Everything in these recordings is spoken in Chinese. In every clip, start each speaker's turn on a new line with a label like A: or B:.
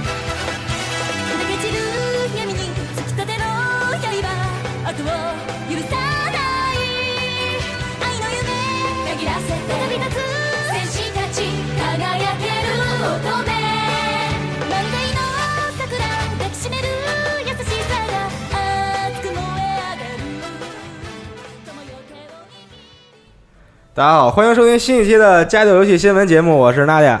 A: 砕け散る闇に突き立てろ刃後を許さない愛の夢限らせて旅立つ戦士たち輝ける乙女満開の桜抱きしめる優しさが熱く燃え上がる友よ手を握り
B: 大家好，欢迎收听新一期的《家酒游戏新闻》节目，我是娜姐。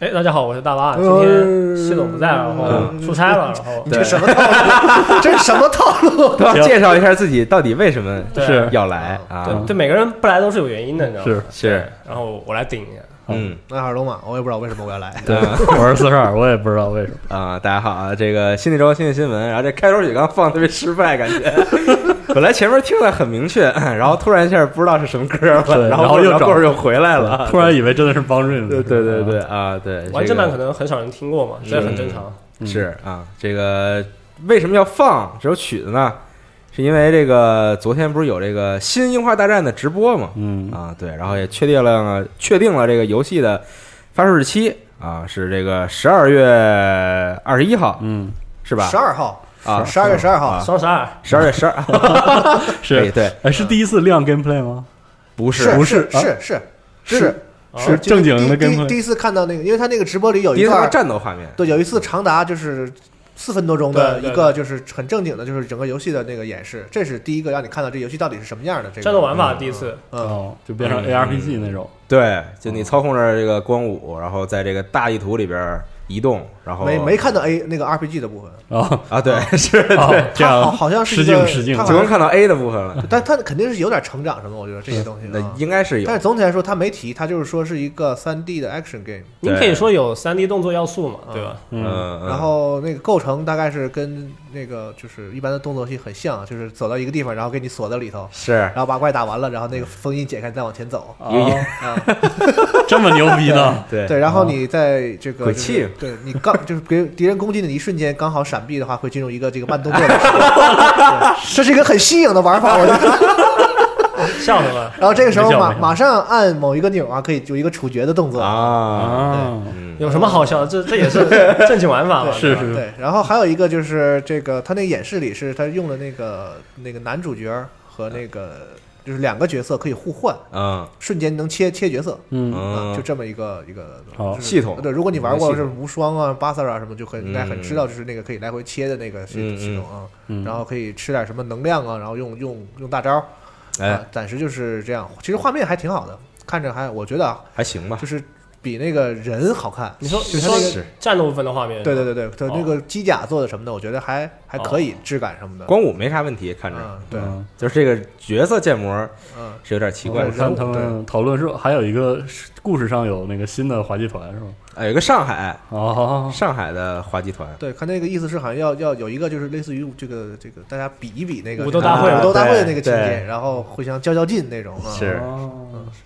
C: 哎，大家好，我是大娃。今天系总不在，然后出差了，然后
B: 对，
D: 么套路？ 这是什么套路？
B: 都要介绍一下自己到底为什么
C: 对
B: 是要来啊？
C: 对对每个人不来都是有原因的，你知道吗？
B: 是，
C: 然后我来顶一下。
B: 嗯，
D: 那尔龙马，我也不知道为什么我要 来。
B: 对
E: 我是四十二，我也不知道为什么。
B: 啊，大家好啊，这个新一周新的新闻，然后这开头曲刚放得特别失败，感觉本来前面听的很明确， 然后突然一下不知道是什么歌了，
E: 对
B: 然
E: 然后
B: 后
E: 又
B: 然后
E: 找
B: 过会儿又回来了，
E: 突然以为真的是帮助你。
B: 对对对对啊，对，
C: 完
B: 这
C: 整
B: 个
C: 版可能很少人听过嘛，这很正常。
B: 是啊，这个为什么要放这首曲子呢？是因为这个昨天不是有这个新《樱花大战》的直播嘛？
E: 嗯
B: 啊，对，然后也确定了确定了这个游戏的发售日期啊，是这个十二月二十一号，
E: 嗯，
B: 是吧
D: 十？二号
B: 啊
D: 十二月十二号，
C: 双十二，啊
B: 十二月十二，对
E: 是，
B: 对，
E: 哎，是第一次亮 gameplay 吗？
B: 不
D: 是
E: 不
D: 是
E: 是
D: 是是啊是就
E: 是正经的
D: 第第
E: gameplay。
D: 第一次看到那个，因为他那个直播里有
B: 第
D: 一
B: 一次看
D: 段，
B: 战斗画面，
D: 对，有一次长达就是四分多钟的
C: 对对
D: 一个，就是很正经的，就是整个游戏的那个演示，这是第一个让你看到这游戏到底是什么样的这个
C: 战斗玩法第一次，
D: 嗯，
E: 哦，就变成 ARPG 那种，
B: 对，就你操控着这个光武，然后在这个大地图里边移动，然后
D: 没没看到 A 那个 RPG 的部分，
E: 然后
B: 啊，对，是，
E: 哦这
D: 它好
E: 样
D: 好像是
E: 失
D: 一个
E: 敬失敬
D: 它，好
B: 只
D: 像
B: 能看到 A 的部分了，
D: 但它肯定是有点成长什么，我觉得这些东西
B: 那
D: 啊。
B: 应该是有
D: 但，是总体来说，它没提，它就是说是一个三 D 的 action game，
C: 您可以说有 3D 动作要素嘛，对吧？
E: 嗯，
B: 嗯，
D: 然后那个构成大概是跟那个就是一般的动作戏很像，就是走到一个地方，然后给你锁在里头，
B: 是
D: 然后把怪打完了，然后那个封印解开，再往前走。
E: 哦，
D: 啊，
E: 这么牛逼呢？
B: 对哦
D: 对，然后你在这个
B: 鬼
D: 就是
B: 泣
D: 对你刚就是给敌人攻击你的一瞬间，刚好闪避的话，会进入一个这个慢动作的 时候，对这是一个很新颖的玩法，我觉得。
C: 笑什么？
D: 然后这个时候
E: 没笑
D: 马
E: 没笑
D: 马上按某一个钮啊，可以有一个处决的动作。
B: 啊，
E: 啊，
C: 有什么好笑？这这也是正经玩法嘛，
E: 是
C: 对吧
E: 是
D: 对，然后还有一个就是这个，他那个演示里是他用了那个那个男主角和那个就是两个角色可以互换，
B: 嗯
D: 瞬间能切切角色，
E: 嗯，
D: 啊
B: 嗯，
D: 就这么一个一个
E: 好
D: 就是呃
B: 系统
D: 对，如果你玩过
B: 系
D: 是
B: 统
D: 无双啊、巴萨啊什么，就很应该很
B: 嗯
D: 知道，就是那个可以来回切的那个系
B: 嗯嗯
D: 系统啊，
E: 嗯
D: 然后可以吃点什么能量啊，然后用用用大招，
B: 哎
D: 啊，，暂时就是这样。其实画面还挺好的，看着还我觉得啊，
B: 还行吧
D: 就，是比那个人好看。
C: 你说
D: 就
C: 你
D: 是
C: 说
D: 那个
B: 是
C: 战斗部分的画面，
D: 对对对对，它
C: 哦
D: 那个机甲做的什么的，我觉得还还可以，质感什么的。
B: 哦光武没啥问题，看着
D: 嗯，对，
E: 嗯
B: 就是这个角色建模
D: 嗯，
B: 是有点奇怪
E: 我
D: 对，人
E: 看
D: 物
E: 他们讨论说，还有一个是故事上有那个新的滑稽团是吗？
B: 哎，有个上海
E: 哦，
B: 上海的滑稽团，
D: 对，看那个意思是好像要要有一个就是类似于这个这个大家比一比那个
C: 武斗大会
D: 啊武斗大会的那个情
B: 对
D: 节，然后互相较较劲那种啊，
B: 是
E: 哦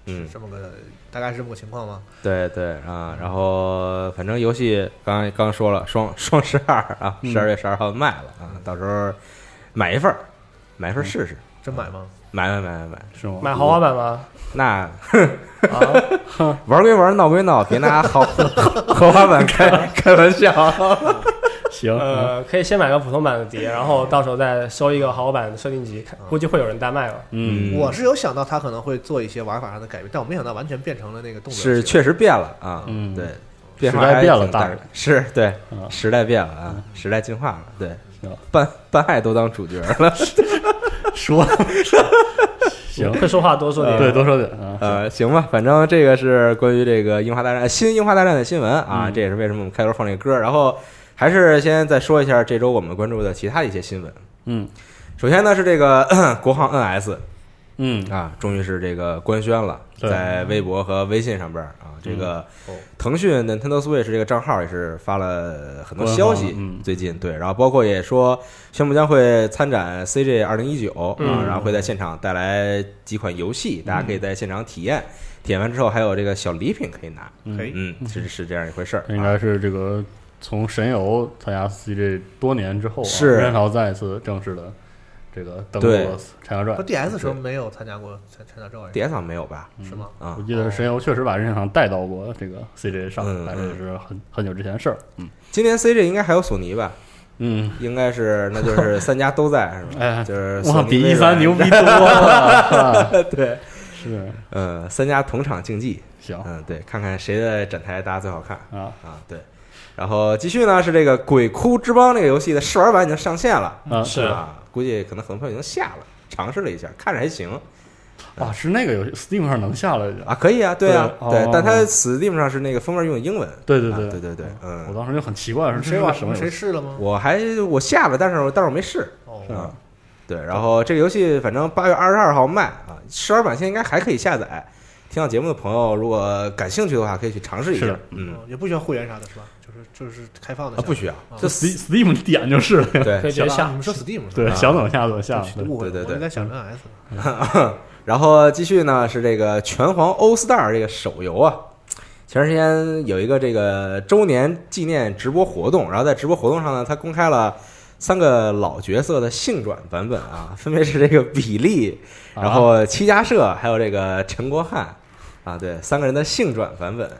B: 嗯，
D: 这么个大概是这么个情况吗？
B: 对对啊，然后反正游戏刚刚说了双 双十二啊，
E: 嗯
B: 十二月十二号卖了啊，到时候买一份儿，买一
E: 嗯
B: 份儿试试，
D: 真买吗？
B: 买买买买买，
E: 是吗？
C: 买啊豪华版吗？
B: 那
C: 啊，
E: 哦
B: 玩归玩，闹归闹，别拿 豪豪华版开开玩笑。啊
E: 行，嗯
C: 呃，可以先买个普通版的碟，然后到时候再收一个豪华版的设定集，看估计会有人单卖吧。
E: 嗯，
D: 我是有想到他可能会做一些玩法上的改变，但我没想到完全变成了那个动作
B: 是
D: 戏
B: 确实变了啊，
E: 嗯
B: 对，变化
E: 时代
B: 还
E: 变了
B: 挺大
E: 大
B: 的
E: 人
B: 是对，
E: 啊
B: 时代变了啊，时代进化了，对
E: 行，
B: 半半爱都当主角 了，
E: 说行，
C: 会说话多说点，
E: 对，多说点啊，
B: 呃，行吧，反正这个是关于这个樱花大战新樱花大战的新闻啊，
E: 嗯
B: 这也是为什么我们开头放这个歌，然后还是先再说一下这周我们关注的其他一些新闻，
E: 嗯，
B: 首先呢是这个国行 NS
E: 嗯，
B: 啊，终于是这个官宣了，
E: 对嗯哦
B: 在微博和微信上边儿啊，这个腾讯 Nintendo Switch 这个账号也是发了很多消息
E: 官方，嗯
B: 最近对，然后包括也说宣布将会参展 CJ 二零一九啊，
E: 嗯
B: 然后会在现场带来几款游戏，大家可以在现场体验，体验完之后还有这个小礼品可以拿，
D: 可以。
B: 嗯，是是这样一回事儿，啊
E: 应该是这个从神游参加 CJ 多年之后、啊，
B: 是
E: 任天堂再一次正式的这个登陆
B: 对
E: 了《山
D: 他
E: 游传》。
D: DS 时候没有参加过参参加这玩意
B: d s 上没有吧？
D: 儿，是吗？
B: 啊
E: 我，记得神游确实把任天堂带到过这个 CJ 上，
B: 嗯
E: 但是
B: 嗯
E: 是很很久之前的事儿。嗯
B: 今年 CJ 应该还有索尼吧？
E: 嗯，
B: 应该是，那就是三家都在是吧？
E: 哎
B: 就是索
E: 哇，
B: 尼
E: 比
B: 微
E: 一
B: 软
E: 三 牛逼多了。
B: 对，
E: 是
B: 呃，三家同场竞技，
E: 行
B: 嗯，对，看看谁的展台搭最好看
E: 啊，
B: 啊，对。然后继续呢是这个《鬼哭之邦》这个游戏的试玩版已经上线了，
E: 啊
C: 是
B: 啊，估计可能很多朋友已经下了，尝试了一下，看着还行
E: 啊，是那个游戏 Steam 上能下来的。
B: 啊，可以啊，对啊，
E: 对
B: 对
E: 哦，
B: 但它 Steam 上是那个封面用的英文，
E: 对对
B: 啊
E: 对
B: 对对对，
E: 我
B: 嗯，
E: 当时就很奇怪，说这
D: 谁
E: 是
D: 玩
E: 个什么游
D: 谁
E: 戏？
D: 试了吗？
B: 我还我下了，但是但是我没试，
D: 哦，
B: 啊，对，然后这个游戏反正八月二十二号卖啊，试玩版现在应该还可以下载。听到节目的朋友，如果感兴趣的话，可以去尝试一
E: 是
B: 下
E: 的。
B: 嗯，
D: 嗯也不需要会员啥的是吧？就是就是开放的
B: 啊，不需要，
E: 就 Ste- Steam 点就是了呀。
B: 对
C: 可以直接
D: 别下，
C: 下
D: 你们说 Steam 是吧？
E: 对，
B: 啊
E: 想怎么下怎么下。对
D: 误会了，
B: 对对对
D: 我就在想 NS 呢。
B: 然后继续呢是这个《拳皇欧 star》这个手游啊，前段时间有一个这个周年纪念直播活动，然后在直播活动上呢，他公开了三个老角色的性转版本啊，分别是这个比利，
E: 啊
B: 然后戚家社，还有这个陈国汉啊，对，三个人的性转版本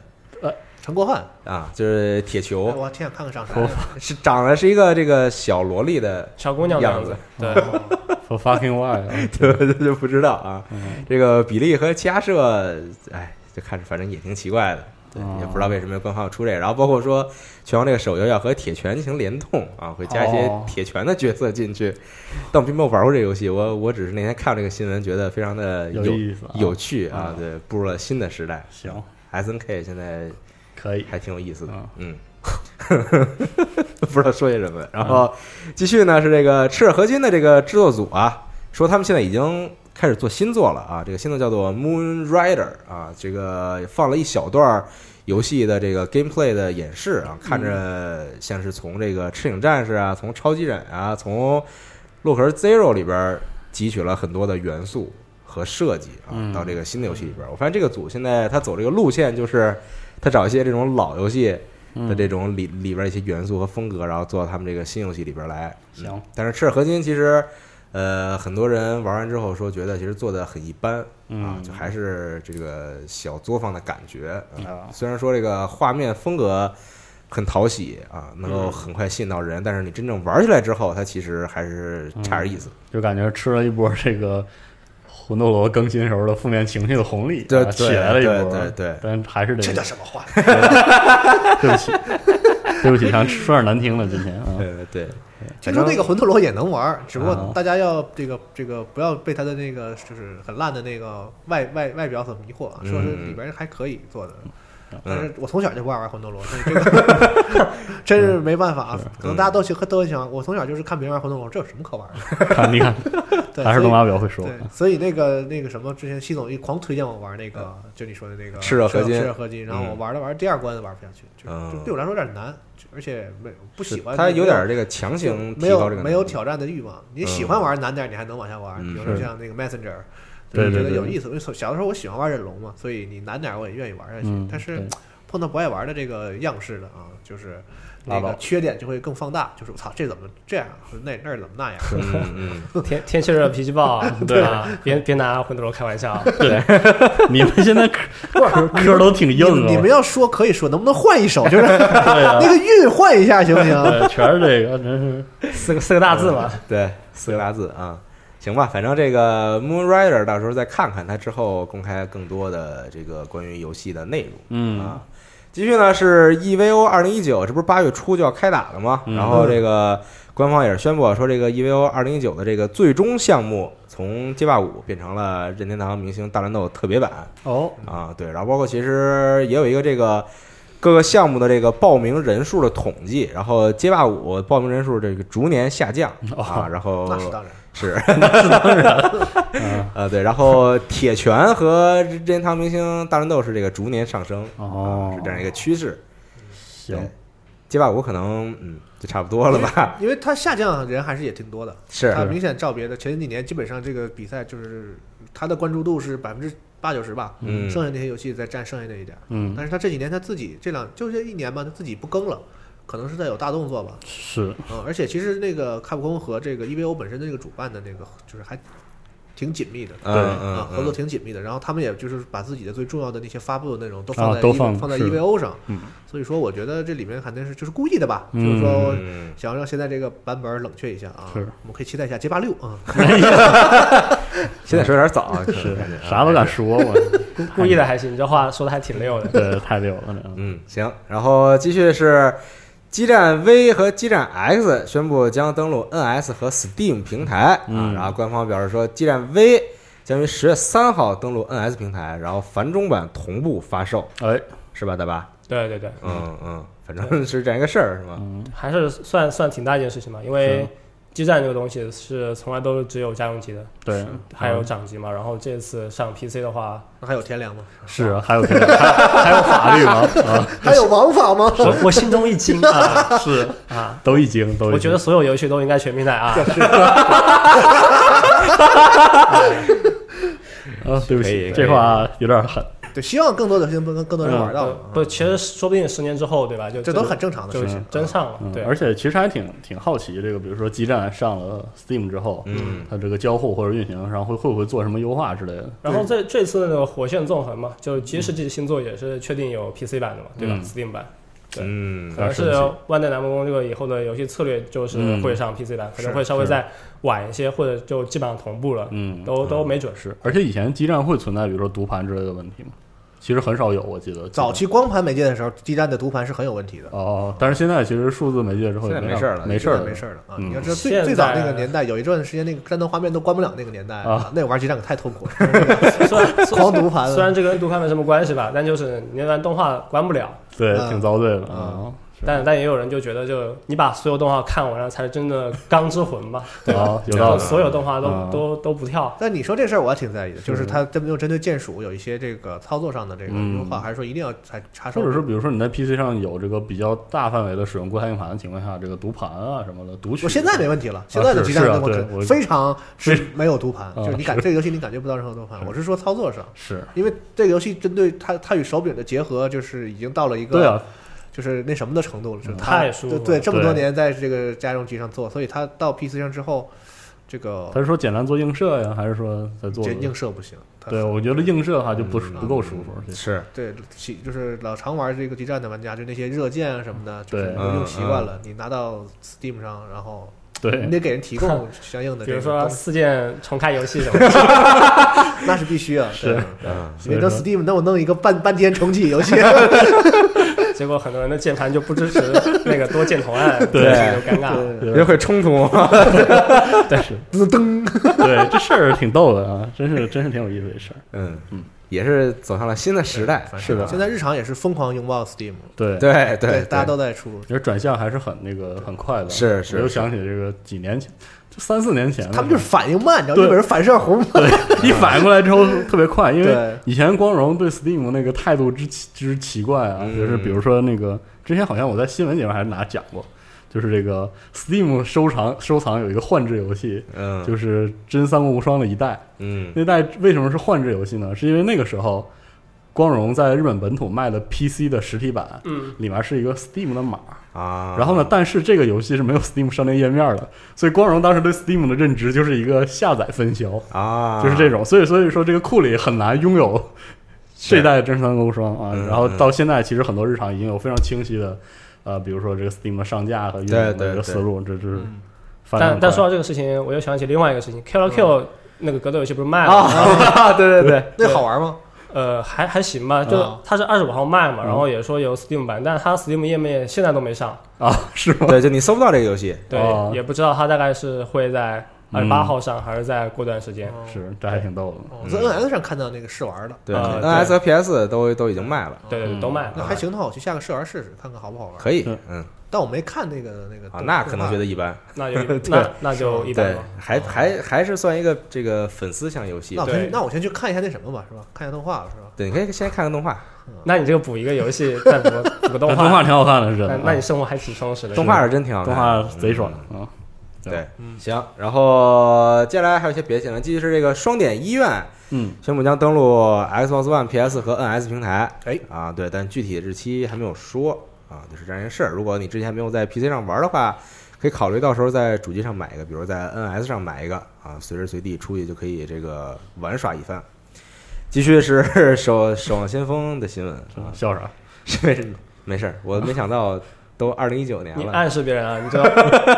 D: 陈国汉，
B: 啊，就是铁
D: 哎
B: 球
D: 我天，看看上啥
E: 头
D: 呀？
B: 是长得是一个这个小萝莉的
C: 小姑娘的
B: 样
C: 样
B: 子
C: 子，，对，
E: For fucking why？啊
B: 对，这就不知道啊。
E: 嗯
B: 这个比利和其他社，哎，就看着反正也挺奇怪的，对，
E: 哦
B: 也不知道为什么官方要出这个。然后包括说《拳皇》这个手游要和铁拳进行联动啊，会加一些
E: 哦
B: 铁拳的角色进去。但我并没有玩过这个游戏，我我只是那天看到这个新闻，觉得非常的
E: 有
B: 有
E: 意思啊
B: 有趣啊
E: 啊，
B: 对，步入了新的时代。
E: 行
B: ，S N K 现在
E: 可以。
B: 还挺有意思的
E: 嗯，
B: 嗯。 不知道说些什么，然后继续呢是这个赤合金的这个制作组啊，说他们现在已经开始做新作了啊，这个新作叫做 Moon Rider 啊，这个放了一小段儿游戏的这个 gameplay 的演示啊，看
E: 嗯
B: 着像是从这个赤影战士啊，从超级忍啊，从洛克人 Zero 里边儿汲取了很多的元素和设计啊，
E: 嗯
B: 到这个新的游戏里边儿，我发现这个组现在他走这个路线就是他找一些这种老游戏。的
E: 嗯
B: 这种里里边儿一些元素和风格，然后做到他们这个新游戏里边儿来。嗯
E: 行
B: 但是《赤耳合金》其实，呃，很多人玩完之后说觉得其实做的很一般啊，
E: 嗯
B: 就还是这个小作坊的感觉。呃
E: 啊
B: 虽然说这个画面风格很讨喜啊，能够很快吸引到人，但是你真正玩起来之后，它其实还是差点意思。
E: 就感觉吃了一波这个魂斗罗更新时候的负面情绪的红利，
B: 对
E: 啊起来了一波，
B: 对对对
E: 但还是得
D: 这叫什么话？
E: 对不起，对不起，想说点难听的，今天啊，
B: 对对，
D: 听说那个魂斗罗也能玩儿，只不
E: 啊
D: 过大家要这个这个不要被它的那个就是很烂的那个外外外表所迷惑啊，说是里边还可以做的。但是我从小就不爱玩魂斗罗，所以这个真是没办法啊。可能大家都喜都很喜欢，我从小就是看别人玩魂斗罗，这有什么可玩的？
E: 看你看，
D: 对
E: 还
D: 所
E: 是
D: 以
E: 龙马表会说啊
D: 对，所以那个那个什么，之前系总一狂推荐我玩那个，就你说的那个
B: 炽热合金
D: 炽热合金，然后我玩了玩第二关都玩不下去，就
B: 嗯
D: 就对我来说有点难，就而且没不喜欢
B: 它
D: 没有
B: 有点这个强
D: 就
B: 行
D: 没
B: 提高
D: 有
B: 这个
D: 没有
B: 难度
D: 挑战的欲望。你
B: 嗯
D: 喜欢玩难点，你还能往下玩，
B: 嗯
D: 比如说
E: 是
D: 像那个 Messenger，
E: 对
D: 就觉
E: 对
D: 得
E: 对
D: 有意思。因为小的时候我喜欢玩忍龙嘛，所以你难点我也愿意玩下去
E: 嗯。
D: 但是
E: 对
D: 碰到不爱玩的这个样式的啊，就是那
E: 拉倒
D: 个缺点就会更放大，就是我操，这怎么这样？那那儿怎么那样？
B: 嗯嗯，
C: 天天气热脾气暴，啊对吧？别别拿魂斗罗开玩笑，啊对，
E: 你们现在嗑嗑嗑都挺硬
D: 你们你们
E: 啊，
D: 要说可以说，能不能换一首？ 就是那个韵换一下行不行？
E: 对，全是这个，真是
C: 四个四个大字嘛，
B: 对，四个大字啊。行吧，反正这个 Moon Rider 到时候再看看，它之后公开更多的这个关于游戏的内容。
E: 嗯
B: 啊。继续呢是 EVO 二零一九，这不是八月初就要开打了吗？
E: 嗯
B: 然后这个官方也是宣布说，这个 EVO 二零一九的这个最终项目从街霸五变成了任天堂明星大乱斗特别版
E: 哦，
B: 啊，对，然后包括其实也有一个这个。各个项目的这个报名人数的统计，然后街霸五报名人数这个逐年下降、
E: 哦
B: 啊，然后
D: 那是当然，
B: 是 呃对，然后铁拳和任天堂明星大乱斗是这个逐年上升，
E: 哦
B: 是这样一个趋势。
E: 行
B: 对，街霸五可能嗯就差不多了
E: 哎
B: 吧？
D: 因为它下降人还是也挺多的，
B: 是
D: 它明显照别的。前几年基本上这个比赛就是它的关注度是百分之八九十吧，
B: 嗯
D: 剩下那些游戏再占剩下那一点儿。
E: 嗯
D: 但是他这几年他自己这两就这一年吧，他自己不更了，可能是在有大动作吧。
E: 是
D: 嗯，而且其实那个卡普空和这个 EVO 本身的那个主办的那个就是还挺紧密的。
B: 嗯
E: 对
D: 啊，
B: 嗯
D: 合作
B: 嗯，
D: 挺紧密的，然后他们也就是把自己的最重要的那些发布的内容都
E: 啊
D: 放在、E
E: 都放
D: 放在
E: 是
D: EVO 上，
E: 嗯
D: 所以说我觉得这里面肯定是就是故意的吧，
E: 嗯
D: 就是说
B: 嗯
D: 想要让现在这个版本冷却一下啊，
E: 是
D: 我们可以期待一下街霸六啊，
B: 现在说有点早，可能
E: 是
B: 感觉，啊
E: 啥都敢说我，
C: 故故意的还行，你这话说的还挺溜的。
E: 对，太溜了这。
B: 嗯，行，然后继续是基站 V 和基站 X 宣布将登陆 NS 和 Steam 平台、啊，
E: 嗯
B: 然后官方表示说，基站 V 将于十月三号登陆 NS 平台，然后繁中版同步发售，
E: 哎，
B: 是吧，大巴？
C: 对对对，
B: 嗯嗯，反正是这样一个事儿，是吧？
E: 嗯
C: 还是算算挺大一件事情吧，因为
E: 是
C: 基站这个东西是从来都是只有家用机的，
E: 对，啊
C: 还有掌机嘛。然后这次上 PC 的话，
D: 那还有天良吗？
E: 是啊还有这个还还有法律吗？啊，
D: 还有王法吗？
C: 我我心中一惊啊
E: 是
C: 啊！
E: 都已经都已经，
C: 我觉得所有游戏都应该全平台啊，
E: 啊，对不
B: 可以可
E: 起，
B: 以
E: 这话有点狠。
D: 对，希望更多的游戏能更多人玩到
C: 呃
D: 啊，
C: 不，其实说不定十年之后，对吧？就
D: 这都很正常的
C: 就
D: 事
C: 是
D: 情。
C: 真上了，
E: 嗯
C: 对，
E: 而且其实还挺挺好奇，这个比如说基站上了 Steam 之后，
B: 嗯，
E: 它这个交互或者运行上会会不会做什么优化之类的？
C: 然后这这次那个火线纵横嘛，就是即时这个星座也是确定有 PC 版的嘛，对吧
E: 嗯
C: ？Steam 版对
B: 嗯
C: 可能是
E: 神奇
C: 万代南梦宫这个以后的游戏策略就是
E: 嗯
C: 会上 PC 版，可能
E: 是
C: 会稍微
E: 是
C: 再晚一些，或者就基本上同步了，
E: 嗯，
C: 都都没准。
E: 是。而且以前基站会存在比如说读盘之类的问题吗？其实很少有，我记得
D: 早期光盘媒介的时候，基站的读盘是很有问题的，
E: 哦，但是现在其实数字媒介之后
B: 现在
E: 也
B: 没事儿了
E: 没事
D: 现
E: 儿
D: 在
E: 了，
D: 没事儿了啊！
E: 嗯
D: 你要知道最
C: 现在
D: 最早那个年代，有一段时间那个战斗画面都关不了那个年代
E: 啊，
D: 那我玩基站可太痛苦 了，
C: 虽然虽
D: 狂
C: 然
D: 读盘
C: 虽
D: 了。
C: 然这跟读盘没什么关系吧，但就是你那段动画关不了，
E: 对，
D: 嗯
E: 挺遭罪的
D: 嗯
E: 啊。
C: 但但也有人就觉得，就你把所有动画看完了，才是真的钢之魂 吧？对吧
E: 好？哦有
C: 然
E: 道
C: 后
E: 理。
C: 所有动画都、
E: 嗯
C: 都都不跳，
D: 但你说这事儿我还挺在意的，就是
E: 是
D: 它针没有针对键鼠有一些这个操作上的这个
E: 嗯
D: 优化，还是说一定要才插手
E: 或？者说，比如说你在 PC 上有这个比较大范围的使用固态硬盘的情况下，这个读盘啊什么的，读取
D: 我现在没问题了，现在的
E: 是
D: 基站
E: 是啊
D: 跟我
E: 对
D: 可
E: 我
D: 非常
E: 非
D: 是没有读盘，
E: 啊
D: 就是你感这个游戏你感觉不到任何读盘。我是说操作上，
E: 是
D: 因为这个游戏针对它它与手柄的结合，就是已经到了一个
E: 对啊，嗯
D: 就是那什么的程度了，就是他
C: 太舒服
D: 对
C: 了
D: 对，这么
E: 对
D: 多年在这个家用机上做，所以他到 PC 上之后，这个
E: 他是说简单做映射呀，还是说在做
D: 这映射不行。它
E: 对，我觉得映射的话就
B: 嗯
E: 不不够舒服。
B: 是
D: 对，习就是老常玩这个 G 站的玩家，就那些热键啊什么的，就是
E: 对嗯
D: 都用习惯了。你拿到 Steam 上，然后你
E: 对，
D: 得给人提供相应的
C: 比如
D: 这 个
C: 说
D: 东西，
C: 四件重开游戏什么的，
D: 那是必须啊。
E: 是
D: 对，
B: 嗯，
E: 所
D: 别
E: 以
D: 到
E: 说
D: Steam，那我弄一个半半天重启游戏，
C: 结果很多人的键盘就不支持那个多键同按，
E: 对
C: 就尴尬了。
D: 对
B: 也会冲突，
E: 对这事儿挺逗的啊，真是真是挺有意思的事儿。
B: 嗯嗯，也是走上了新的时代，
D: 反正
E: 嗯是的
D: 现在日常也是疯狂拥抱 Steam，
E: 对，
B: 对对，
D: 大家都在出。
E: 其实转向还是很那个很快的。
B: 是是
E: 我又
B: 是
E: 想起这个几年前，就三四年前，
D: 他们就是反应慢，你知道，
E: 对
D: 日本人反射弧慢。
E: 一反应过来之后特别快，因
D: 对
E: 为以前光荣对 Steam 那个态度之奇之奇怪啊，
B: 嗯
E: 就是比如说那个之前好像我在新闻节目还是哪讲过，就是这个 Steam 收藏收藏有一个幻制游戏，
B: 嗯
E: 就是《真三国无双》的一代，
B: 嗯
E: 那代为什么是幻制游戏呢？是因为那个时候光荣在日本本土卖的 PC 的实体版，
C: 嗯，
E: 里面是一个 Steam 的码。
B: 啊，
E: 然后呢？但是这个游戏是没有 Steam 商店页面的，所以光荣当时对 Steam 的认知就是一个下载分销，
B: 啊，
E: 就是这种。所以所以说这个库里很难拥有这一代的真三国无双啊。
B: 嗯
E: 然后到现在，其实很多日常已经有非常清晰的，呃，比如说这个 Steam 的上架和运营
B: 对
E: 的
B: 对
E: 这个思路，这这是发
C: 嗯但
E: 展很快。
C: 但说到这个事情，我又想起另外一个事情，Q L Q 那个格斗游戏不是卖了吗？
B: 啊，对对对，
D: 那好玩吗？
C: 呃，还还行吧，就
D: 啊
C: 它是二十五号卖嘛，
E: 嗯
C: 然后也说有 Steam 版，但是它 Steam 页面现在都没上，
E: 啊，是吗？
B: 对，就你搜不到这个游戏，
C: 对，
E: 哦
C: 也不知道它大概是会在二十八号上还是再过段时间。
D: 哦
E: 是，这还挺逗的。
D: 哦我在 NS 上看到那个试玩了，
B: 对
C: 啊
B: ，NS 和
C: 对
B: PS 都都已经卖了，
C: 对对对，
E: 嗯
C: 都卖
D: 那
C: 了。
D: 还行的话，我去下个试玩试试，看看好不好玩。
B: 可以
E: 嗯，
B: 嗯，
D: 但我没看那个那个
B: 啊，
D: 动
B: 那可能觉得
D: 动
B: 一般，
C: 那就一那那就一般
B: 对
C: 吧。，
B: 还
E: 啊
B: 还还是算一个这个粉丝向游戏
D: 画那，我
C: 对
D: 先那我先去看一下那什么吧，是吧？看一下动画吧，是吧？
B: 对，你可以先看看动画，
C: 那你这个补一个游戏，再补个补个动
E: 但
C: 画，
E: 动画挺好看的，是真
C: 那
E: 的。
C: 那你生活还挺充实的。
B: 动
C: 是吧
B: 画是真挺好看
E: 动
B: 的，
E: 画贼爽
B: 嗯
E: 啊！
B: 对，嗯行，然后接下来还有一些别的新闻，继续是这个双点医院
E: 嗯，
B: 宣布将登陆 Xbox One、PS 和 NS 平台。
D: 哎，
B: 啊，对，但具体日期还没有说啊，就是这样一个事儿。如果你之前没有在 PC 上玩的话，可以考虑到时候在主机上买一个，比如在 NS 上买一个啊，随时随地出去就可以这个玩耍一番。继续是 《守守望先锋》的新闻啊，
E: 笑啥？
B: 是为什么？没事儿，我没想到都二零一九年
C: 你
B: 了。
C: 暗示别人啊，你知道，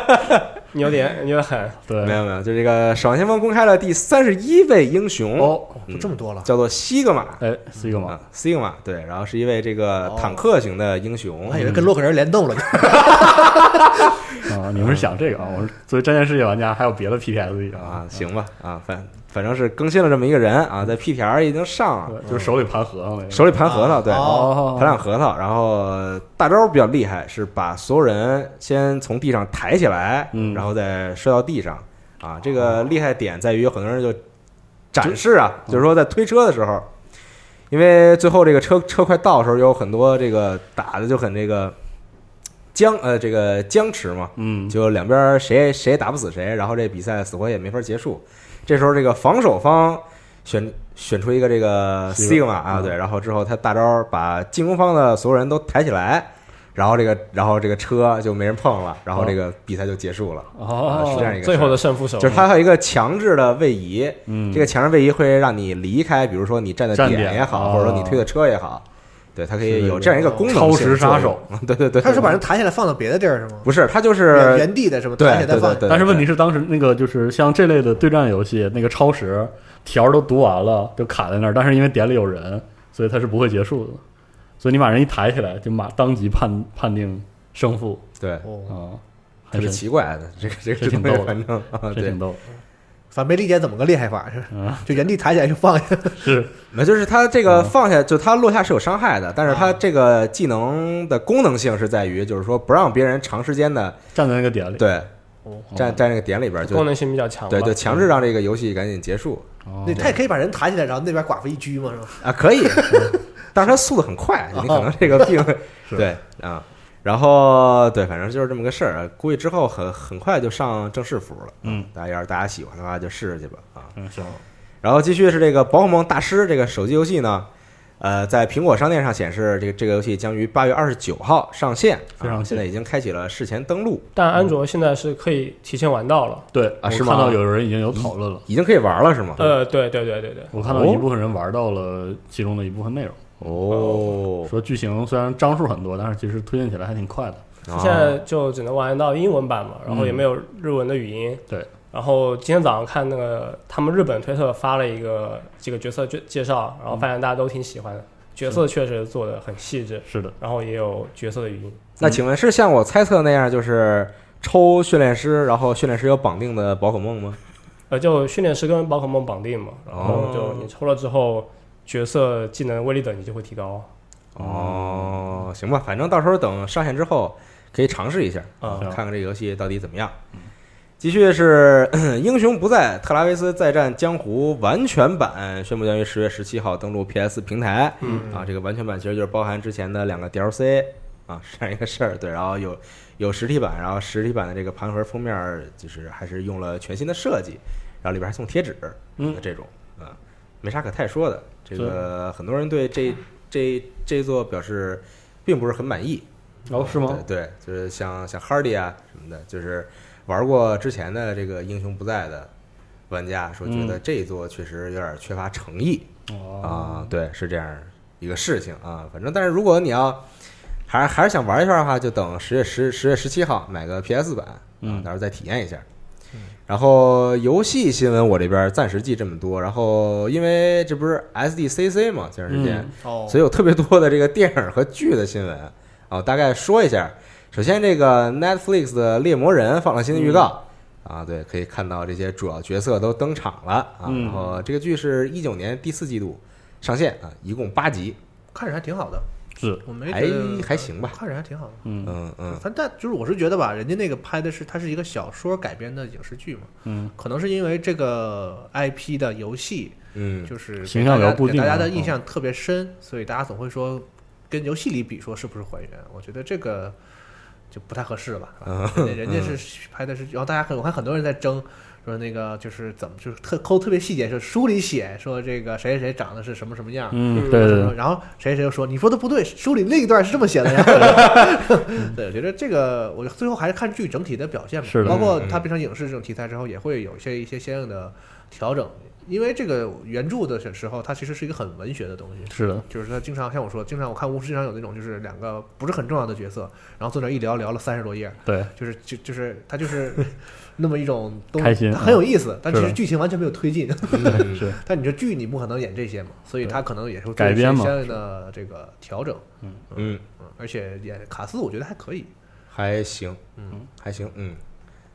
C: 你有点你有点狠。
B: 没
E: 对，
B: 有没有，就这个《守望先锋》公开了第三十一位英雄，
E: 哦，
D: 就这么多了，
B: 叫做西格玛
E: 哎，西格玛
B: 啊，西格玛对，然后是一位这个
D: 哦
B: 坦克型的英雄
D: 我
E: 哦
D: 还以，为跟洛克人联动了
B: 嗯
D: 呢。
E: 啊，你们是想这个啊？我是作为《战舰世界》玩家，还有别的 PTSD
B: 啊，行吧，啊，反反正是更新了这么一个人啊，在 PTR 已经上了，
E: 对就是手里盘核啊桃那个。
B: 啊手里盘核
D: 啊
B: 桃，对，
E: 哦
B: 盘两核桃，然后大招比较厉害，是把所有人先从地上抬起来，
E: 嗯
B: 然后再摔到地上，啊，这个厉害点在于有很多人就展示啊，
E: 嗯
B: 就是说在推车的时候，因为最后这个车车快到的时候，有很多这个打的就很这个僵呃这个僵持嘛，
E: 嗯，
B: 就两边儿谁谁也打不死谁，然后这比赛死活也没法结束。这时候这个防守方选选出一个这个
E: Sigma
B: Sigma 啊，
E: 嗯
B: 对，然后之后他大招把进攻方的所有人都抬起来，然后这个然后这个车就没人碰了，然后这个比赛就结束了。啊
E: 哦，
B: 是这样一个
C: 最
B: 事儿
C: 后的胜负手，
B: 就是它还有一个强制的位移，
E: 嗯，
B: 这个强制位移会让你离开，比如说你站的
E: 站
B: 点
E: 点
B: 也好，
E: 哦
B: 或者说你推的车也好，对，它可
E: 是
B: 以
E: 这
B: 有
E: 个
B: 这样一个功能
E: 超
B: 性
E: 时杀
B: 作用。 对对对，
D: 他是把人抬起来放到别的地儿是吗？
B: 不是，它就
D: 原
B: 是
D: 原地的是吗？
B: 对
D: 抬起来再
B: 对对
D: 放
B: 对，对
E: 嗯但是问题是，当时那个就是像这类的对战游戏，那个超时条都读完了，就卡在那儿。但是因为点里有人，所以它是不会结束的。所以你把人一抬起来，就马当即判判定胜负
B: 对。
D: 哦，
E: 啊，
B: 特
E: 还
B: 别
E: 是
B: 奇怪的，这个这个
E: 这挺
B: 东西
E: 逗的
B: 反正啊，
E: 这
B: 对
E: 挺，逗的，
D: 反正没理解怎么个厉害法是
E: 嗯
D: 吧？就原地抬起来就放
B: 哦
D: 下，
E: 是
B: 那就是它这
E: 嗯
B: 个放下，就它落下是有伤害的，但是
E: 啊
B: 它这个技能的功能性是在于，就是说不让别人长时间的
E: 站在那个点里，
B: 对
D: 哦
B: 站站这个点里边，
C: 嗯功
B: 就
C: 能性比较强吧。
B: 对对，强制让这个游戏赶紧结束
E: 哦，
D: 对，他也可以把人抬起来，然后那边寡妇一狙嘛，是吧？
B: 啊，可 以，但是它速度很快，你可能这个病
E: 啊是
B: 对啊，然后对，反正就是这么个事儿，啊估计之后很很快就上正式服了，啊
E: 嗯，
B: 大家要是大家喜欢的话就试试去吧啊，
E: 嗯行，
B: 然后继续是这个《宝可梦大师》这个手机游戏呢，呃，在苹果商店上显示，这个这个游戏将于八月二十九号上线，
E: 非常
B: 啊现在已经开启了事前登录，
C: 但安卓现在是可以提前玩到了。
E: 对
B: 啊是
E: 我
B: 吗
E: 看到有人已经有讨论了，
B: 已经可以玩了是吗？
C: 呃，对对对对对，
E: 我看到一部分人玩到了其中的一部分内容，
B: 哦，
E: 说剧情虽然张数很多，但是其实推进起来还挺快的。
B: 啊
C: 现在就只能玩到英文版嘛，然后也
E: 嗯
C: 没有日文的语音。
E: 对，
C: 然后今天早上看那个他们日本推特发了一个这个角色介介绍，然后发现大家都挺喜欢的，角色确实做的很细致，
E: 是的，
C: 然后也有角色的语音。
B: 那请问是像我猜测那样，就是抽训练师，然后训练师有绑定的宝可梦吗？
C: 呃，就训练师跟宝可梦绑定嘛，然后就
B: 哦
C: 你抽了之后，角色技能威力等级就会提高。
B: 哦，行吧，反正到时候等上线之后可以尝试一下
C: 啊
B: 看
E: 行
B: 看这个游戏到底怎么样。继续是 《英雄不在》，特拉维斯再战江湖完全版宣布将于十月十七号登陆 PS 平台。
C: 嗯
B: 啊，这个完全版其实就是包含之前的两个 DLC 啊， 是这样一个事儿。对，然后有有实体版，然后实体版的这个盘盒封面儿就是还是用了全新的设计，然后里边还送贴纸，
E: 嗯
B: 这种啊，没啥可太说的。这个很多人对这这这座表示并不是很满意，
E: 哦，是吗？
B: 对，对就是像像 Hardy 啊什么的，就是玩过之前的这个英雄不在的玩家说，
E: 嗯
B: 觉得这一座确实有点缺乏诚意
E: 哦
B: 啊、对，是这样一个事情啊。反正，但是如果你要还还是想玩一下的话，就等十月十十月十七号买个 PS 版，啊
E: 嗯，
B: 到时候再体验一下。然后游戏新闻我这边暂时记这么多，然后因为这不是 SDCC 嘛，前段时间，
E: 嗯
D: 哦
B: 所以有特别多的这个电影和剧的新闻啊，我大概说一下。首先，这个 Netflix 的《猎魔人》放了新的预告、啊，对，可以看到这些主要角色都登场了啊。
E: 嗯
B: 然后这个剧是一九年第四季度上线啊，一共八集，
D: 看着还挺好的，
E: 是，
D: 我没
B: 还
D: 觉得
B: 还行吧。
D: 看着还挺好的。
E: 嗯
B: 嗯嗯，
D: 反正但就是我是觉得吧，人家那个拍的是它是一个小说改编的影视剧嘛，
E: 嗯，
D: 可能是因为这个 IP 的游戏
B: 嗯，
D: 就是
E: 形象
D: 给大家
E: 比较固定
D: 给大家
E: 啊
D: 的印象特别深，所以大家总会说跟游戏里比说是不是还原？我觉得这个就不太合适了吧。
B: 嗯
D: 人家人家是拍的是，然后大家很我看很多人在争。说那个就是怎么就是特抠特别细节，说书里写说这个谁谁谁长得是什么什么样，
E: 嗯，对对对，
D: 然后谁谁又说你说的不对，书里那一段是这么写的 呀。对，我觉得这个，我最后还是看剧整体的表现吧。
E: 是的嗯
D: 包括它变成影视这种题材之后，也会有一些一些相应的调整。因为这个原著的时候，它其实是一个很文学的东西，
E: 是的，
D: 就是它经常像我说，经常我看巫师经常有那种就是两个不是很重要的角色，然后坐那儿一聊聊了三十多页，
E: 对，
D: 就是就就是它就是那么一种东西
E: 开心嗯
D: 它很有意思，但其
E: 是
D: 实
E: 的
D: 剧情完全没有推进。
B: 嗯
E: 是，
D: 但你这剧你不可能演这些嘛，所以他可能也是会做
E: 改
D: 一些
E: 编嘛
D: 相应的这个调整，
B: 嗯，
D: 嗯，而且演卡斯我觉得还可以，
B: 还行，
D: 嗯，
B: 还行，嗯。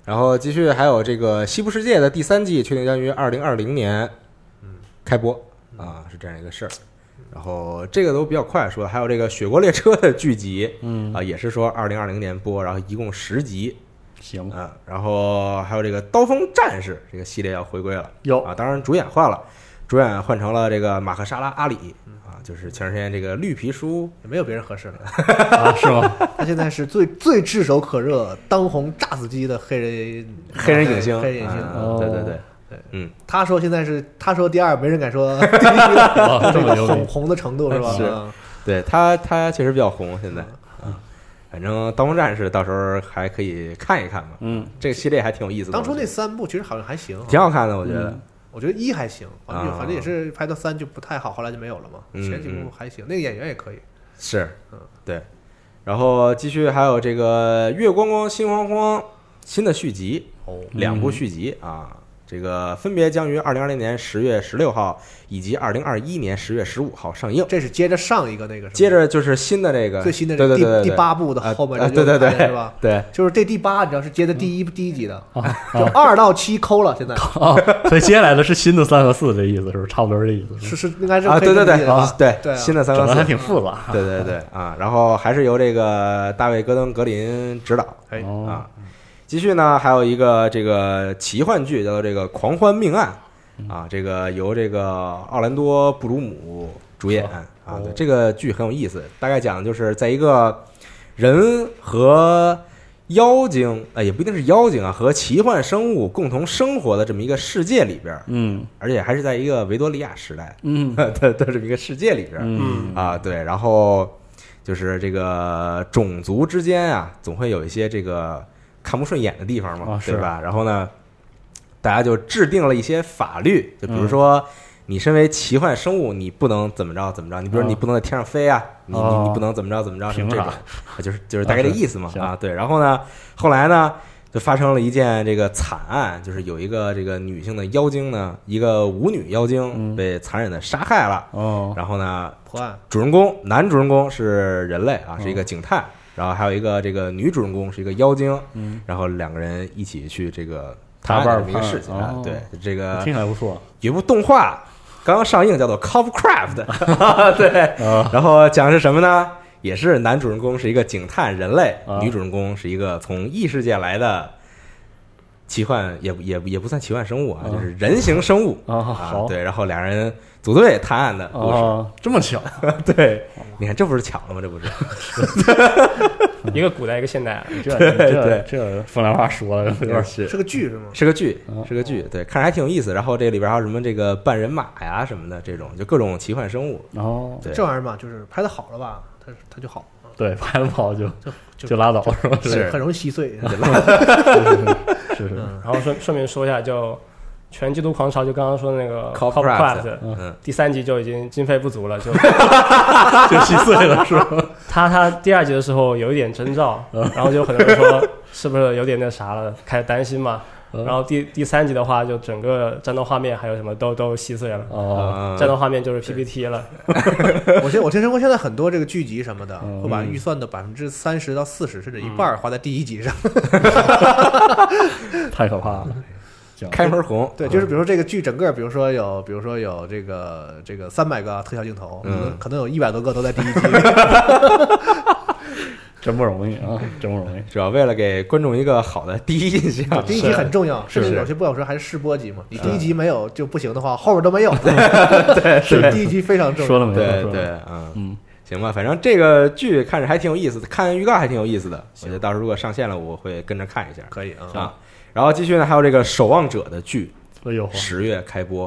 B: 然后继续还有这个《西部世界》的第三季，确定将于二零二零年开播啊，是这样一个事儿。然后这个都比较快说，还有这个《雪国列车》的剧集
E: 嗯，
B: 啊，也是说二零二零年播，然后一共十集
E: 行，
B: 啊。然后还有这个《刀锋战士》这个系列要回归了
E: 有
B: 啊，当然主演换了，主演换成了这个马赫沙拉阿里啊，就是前段时间这个绿皮书
D: 也没有别人合适了。
E: 啊，是吗？
D: 他现在是最最炙手可热、当红炸子鸡的黑人
B: 黑人影星，
D: 黑人影
B: 啊
D: 星。
E: 哦
B: 对对对，
D: 他说现在是他说第二，没人敢说第一了，
E: 哇，
D: 这
E: 这么
D: 个
E: 牛
D: 红
E: 逼，
D: 红的程度是吧？
B: 哎是
D: 嗯
B: 对他，他确实比较红现在啊。
E: 嗯
B: 反正《刀锋战士》到时候还可以看一看嘛，
E: 嗯，
B: 这个系列还挺有意思的。
D: 当初那
B: 我觉
D: 三部其实好像还行啊
B: 得，挺好看的，我觉得
E: 嗯。
D: 我觉得一还行，反正
B: 啊
D: 反正也是拍到三就不太好，后来就没有了嘛。
B: 嗯
D: 前几部还行，那个演员也可以，
B: 是
D: 嗯，
B: 对。然后继续还有这个《月光光心慌慌》新的续集，哦，
E: 嗯
B: 两部续集啊，这个分别将于二零二零年十月十六号以及二零二一年十月十五号上映。
D: 这是接着上一个那个什么，
B: 接着就是新的这个
D: 最新的
B: 对
D: 这
B: 对对
D: 第
B: 对
D: 第
B: 对
D: 八部的
B: 啊
D: 后面
B: 啊
D: 这就
B: 对对对
D: 是吧？
B: 对，
D: 就是这第八，你知道是接的第一、第一集的，
B: 嗯
E: 啊
D: 就
E: 啊
D: 二到七抠了，现在
E: 啊！所以接下来的是新的三和四，这意思是不是差不多这意思，
D: 是是应该是
B: 啊
D: 可以
B: 对对
D: 这么理解
B: 对
D: 的吧
B: 啊对
D: 对啊
B: 新的三
E: 整
B: 个
E: 的
B: 四
E: 还挺复杂。
B: 对对对啊，然后还是由这个大卫·戈登·格林执导
D: 哎
E: 哦，
B: 啊。继续呢，还有一个这个奇幻剧叫做《这个狂欢命案》啊，这个由这个奥兰多·布鲁姆主演啊。对，这个剧很有意思，大概讲的就是在一个人和妖精啊、也不一定是妖精啊，和奇幻生物共同生活的这么一个世界里边儿，
E: 嗯
B: 而且还是在一个维多利亚时代
E: 嗯
B: 的的的这么一个世界里边儿。
E: 嗯
B: 啊，对，然后就是这个种族之间啊，总会有一些这个看不顺眼的地方嘛，
E: 啊
B: 对
E: 是
B: 吧？然后呢，大家就制定了一些法律，就比如
E: 嗯
B: 说。你身为奇幻生物，你不能怎么着怎么着，你比如说
E: 哦
B: 你不能在天上飞啊，你你
E: 哦
B: 你不能怎么着怎么着，什么
E: 凭
B: 这
E: 啥
B: 种，啊就是就是大概这
E: 啊是
B: 意思嘛
E: 行
B: 啊，对。然后呢，后来呢，就发生了一件这个惨案，就是有一个这个女性的妖精呢，一个舞女妖精
E: 嗯
B: 被残忍的杀害了，
E: 哦
B: 然后呢，
D: 破案，
B: 主人公男主人公是人类
E: 嗯
B: 啊，是一个警探，然后还有一个这个女主人公是一个妖精，
E: 嗯，
B: 然后两个人一起去这个
E: 搭伴
B: 探
E: 儿
B: 案的这么一个事情啊
E: 哦。
B: 对，这
E: 听
B: 个
E: 起来不错
B: 有一部动画刚刚上映，叫做《Covcraft》，对，
E: 啊
B: 然后讲的是什么呢？也是男主人公是一个警探人类，
E: 啊
B: 女主人公是一个从异世界来的奇幻，也不也不也不算奇幻生物啊，
E: 啊
B: 就是人形生物
E: 啊，
B: 啊
E: 好。
B: 对，然后俩人组队探案的故事。
E: 啊，这么巧，
B: 对，你看这不是巧了吗？这不是。嗯
C: 一个古代一个现代，啊
E: 这这
B: 对
E: 这风凉话说的有点儿
B: 是
D: 是个剧是吗？
B: 是个剧
D: 嗯
E: 啊，
B: 是个
D: 哦
B: 剧，对，看着还挺有意思。然后这里边还有什么这个半人马呀什么的，这种就各种奇幻生物。
E: 哦，
B: 对，
D: 这玩意儿嘛，就是拍的好了吧，它它就好，
E: 对， 拍的不好就
D: 就就
E: 就拉倒是吧？
B: 是
D: 很容易 稀碎。
E: 是是是，
C: 然后顺顺便说一下，就《全基督狂潮》，就刚刚说的那个
B: Cop
C: Cop
B: Craft，
C: Craft
B: 嗯
C: 第三集就已经经费不足了，就
E: 就稀碎了是吧？
C: 他他第二集的
B: 嗯
C: 时候有一点征兆，然后就有很多人说是不是有点那啥了，开始担心嘛。
E: 嗯
C: 然后第第三集的话，就整个战斗画面还有什么都都稀碎了，
E: 哦，
B: 啊
C: 战斗画面就是 PPT 了。
D: 我现我听说现在很多这个剧集什么的，
E: 嗯
D: 会把预算的百分之三十到四十甚至一半儿花在第一集上。
E: 太可怕了。 行，
B: 开门红，
D: 对，就是比如说这个剧整个，比如说有，比如说有这个这个三百个特效镜头，
B: 嗯
D: 可能有一百多个都在第 一集。
E: 真不容易啊，真 不容易。
B: 主要为了给观众一个好的第一印象。
D: 第一集很重要，甚至
B: 是
D: 有些不好说还是试播集嘛。你第一集没有就不行的话，后面都没有。 对，第一集非常重
E: 说
D: 要。
E: 了没错，
B: 对对
E: 说了没错，
B: 嗯，
E: 嗯，
B: 行吧，反正这个剧看着还挺有意思的，看预告还挺有意思的。我觉得到时候如果上线了，我会跟着看一下
D: 可以啊，
B: 啊。然后继续呢，还有这个《守望者》的剧，
E: 哎呦呵
B: 十月开播，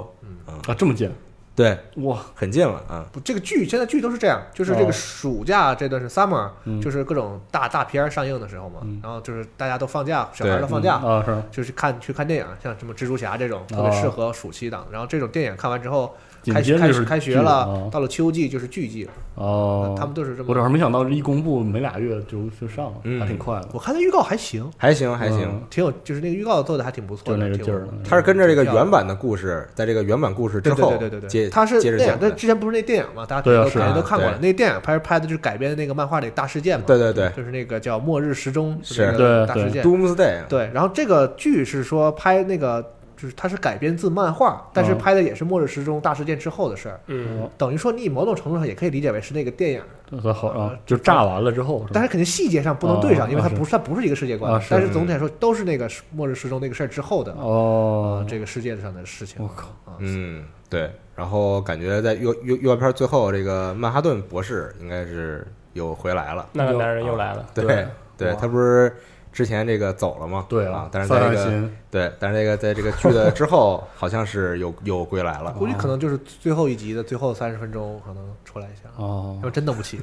E: 啊，这么近
B: 对，
E: 哇，
B: 很近了啊。
D: 不，这个剧现在剧都是这样，就是这
E: 哦
D: 个暑假这段是 summer，、
E: 嗯
D: 就是各种大大片儿上映的时候嘛，然后就是大家都放假，小孩儿
B: 对
D: 都放假，
E: 嗯啊，是吧
D: 就是看去看电影，像什么蜘蛛侠这种特别适合暑期档。然后这种电影看完之后，
E: 哦紧
D: 开学
E: 接着
D: 开
E: 就是
D: 学开学
E: 剧
D: 了，
E: 啊
D: 到了秋季就是剧季了，
E: 哦，
D: 他们都是这
E: 我主要
D: 么。
E: 是没想到，一公布没俩月就就上了，
B: 嗯
E: 还挺快的。
D: 我看那预告还行，
B: 还行还行，
E: 嗯
D: 挺有，就是那个预告做的还挺不错
E: 就
D: 的，
E: 那个
D: 挺
E: 劲儿了
B: 它是跟着这个
D: 嗯
B: 原版的故事，在这个原版故事之
D: 对
B: 后，
D: 对对对对
B: 接
D: 对，他是
B: 接着
D: 电影
B: 讲，的
D: 但之前不是那电影嘛，大家
E: 对啊
D: 都
E: 是
D: 肯定都
B: 啊
D: 看过了。
B: 对
D: 那电影拍拍的就是改编的那个漫画里大事件嘛，
B: 对对对
D: 就是那个叫《末日时钟》
B: 是
D: 那个
E: 对
D: 大
E: 对
D: 事件，
B: Doomsday，
E: 啊
D: 对，然后这个剧是说拍那个，就是它是改编自漫画，但是
E: 嗯
D: 拍的也是末日时钟大事件之后的事儿，
C: 嗯，
D: 等于说你某种程度上也可以理解为是那个电影，
E: 那好
B: 呃
E: 啊，就炸完了之后，
D: 但
E: 是
D: 是肯定细节上不能对
E: 哦
D: 上，因为它
E: 是
D: 不是它不是一个世界观，
E: 啊是
D: 但是总体来说都是那个时末日时钟那个事儿之后的
E: 吧哦
D: 这个世界上的事情。
E: 我靠
D: 啊，
B: 嗯，对。然后感觉在预预预告片最后，这个曼哈顿博士应该是又回来了。
C: 那个男人又来了，
B: 对
E: 对，
B: 对
E: 哇
B: 他不是之前这个走了吗？
E: 对
B: 啊
E: 啊，，
B: 但是在
E: 散
B: 这
E: 散
B: 个
E: 心
B: 对，但是这个在这个剧的之后，好像是又又归来了。
E: 哦
D: 估计可能就是最后一集的最后三十分钟可能出来一下。
E: 哦
D: 要不真弄不起，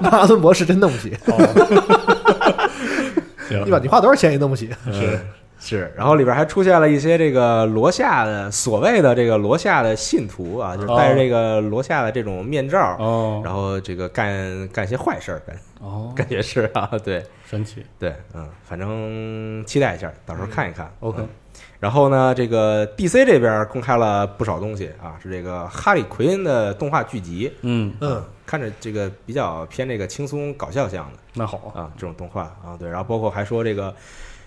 D: 马哈顿博士真弄不 起，
E: 嗯行哎
D: 你把你花多少钱也弄不起。
E: 是
B: 是，然后里边还出现了一些这个罗夏的所谓的这个罗夏的信徒啊，就是戴着这个罗夏的这种面罩，
E: 哦
B: 然后这个干干些坏事儿，感
E: 哦，
B: 感觉是啊，对
E: 神奇
B: 对，嗯，反正期待一下，到时候看一看。
E: 嗯
B: 嗯
E: ，OK，
B: 然后呢，这个 DC 这边公开了不少东西啊，是这个哈利奎恩的动画剧集，
E: 嗯，
D: 嗯，
B: 看着这个比较偏这个轻松搞笑向的
E: 那好
B: 啊，这种动画啊，对，然后包括还说这个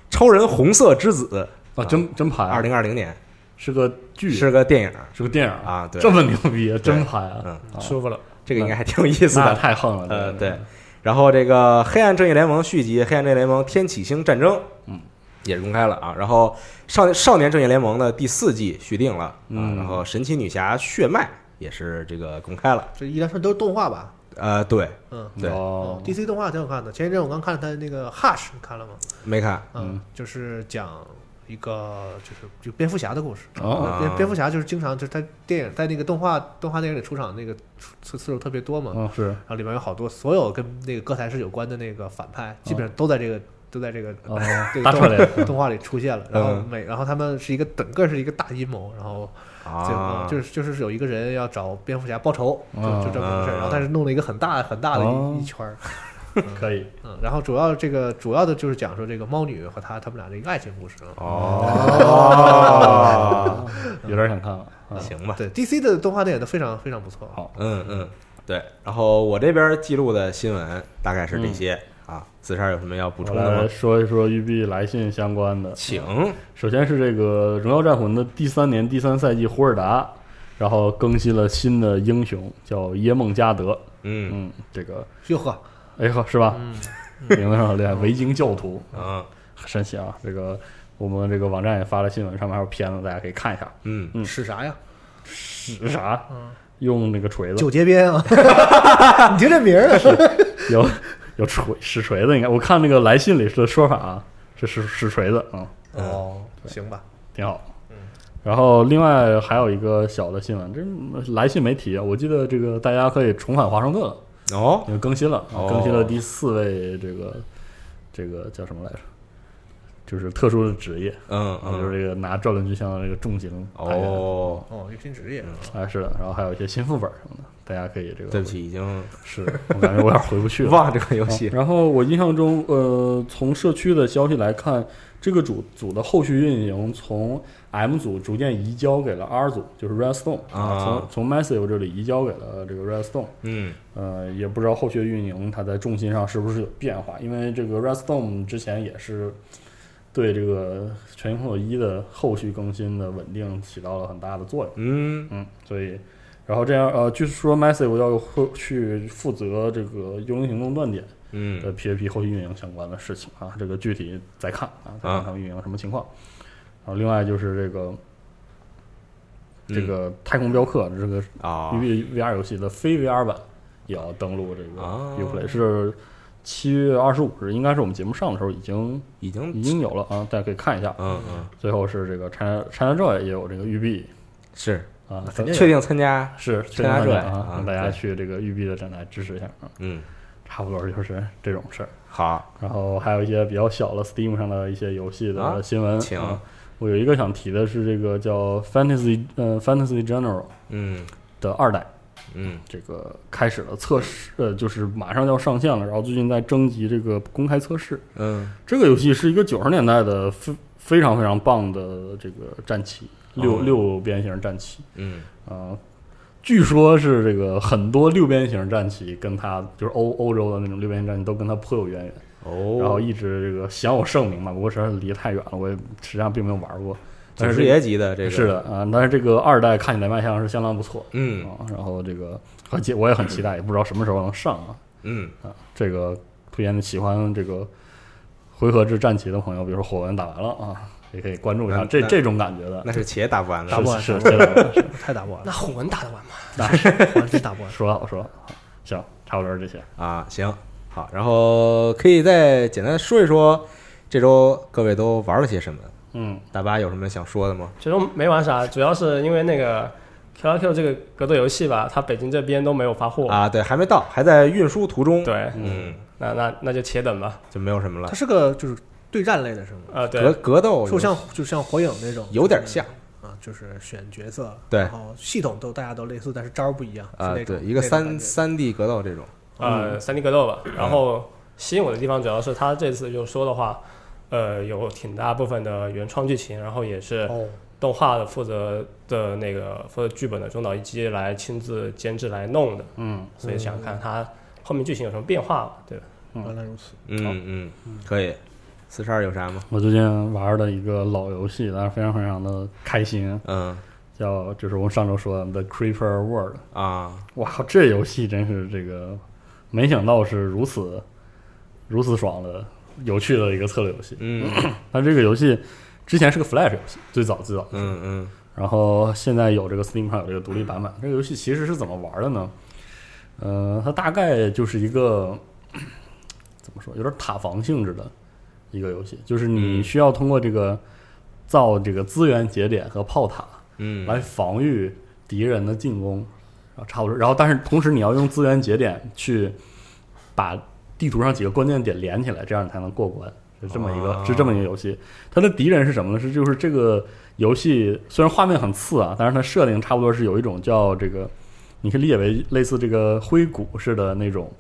B: 超人红色之子，
E: 啊，真真拍，
B: 嗯二零二零年
E: 是个剧，
B: 是个电影，
E: 是个电影
B: 啊对
E: 这么牛逼，真拍啊，
B: 嗯，
E: 啊
C: 舒服了。
B: 这个应该还挺有意思
E: 那
B: 的，
E: 太横了，
B: 呃，
E: 这个
B: 对，，然后这个黑暗正义联盟续集《黑暗正义联盟：天启星战争》，
E: 嗯，
B: 也是公开了啊，然后少少年正义联盟的第四季续订了啊，
E: 嗯
B: 然后神奇女侠血脉也是这个公开了。
D: 这依然算都是动画吧？
B: 呃，对，
D: 嗯，
B: 对
E: 哦，
D: DC 动画挺好看的。前一阵我刚看了他那个《Hush》，你看了吗？
B: 没看，
D: 嗯，就是讲一个就是就蝙蝠侠的故事。
E: 哦，
D: 蝙蝙蝠侠就是经常就是他电影在那个动画动画电影里出场那个次次数特别多嘛，
E: 嗯是
D: 然后里面有好多所有跟那个哥谭市有关的那个反派，基本上都在这个都在这个
E: 哦
D: 这
E: 搭
D: 个
E: 出来了
D: 动动画里出现了。然后
B: 嗯
D: 每然后他们是一个整个是一个大阴谋，然后最后
B: 啊，
D: 就是是就是有一个人要找蝙蝠侠报仇，就
E: 啊
D: 就这么回事儿。然后他是弄了一个很大很大的
E: 哦
D: 一一圈儿。
E: 可以，
D: 嗯，然后主要这个主要的就是讲说这个猫女和她他们俩的一个爱情故事啊。
B: 哦，
E: 有点想看了，啊
B: 行吧，
D: 对，DC 的动画电影都非常非常不错。啊
E: 好
B: 嗯嗯，对。然后我这边记录的新闻大概是这些啊，四十二有什么要补
E: 嗯我
B: 充的
E: 来
B: 吗？
E: 说一说育碧来信相关的，
B: 请，
E: 首先是这个《荣耀战魂》的第三年第三赛季胡尔达，然后更新了新的英雄叫耶梦加德。
B: 嗯
E: 嗯，这个
D: 哟呵，
E: 哎呵是吧？名字上很厉害，维京教徒，
B: 啊
E: 很神奇啊！这个我们这个网站也发了新闻，上面还有片子，大家可以看一下。
B: 嗯，
E: 嗯
D: 使啥呀？
E: 是啥？用那个锤子
D: 九，节鞭啊！ 你听这名儿啊，
E: 有有锤使锤子，应该我看那个来信里的说法啊，是使使锤子啊、嗯，
D: 哦，行吧，
E: 挺好。
B: 嗯
E: 然后另外还有一个小的新闻，这来信没提啊，我记得这个大家可以重返华盛顿了。
B: 哦，
E: 因为更新了，
B: 哦
E: 更新了第四位这个这个叫什么来着？就是特殊的职业，
B: 嗯
E: 然后就
B: 嗯，
E: 是这个拿转轮巨像的这个重型排员，
B: 哦，
D: 哦，一个新职业，
E: 啊是的，然后还有一些新副本什么的，大家可以这个
B: 对不，起，已经
E: 是我感觉我有点回不去了，
B: 忘了这哦款游
E: 啊
B: 戏。
E: 然后我印象中，呃，从社区的消息来看，这个组组的后续运营从 M 组逐渐移交给了 R 组，就是 Redstone
B: 啊
E: 从从 Massive 这里移交给了这个 Redstone。
B: 嗯
E: 呃，也不知道后续的运营它在重心上是不是有变化，因为这个 Redstone 之前也是对这个《全星空有一》的后续更新的稳定起到了很大的作用。
B: 嗯
E: 嗯，所以，然后这样，呃，据说 Massive 要会去负责这个《幽灵行动》断点的
B: 嗯
E: PVP 后续运营相关的事情啊，这个具体再看啊，再
B: 啊
E: 看他们运营什么情况。然后另外就是这个
B: 嗯
E: 这个《太空镖客》这个
B: 啊
E: V VR 游戏的非 VR 版也要登录这个
B: 啊
E: Uplay，是七月二十五日，应该是我们节目上的时候已经
B: 已经
E: 已经有了啊，大家可以看一下。
B: 嗯嗯
E: 最后是这个 China China Joy 也有这个育碧
B: 是
E: 啊，
D: 肯定有
B: 确定参加
E: 是
B: China Joy，
E: 啊，
B: 啊
E: 让大家
B: 对
E: 去这个育碧的展台支持一下啊，
B: 嗯
E: 差不多就是这种事儿。
B: 好
E: 然后还有一些比较小的 Steam 上的一些游戏
B: 啊
E: 的新闻。
B: 请
E: 啊我有一个想提的是这个叫 Fantasy 呃 Fantasy General
B: 嗯
E: 的二代，
B: 嗯
E: 这个开始了测试，呃，就是马上就要上线了，然后最近在征集这个公开测试。
B: 嗯
E: 这个游戏是一个九十年代的非非常非常棒的这个战棋，六、
B: 哦
E: 六边形战棋
B: 嗯
E: 啊、据说是这个很多六边形战棋跟它就是欧欧洲的那种六边形战棋都跟它颇有渊源。
B: 哦，
E: 然后一直这个享有盛名嘛。不过实际上离太远了，我也实际上并没有玩过。但
B: 九十
E: 是这个
B: 爷级的这个
E: 是的啊，但是这个二代看起来卖相是相当不错
B: 嗯
E: 啊。然后这个很期我也很期待，也不知道什么时候能上啊
B: 嗯
E: 啊。这个推荐喜欢这个回合制战棋的朋友，比如说火纹打完了啊，也可以关注一下
B: 那嗯
E: 这
B: 那
E: 这种感觉的。
B: 那是且打不完的
D: 打不完
E: 是
D: 打
E: 是是是
D: 太打不完
C: 那
D: 了，
C: 虎纹打得完吗？
D: 完全打不 完。
E: 说得好说得好，行，差不多是这些。
B: 啊，行好，然后可以再简单说一说这周各位都玩了些什么。
E: 嗯，
B: 大巴有什么想说的吗？
C: 其实我没玩啥，主要是因为那个 Q L Q 这个格斗游戏吧，它北京这边都没有发货。
B: 啊，对，还没到，还在运输途中。，
C: 对，
B: 嗯，
C: 那那那就且等吧。
B: 就没有什么了
D: 它。是个就是对战类的，是吗？
C: 啊，对，
B: 格格斗
D: 就
B: 游戏
D: 像就像火影那种，
B: 哦有点像
D: 啊，就是选角色，
B: 对
D: 然后系统都大家都类似，但是招儿不一样
B: 啊，
D: 是那种
B: 对，一个
D: 那种
B: 三
D: 感觉
B: 三 D 格斗这种。
C: 呃，
E: 嗯
C: 三 D 格斗吧。然后吸引我的地方主要是他这次就说的话，呃，有挺大部分的原创剧情，然后也是
D: 哦，
C: 动画的负责的那个负责剧本的中岛一基来亲自监制来弄的，
E: 嗯，
C: 所以想看他后面剧情有什么变化嘛，对吧？
E: 嗯
D: 原来如此，
B: 嗯嗯，可以。四十二有啥吗？
E: 我最近玩的一个老游戏，但是非常非常的开心，
B: 嗯
E: 叫就是我们上周说的《The Creeper World》。
B: 啊，
E: 哇靠，这游戏真是这个，没想到是如此如此爽的、有趣的一个策略游戏。
B: 嗯
E: 但这个游戏之前是个 Flash 游戏，最早最早，
B: 嗯嗯
E: 然后现在有这个 Steam 上有这个独立版本。这个游戏其实是怎么玩的呢？呃，它大概就是一个怎么说，有点塔防性质的一个游戏，就是你
B: 嗯
E: 需要通过这个造这个资源节点和炮塔，
B: 嗯，
E: 来防御敌人的进攻，然后差不多。然后，但是同时你要用资源节点去把地图上几个关键点连起来，这样你才能过关。是这么一个，
B: 哦
E: 是这么一个游戏。它的敌人是什么呢？是就是这个游戏虽然画面很次啊，但是它设定差不多是有一种叫这个，你可以理解为类似这个灰谷似的那种。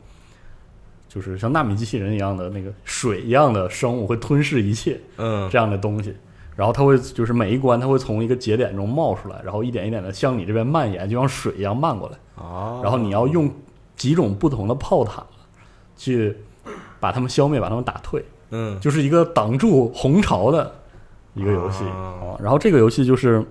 E: 就是像纳米机器人一样的那个水一样的生物会吞噬一切，
B: 嗯
E: 这样的东西。然后它会就是每一关，它会从一个节点中冒出来，然后一点一点的向你这边蔓延，就像水一样漫过来。
B: 哦，
E: 然后你要用几种不同的炮塔去把它们消灭，把它们打退，
B: 嗯
E: 就是一个挡住红潮的一个游戏
B: 啊
E: 啊。然后这个游戏就是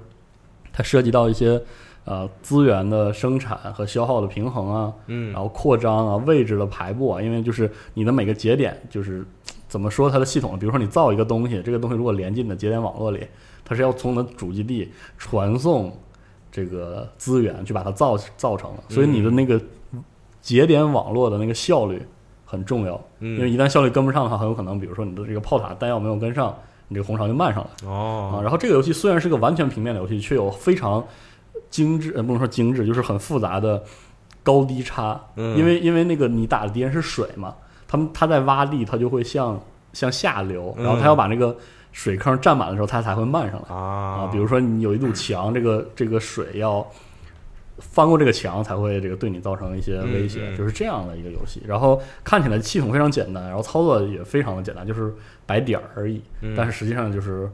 E: 它涉及到一些呃资源的生产和消耗的平衡啊，
B: 嗯
E: 然后扩张啊、位置的排布啊，因为就是你的每个节点，就是怎么说它的系统，比如说你造一个东西，这个东西如果连进你的节点网络里，它是要从你的主基地传送这个资源去把它造造成
B: 嗯
E: 的，所以你的那个节点网络的那个效率很重要，因为
B: 嗯
E: 一旦效率跟不上的话，很有可能比如说你的这个炮塔弹药没有跟上，你这个红潮就慢上了。啊，
B: 哦，
E: 然后这个游戏虽然是个完全平面的游戏，却有非常精致，呃，不能说精致，就是很复杂的高低差。
B: 嗯
E: 因为因为那个你打的敌人是水嘛，他们他在挖地，他就会向向下流，然后他
B: 嗯
E: 要把那个水坑占满的时候，它才会漫上来
B: 啊
E: 啊。比如说你有一堵墙，这个这个水要翻过这个墙才会这个对你造成一些威胁，
B: 嗯嗯
E: 就是这样的一个游戏。然后看起来系统非常简单，然后操作也非常的简单，就是摆点儿而已。
B: 嗯
E: 但是实际上就是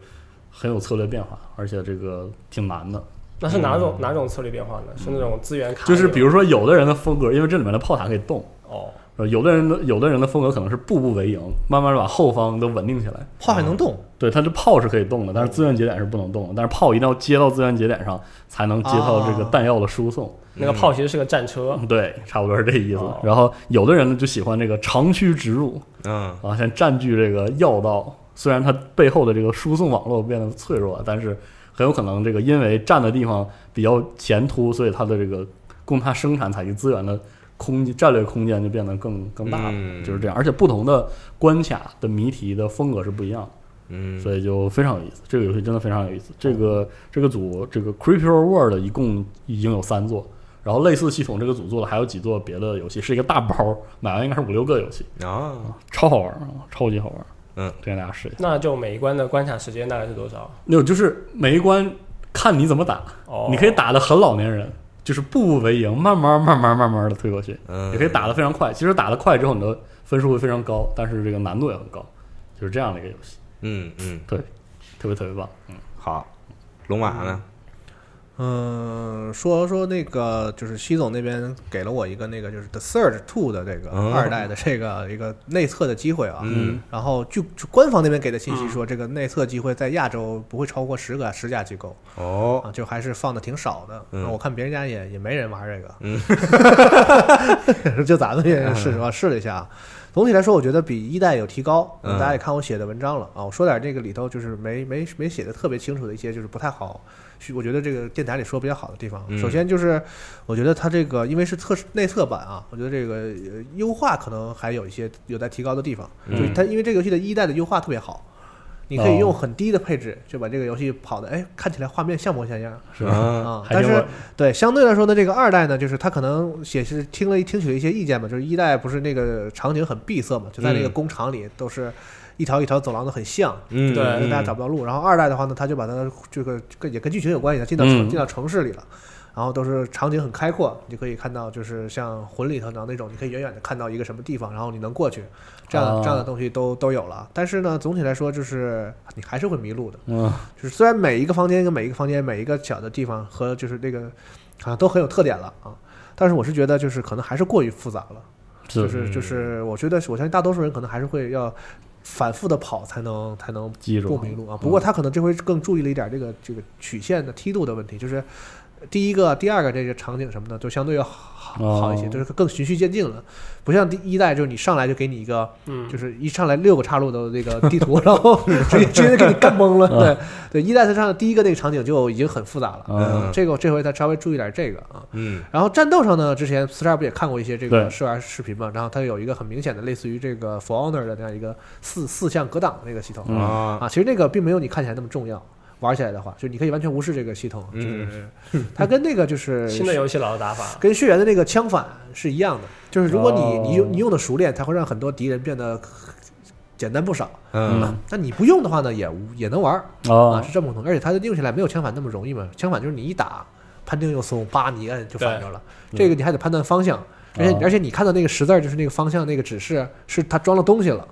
E: 很有策略变化，而且这个挺难的。
C: 那是哪种哪种策略变化呢？是那种资源卡那种？
E: 嗯就是比如说有的人的风格，因为这里面的炮塔可以动，
C: 哦，
E: 呃有的人的有的人的风格可能是步步为营，慢慢地把后方都稳定起来。
D: 炮还能动，
E: 对，它的炮是可以动的，但是资源节点是不能动的。但是炮一定要接到资源节点上，才能接到这个
D: 啊
E: 弹药的输送。
C: 那个炮其实是个战车，
E: 对，差不多是这意思。
C: 哦
E: 然后有的人呢就喜欢这个长驱直入
B: 嗯
E: 啊，先占据这个要道。虽然它背后的这个输送网络变得脆弱，但是很有可能这个因为占的地方比较前凸，所以它的这个供它生产采集资源的空间战略空间就变得更更大了，
B: 嗯
E: 就是这样。而且不同的关卡的谜题的风格是不一样的。
B: 嗯，哦
E: 所以就非常有意思。这个游戏真的非常有意思。这个这个组这个 Creepy World 一共已经有三座，然后类似系统这个组做了还有几座别的游戏，是一个大包，买完应该是五六个游戏，
B: 啊，
E: 超好玩啊，超级好玩。
B: 嗯，
E: 推荐大家试一下。
C: 那就每一关的关卡时间大概是多少？
E: 那就是每一关看你怎么打，
C: 哦，
E: 你可以打的很老年人，就是步步为营，慢慢慢慢慢慢的推过去，
B: 嗯，
E: 也可以打得非常快。其实打得快之后，你的分数会非常高，但是这个难度也很高，就是这样的一个游戏，
B: 嗯，嗯
E: 特别特别棒。
B: 好，龙马呢？
D: 嗯，说说那个就是西总那边给了我一个那个就是 The Surge Two 的这个
B: 哦
D: 二代的这个一个内测的机会啊。
B: 嗯
D: 然后据据官方那边给的信息说，这个内测机会在亚洲不会超过十个十家机构
B: 哦，
D: 啊，就还是放的挺少的。
B: 嗯
D: 然后我看别人家也也没人玩这个，
B: 嗯
D: 就咱们也试试吧，试了一下啊。总体来说，我觉得比一代有提高。
B: 嗯
D: 大家也看我写的文章了啊，我说点这个里头就是没没没写的特别清楚的一些，就是不太好。去我觉得这个电台里说比较好的地方，
B: 嗯
D: 首先就是我觉得它这个因为是测试内测版啊，我觉得这个呃优化可能还有一些有待提高的地方。
B: 嗯
D: 就是它因为这个游戏的一代的优化特别好，你可以
E: 哦
D: 用很低的配置就把这个游戏跑的哎看起来画面像模像样
E: 是吧？
B: 啊，
D: 啊，
E: 嗯还
D: 但
E: 挺
D: 是
E: 稳
D: 对，相对来说呢，这个二代呢，就是它可能也是听了听取了一些意见嘛，就是一代不是那个场景很闭塞嘛，就在那个
B: 嗯
D: 工厂里都是一条一条走廊都很像，
B: 嗯，
C: 对
D: 就
B: 嗯
D: 大家找不到路。然后二代的话呢，它就把它这个跟也跟剧情有关系，它进到城
E: 嗯
D: 进到城市里了。然后都是场景很开阔，你就可以看到，就是像魂里头的那种，你可以远远的看到一个什么地方，然后你能过去，这样、
E: 哦
D: 这样的东西都都有了。但是呢，总体来说就是你还是会迷路的。
E: 嗯，
D: 就是虽然每一个房间跟每一个房间每一个小的地方和就是这个好像都很有特点了啊，但是我是觉得就是可能还是过于复杂了，就是是就是我觉得我相信大多数人可能还是会要反复的跑才能才能
E: 记住
D: 不迷路啊。
E: 嗯
D: 不过他可能这回更注意了一点这个这个曲线的梯度的问题，就是第一个、第二个这个场景什么的都相对要好
E: 哦
D: 好一些，就是更循序渐进了，不像第一代就是你上来就给你一个。
C: 嗯，
D: 就是一上来六个岔路的那个地图，然后直接直接给你干崩了。对对，一代它上的第一个那个场景就已经很复杂了。
E: 嗯
D: 嗯这个这回他稍微注意点这个啊。
B: 嗯
D: 然后战斗上呢，之前 Star 不也看过一些这个
E: 对
D: 试玩视频嘛，然后它有一个很明显的类似于这个 For Honor 的那样一个四四项格挡那个系统、
E: 嗯
B: 啊，
D: 啊，其实那个并没有你看起来那么重要。玩起来的话，就你可以完全无视这个系统，
E: 嗯
B: 嗯
D: 就是、它跟那个就是
C: 新的游戏老的打法，
D: 跟血缘的那个枪反是一样的，就是如果你、
E: 哦
D: 你用你用的熟练，它会让很多敌人变得简单不少。
B: 嗯
D: 啊但你不用的话呢，也无也能玩儿啊，
E: 哦
D: 是这么不同。而且它的用起来没有枪反那么容易嘛，枪反就是你一打，判定又松，叭你一摁就反着了。
E: 对嗯
D: 这个你还得判断方向，而且、
E: 哦
D: 而且你看到那个十字儿就是那个方向那个指示，是它装了东西了，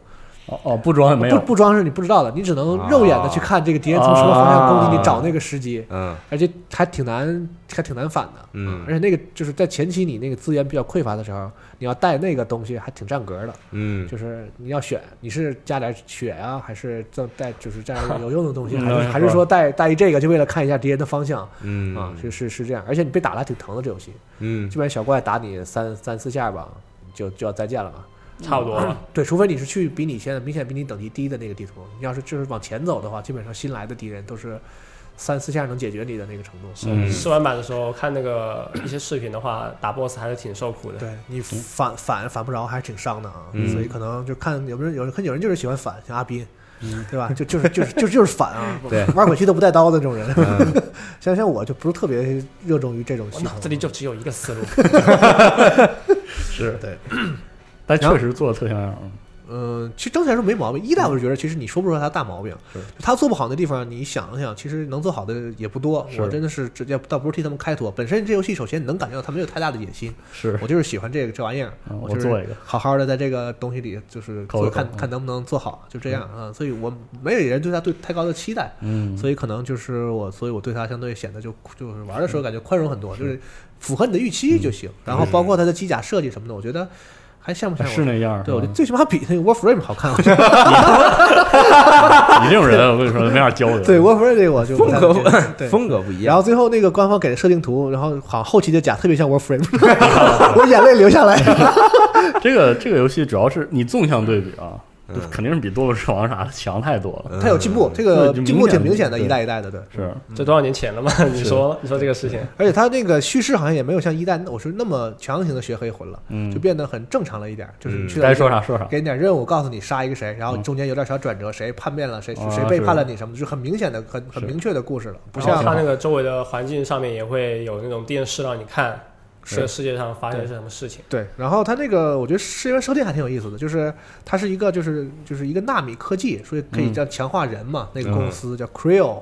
E: 哦哦，不装也没
D: 不
E: 有，
D: 不装是你不知道的，你只能肉眼的去看这个敌人从什么方向攻击
E: 啊
D: 你，找那个时机，
B: 嗯
D: 而且还挺难，还挺难反的。
B: 嗯
D: 而且那个就是在前期你那个资源比较匮乏的时候，你要带那个东西还挺占格的，
B: 嗯，
D: 就是你要选你是加点血啊，还是再带就是加点有用的东西，
E: 嗯
D: 还
E: 没
D: 是
E: 错
D: 还是说带带一这个就为了看一下敌人的方向
B: 嗯
D: 啊？是是是这样，而且你被打了还挺疼的这游戏，
B: 嗯
D: 基本上小怪打你三三四下吧，就就要再见了吧。
C: 差不多了。
D: 对，除非你是去比你现在明显比你等级低的那个地图，你要是就是往前走的话，基本上新来的敌人都是三四下能解决你的那个程度。
B: 嗯
C: 试完版的时候看那个一些视频的话，打 BOSS 还是挺受苦的。
D: 对你反反反不着，还是挺伤的啊。
B: 嗯
D: 所以可能就看有没有人有人看有人就是喜欢反，像阿斌，
C: 嗯
D: 对吧？就就是就是就是就是反啊，
B: 对
D: 玩鬼泣都不带刀的这种人。
B: 嗯
D: 像像我就不是特别热衷于这种
C: 我
D: 系
C: 脑
D: 统。
C: 子里就只有一个思路，
E: 是
D: 对，
E: 但确实做的特像样。
D: 嗯，其实整体来说没毛病。一代我是觉得，其实你说不出来它大毛病，它做不好的地方，你想想，其实能做好的也不多。
E: 是
D: 我真的是直接倒不是替他们开脱，本身这游戏首先你能感觉到他没有太大的野心，
E: 是，
D: 我就是喜欢这个这玩意儿，
E: 嗯
D: 我
E: 我
D: 就是
E: 做一个，
D: 好好的在这个东西里就是
E: 搞一
D: 做
E: 搞
D: 看
E: 嗯
D: 看能不能做好，就这样啊。所以我没有人对它对太高的期待，
E: 嗯，
D: 所以可能就是我，所以我对它相对显得就就是玩的时候感觉宽容很多，就是符合你的预期就
E: 嗯
D: 行。然后包括它的机甲设计什么的，我觉得还像不像
E: 是
D: 我？
E: 那样儿。
D: 对，我觉
E: 嗯
D: 得最起码比那个 Warframe 好看。我觉得
E: 你这种人，啊我跟你说没 法交流。
D: 对 Warframe 这个我就不
B: 风
D: 太
B: 格
D: 觉得对
B: 不风格不一
D: 然
B: 样
D: 后。最后那个官方给的设定图，然后好像后期的甲特别像 Warframe，我眼泪流下来。
E: 这个这个游戏主要是你纵向对比啊，
B: 嗯
E: 就肯定是比《多罗之王》啥的强太多了。
D: 它有进步，这
E: 对
D: 个
E: 就明
D: 进步挺
E: 显
D: 明显的，
E: 对
D: 一代一代的，对。
E: 是，
C: 这多少年前了嘛？ 你说你说这个事情，
D: 而且它那个叙事好像也没有像一代，我说那么强行的学黑魂了，
E: 嗯
D: 就，变得很正常了一点儿，就是你
B: 嗯
D: 去到
E: 该
D: 一个
E: 说啥说啥。
D: 给你点任务，告诉你杀一个谁，然后
E: 嗯
D: 中间有点小转折，谁叛变了，谁
E: 啊
D: 谁背叛了
E: 是
D: 你什么，就很明显的、很很
E: 是
D: 明确的故事了，不
C: 然后
D: 像
C: 它那个周围的环境上面也会有那种电视让你看这个世界上发生了什么事情。
D: 对。然后它那个，我觉得世界观设定还挺有意思的，就是它是一个就是就是一个纳米科技，所以可以叫强化人嘛。那个公司叫 Creo。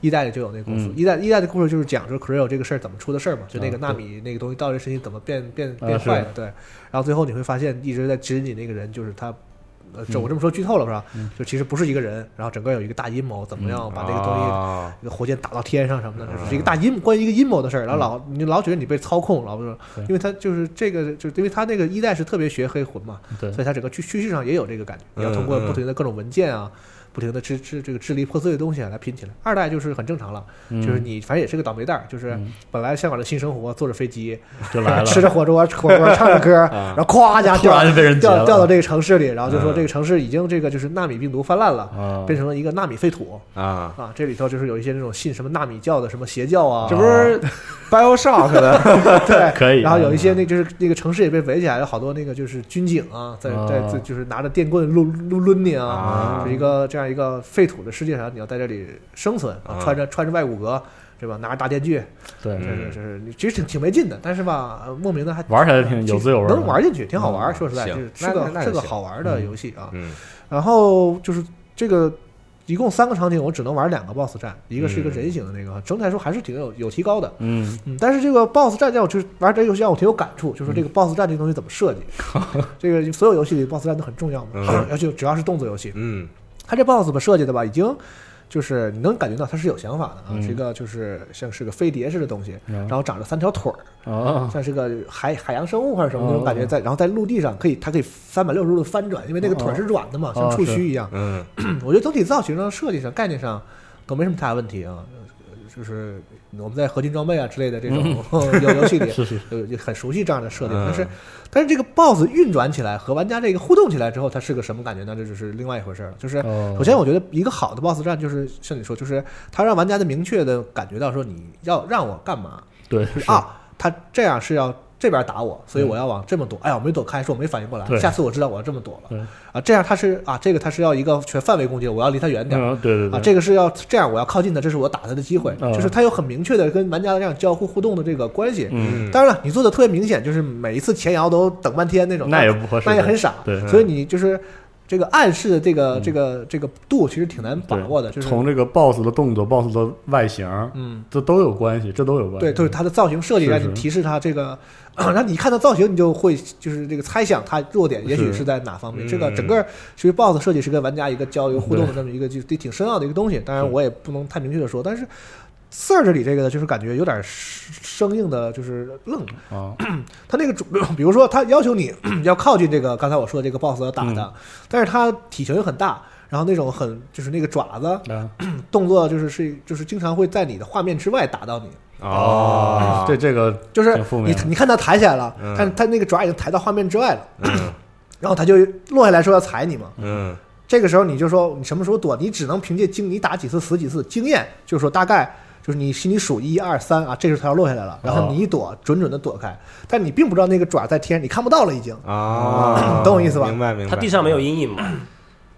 D: 一代里就有那个公司，
E: 嗯
D: 一代一代的故事就是讲说 Creo 这个事儿怎么出的事儿嘛，就那个
E: 啊
D: 纳米那个东西到底身体怎么变变
E: 啊
D: 变
E: 是
D: 坏的，对。然后最后你会发现一直在指引你那个人就是他，
E: 嗯
D: 呃，这我这么说剧透了是吧？就其实不是一个人，然后整个有一个大阴谋，怎么
E: 嗯
D: 样把那个东西
B: 啊
D: 这个火箭打到天上什么的，这是一个大阴关于一个阴谋的事儿。然后老你老觉得你被操控，老说
E: 嗯对，
D: 因为他就是这个，就是因为他那个一代是特别学黑魂嘛，
E: 对
D: 所以他整个叙叙事上也有这个感觉，
B: 嗯
D: 你要通过不停的各种文件啊。不停的支支这个支离破碎的东西啊来拼起来，二代就是很正常了，就是你反正也是个倒霉蛋儿，就是
E: 嗯
D: 本来向往着新生活，坐着飞机，
E: 就来了，
D: 吃着火锅火锅唱着歌，
B: 啊
D: 然后咵一下
E: 突
D: 掉
E: 然被人劫
D: 掉
E: 了，
D: 掉到这个城市里，然后就说
B: 嗯
D: 这个城市已经这个就是纳米病毒泛滥了，
E: 啊，
D: 变成了一个纳米废土，
B: 啊！
D: 啊，这里头就是有一些那种信什么纳米教的什么邪教啊，
B: 这不是 BioShock 的
D: 对，
E: 可以啊
D: 然后有一些那就是那个城市也被围起来了，好多那个就是军警啊，在在
E: 啊
D: 在就是拿着电棍抡抡抡你啊
B: 啊，
D: 是一个这样一个废土的世界上，你要在这里生存啊
B: 啊，
D: 穿着穿着外骨骼。对吧？拿着大电锯，
E: 对
B: 嗯
D: 这是这是，你其实挺挺没劲的，但是吧，呃莫名的还
E: 玩起来挺有滋有味的，
D: 能玩进去，挺好玩儿。说实在，
B: 嗯行
D: 就是
B: 那
D: 是个
B: 那那
D: 是
B: 就
D: 个
B: 行
D: 好玩儿的游戏啊。
B: 嗯
D: 然后就是这个一共三个场景，我只能玩两个 BOSS 战，一个是一个
B: 嗯
D: 人形的那个，整体来说还是挺有有提高的。
E: 嗯，
D: 嗯，但是这个 BOSS 战让我就是玩这个游戏让我挺有感触，就是这个 BOSS 战这个东西怎么 设计，这个所有游戏里 BOSS 战都很重要嘛
B: 嗯，
D: 而且只要是动作游戏，
B: 嗯
D: 它这 BOSS 吧设计的吧，已经就是你能感觉到它是有想法的啊
E: 嗯，
D: 是一个就是像是个飞碟似的东西，
E: 然
D: 然后长着三条腿儿，
E: 啊，
D: 像是个海海洋生物还是什么那
E: 哦
D: 种感觉在，然后在陆地上可以，它可以三百六十度的翻转，因为那个腿儿是软的嘛，像
E: 哦
D: 触
E: 是
D: 须一样。
B: 嗯
D: 我觉得整体造型上、设计上、概念上都没什么太大问题啊。呃就是我们在合金装备啊之类的这种 游游戏里，
E: 是是，
D: 呃，就很熟悉这样的设定。
B: 嗯
D: 但是，但是这个 BOSS 运转起来和玩家这个互动起来之后，它是个什么感觉呢？这就是另外一回事儿了。就是
E: 哦
D: 首先，我觉得一个好的 BOSS 战就是像你说，就是它让玩家的明确的感觉到说你要让我干嘛，
E: 对
D: 就是，啊，他这样是要这边打我，所以我要往这么躲。哎呀，我没躲开，是我没反应过
E: 嗯对
D: 来，下次我知道我要这么躲
E: 对
D: 了。啊，这样他是啊，这个他是要一个全范围攻击，我要离他远点。
E: 嗯对对对
D: 啊，这个是要这样，我要靠近的，这是我打他的机会，
E: 嗯
D: 就是他有很明确的跟玩家这样交互互动的这个关系。
E: 嗯，
D: 当然了，你做的特别明显，就是每一次前摇都等半天那种，
E: 那也不合适，
D: 那也很傻。
E: 对，嗯
D: 所以你就是这个暗示的这个、这个这个度，其实挺难把
E: 对
D: 握的。就是
E: 从这个 boss 的动作、boss 的外形，
D: 嗯，
E: 这都有关系，这都有关系。
D: 对，就是它的造型设计
E: 是
D: 让你
E: 是
D: 提示它这个， 让你一看到造型，你就会就是这个猜想它弱点，也许
E: 是
D: 是在哪方面。
B: 嗯
D: 这个整个其实 BOSS 设计是跟玩家一个交流互动的这么一个就挺深奥的一个东西。当然，
E: 是
D: 我也不能太明确的说，但是 Surge 里这个呢，就是感觉有点生硬的，就是愣。
E: 啊，
D: 他那个主， 比如说他要求你 要靠近这个刚才我说的这个 BOSS 要打的，
E: 嗯
D: 但是他体型又很大。然后那种很就是那个爪子
E: 啊
D: 动作就是是就是经常会在你的画面之外打到你，
B: 哦，
E: 这这个
D: 就是
E: 挺负面
D: 你
E: 的
D: 你看它抬起来了
B: 嗯，
D: 但是它那个爪已经抬到画面之外了，
B: 嗯
D: 然后它就落下来说要踩你嘛。
B: 嗯
D: 这个时候你就说你什么时候躲，你只能凭借经你打几次死几次经验，就是说大概就是你心里数一二三啊，这时候它要落下来了，然后你一躲，准准的躲开，但你并不知道那个爪在天，你看不到了已经。
B: 啊，
D: 懂我意思吧
B: 明白明白。
C: 它地上没有阴影嘛？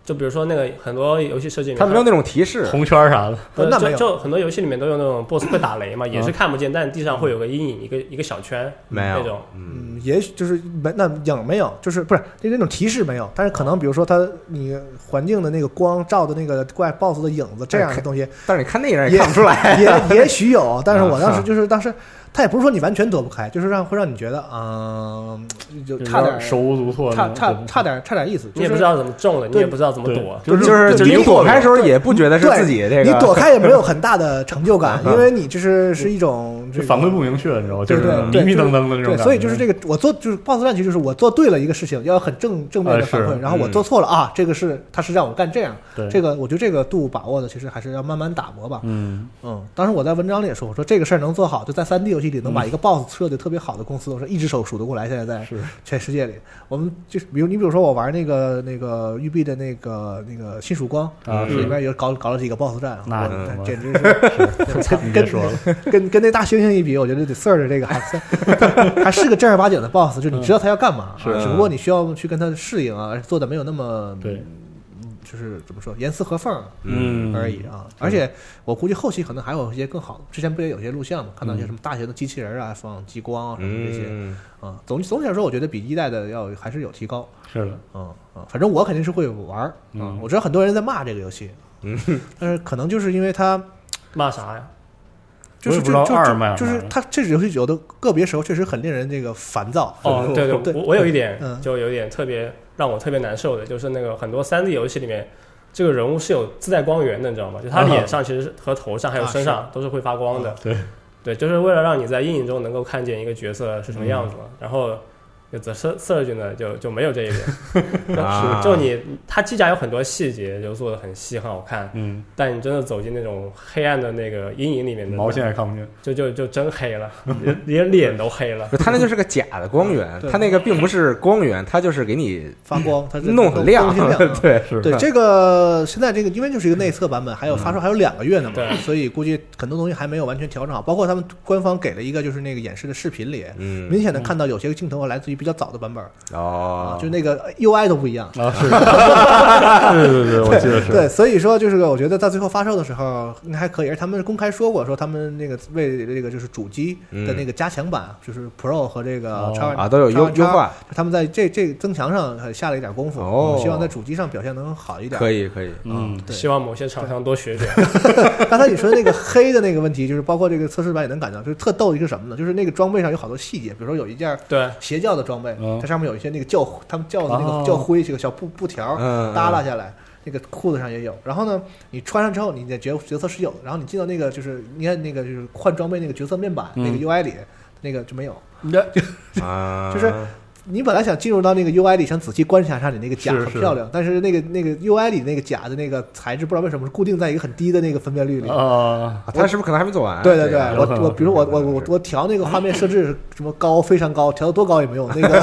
C: 就比如说那个很多游戏设计里面，
B: 它没有那种提示，
E: 红圈啥的，
C: 呃
D: 那没
C: 就
D: 有
C: 就很多游戏里面都有那种 boss 会打雷嘛，也是看不见，但地上会有个阴影，一个一个小圈
B: 没
C: 那
B: 有
C: 种，，
B: 嗯，
D: 嗯，也许就是没那影没有，就是不是就那种提示没有，但是可能比如说它你环境的那个光照的那个怪 BOSS 的影子这样的东西，
B: 但是你看那人也
D: 也
B: 看不出来，
D: 也也许有，但是我
B: 啊
D: 当时
B: 哈
D: 就是当时，他也不是说你完全躲不开，就是让会让你觉得，嗯，就
E: 就
D: 差点
E: 是手舞足措
D: 差
E: 那种，
D: 差
E: 对
D: 差点差点意思，
C: 你也
D: 就
C: 不知
D: 是
C: 道怎么中的，你也
D: 对
C: 不知道怎么
E: 对
C: 躲。
E: 就 是
B: 就是就是
D: 灵
B: 你
D: 活
B: 躲
D: 的
B: 开的时候也不觉得是
D: 对
B: 自己这个，
D: 你躲开也没有很大的成就感，因为你就是是一种这
E: 就
D: 个
E: 反馈不明确，你知道吗？
D: 对
E: 就是
D: 对对
E: 迷迷
D: 就是
E: 瞪瞪的那种
D: 对，
E: 感觉。
D: 所以就是这个，我做就是 BOSS 战，其实就是我做对了一个事情，要很正正面的反
E: 呃
D: 馈，
E: 是
D: 然后我
B: 嗯
D: 做错了啊，这个是他是让我干这样，
E: 对
D: 这个我觉得这个度把握的其实还是要慢慢打磨吧。
E: 嗯，
D: 嗯，当时我在文章里也说，我说这个事儿能做好，就在三 D 游戏里能把一个 BOSS 设计特别好的公司，我说一只手数得过来。现在在
E: 嗯是
D: 全世界里，我们就是比如你比如说我玩那个那个育碧的那个那个新曙光
E: 啊
D: 里面也搞搞了几个 BOSS 战，啊
E: 那
D: 我
E: 嗯
D: 简 直 是
E: 你别
D: 跟
E: 说了，
D: 跟跟那大猩猩一比，我觉得得 Sir 这个还算还是个正儿八经的 BOSS，就你
E: 嗯
D: 知道他要干嘛，啊
B: 是
D: 只不过你需要去跟他适应啊，而且做的没有那么
E: 对，
D: 就是怎么说严丝合缝。
E: 嗯
D: 而已啊。而且我估计后期可能还有一些更好的，之前不也有些录像嘛，看到一些什么大型的机器人儿啊，放激光啊什么这些
B: 嗯，
D: 啊。总总体来说，我觉得比一代的要还是有提高。
E: 是的，
D: 嗯啊，反正我肯定是会玩儿啊
E: 嗯。
D: 我知道很多人在骂这个游戏，嗯， 但是可能就是因为它
C: 骂啥呀？
D: 就
E: 我也
D: 是
E: 不
D: 就
E: 知
D: 就
E: 道二卖
D: 就就
E: 不
D: 是
E: 卖
D: 它这游戏有的个别时候确实很令人这个烦躁。
C: 哦，对对，
D: 对
C: 我我有一点
D: 嗯
C: 就有一点特别让我特别难受的，就是那个很多三 D 游戏里面，这个人物是有自带光源的，你知道吗？就他
E: 啊哈
C: 脸上其实是和头上还有
D: 啊
C: 身上都是会发光的。
E: 对
C: 对，就是为了让你在阴影中能够看见一个角色是什么样子嘛。然后有 The Sur- Surge 呢，就就没有这一点。
B: 啊
C: 就你他机甲有很多细节就做的很细很好看，
E: 嗯，
C: 但你真的走进那种黑暗的那个阴影里面的，
E: 毛线也看不见，
C: 就就就真黑了，连连脸都黑了。
B: 不是它那就是个假的光源，
D: 对
B: 它那个并不是光源，它就是给你
D: 发光，它是
B: 弄很亮
D: 东 西，啊
B: 对，
E: 是
D: 对这个现在这个，因为就是一个内测版本，还
B: 嗯
D: 有发售还有两个月呢嘛，
C: 对
D: 所以估计很多东西还没有完全调整好。包括他们官方给了一个就是那个演示的视频里，
B: 嗯，
D: 明显能看到有些镜头来自于比较早的版本
B: 哦
D: 啊，，就那个 UI 都不一样。
E: 啊，是，对对对，我记得 是，
D: 对，所以说就是我觉得在最后发售的时候应该还可以，而他们公开说过，说他们那个为这个就是主机的那个加强版，就是 Pro 和这个
E: 哦
D: 叉
B: 嗯啊都有优优，化，
D: 他们在这这增强上还下了一点功夫，
B: 哦
D: 希望在主机上表现能好一点。
B: 可以可以，
E: 嗯，
D: 对
C: 希望某些厂商多学学。
D: 刚才你说那个黑的那个问题，就是包括这个测试版也能感到，就是特逗一个什么呢？就是那个装备上有好多细节，比如说有一件
C: 对，
D: 邪教的装备
E: 嗯，
D: 它上面有一些那个教他们教的那
E: 哦
D: 个教徽，这个小布布条
B: 嗯嗯
D: 耷拉下来。那个裤子上也有，然后呢，你穿上之后，你的角角色是有的，然后你进到那个就是你看那个就是换装备那个角色面板、
E: 嗯
D: 那个 UI 里，那个就没有。
B: 啊，
D: 就是你本来想进入到那个 UI 里，想仔细观察一下你那个甲
E: 是
D: 很
E: 是
D: 漂亮，但是那个那个 UI 里那个甲的那个材质，不知道为什么是固定在一个很低的那个分辨率里，
E: 啊，
B: 啊他是不是可能还没做完？
D: 对
B: 这
D: 对对
B: 个，
D: 我
E: 有可能
D: 我比如我我我我调那个画面设置什么高非常高，调得多高也没用，那个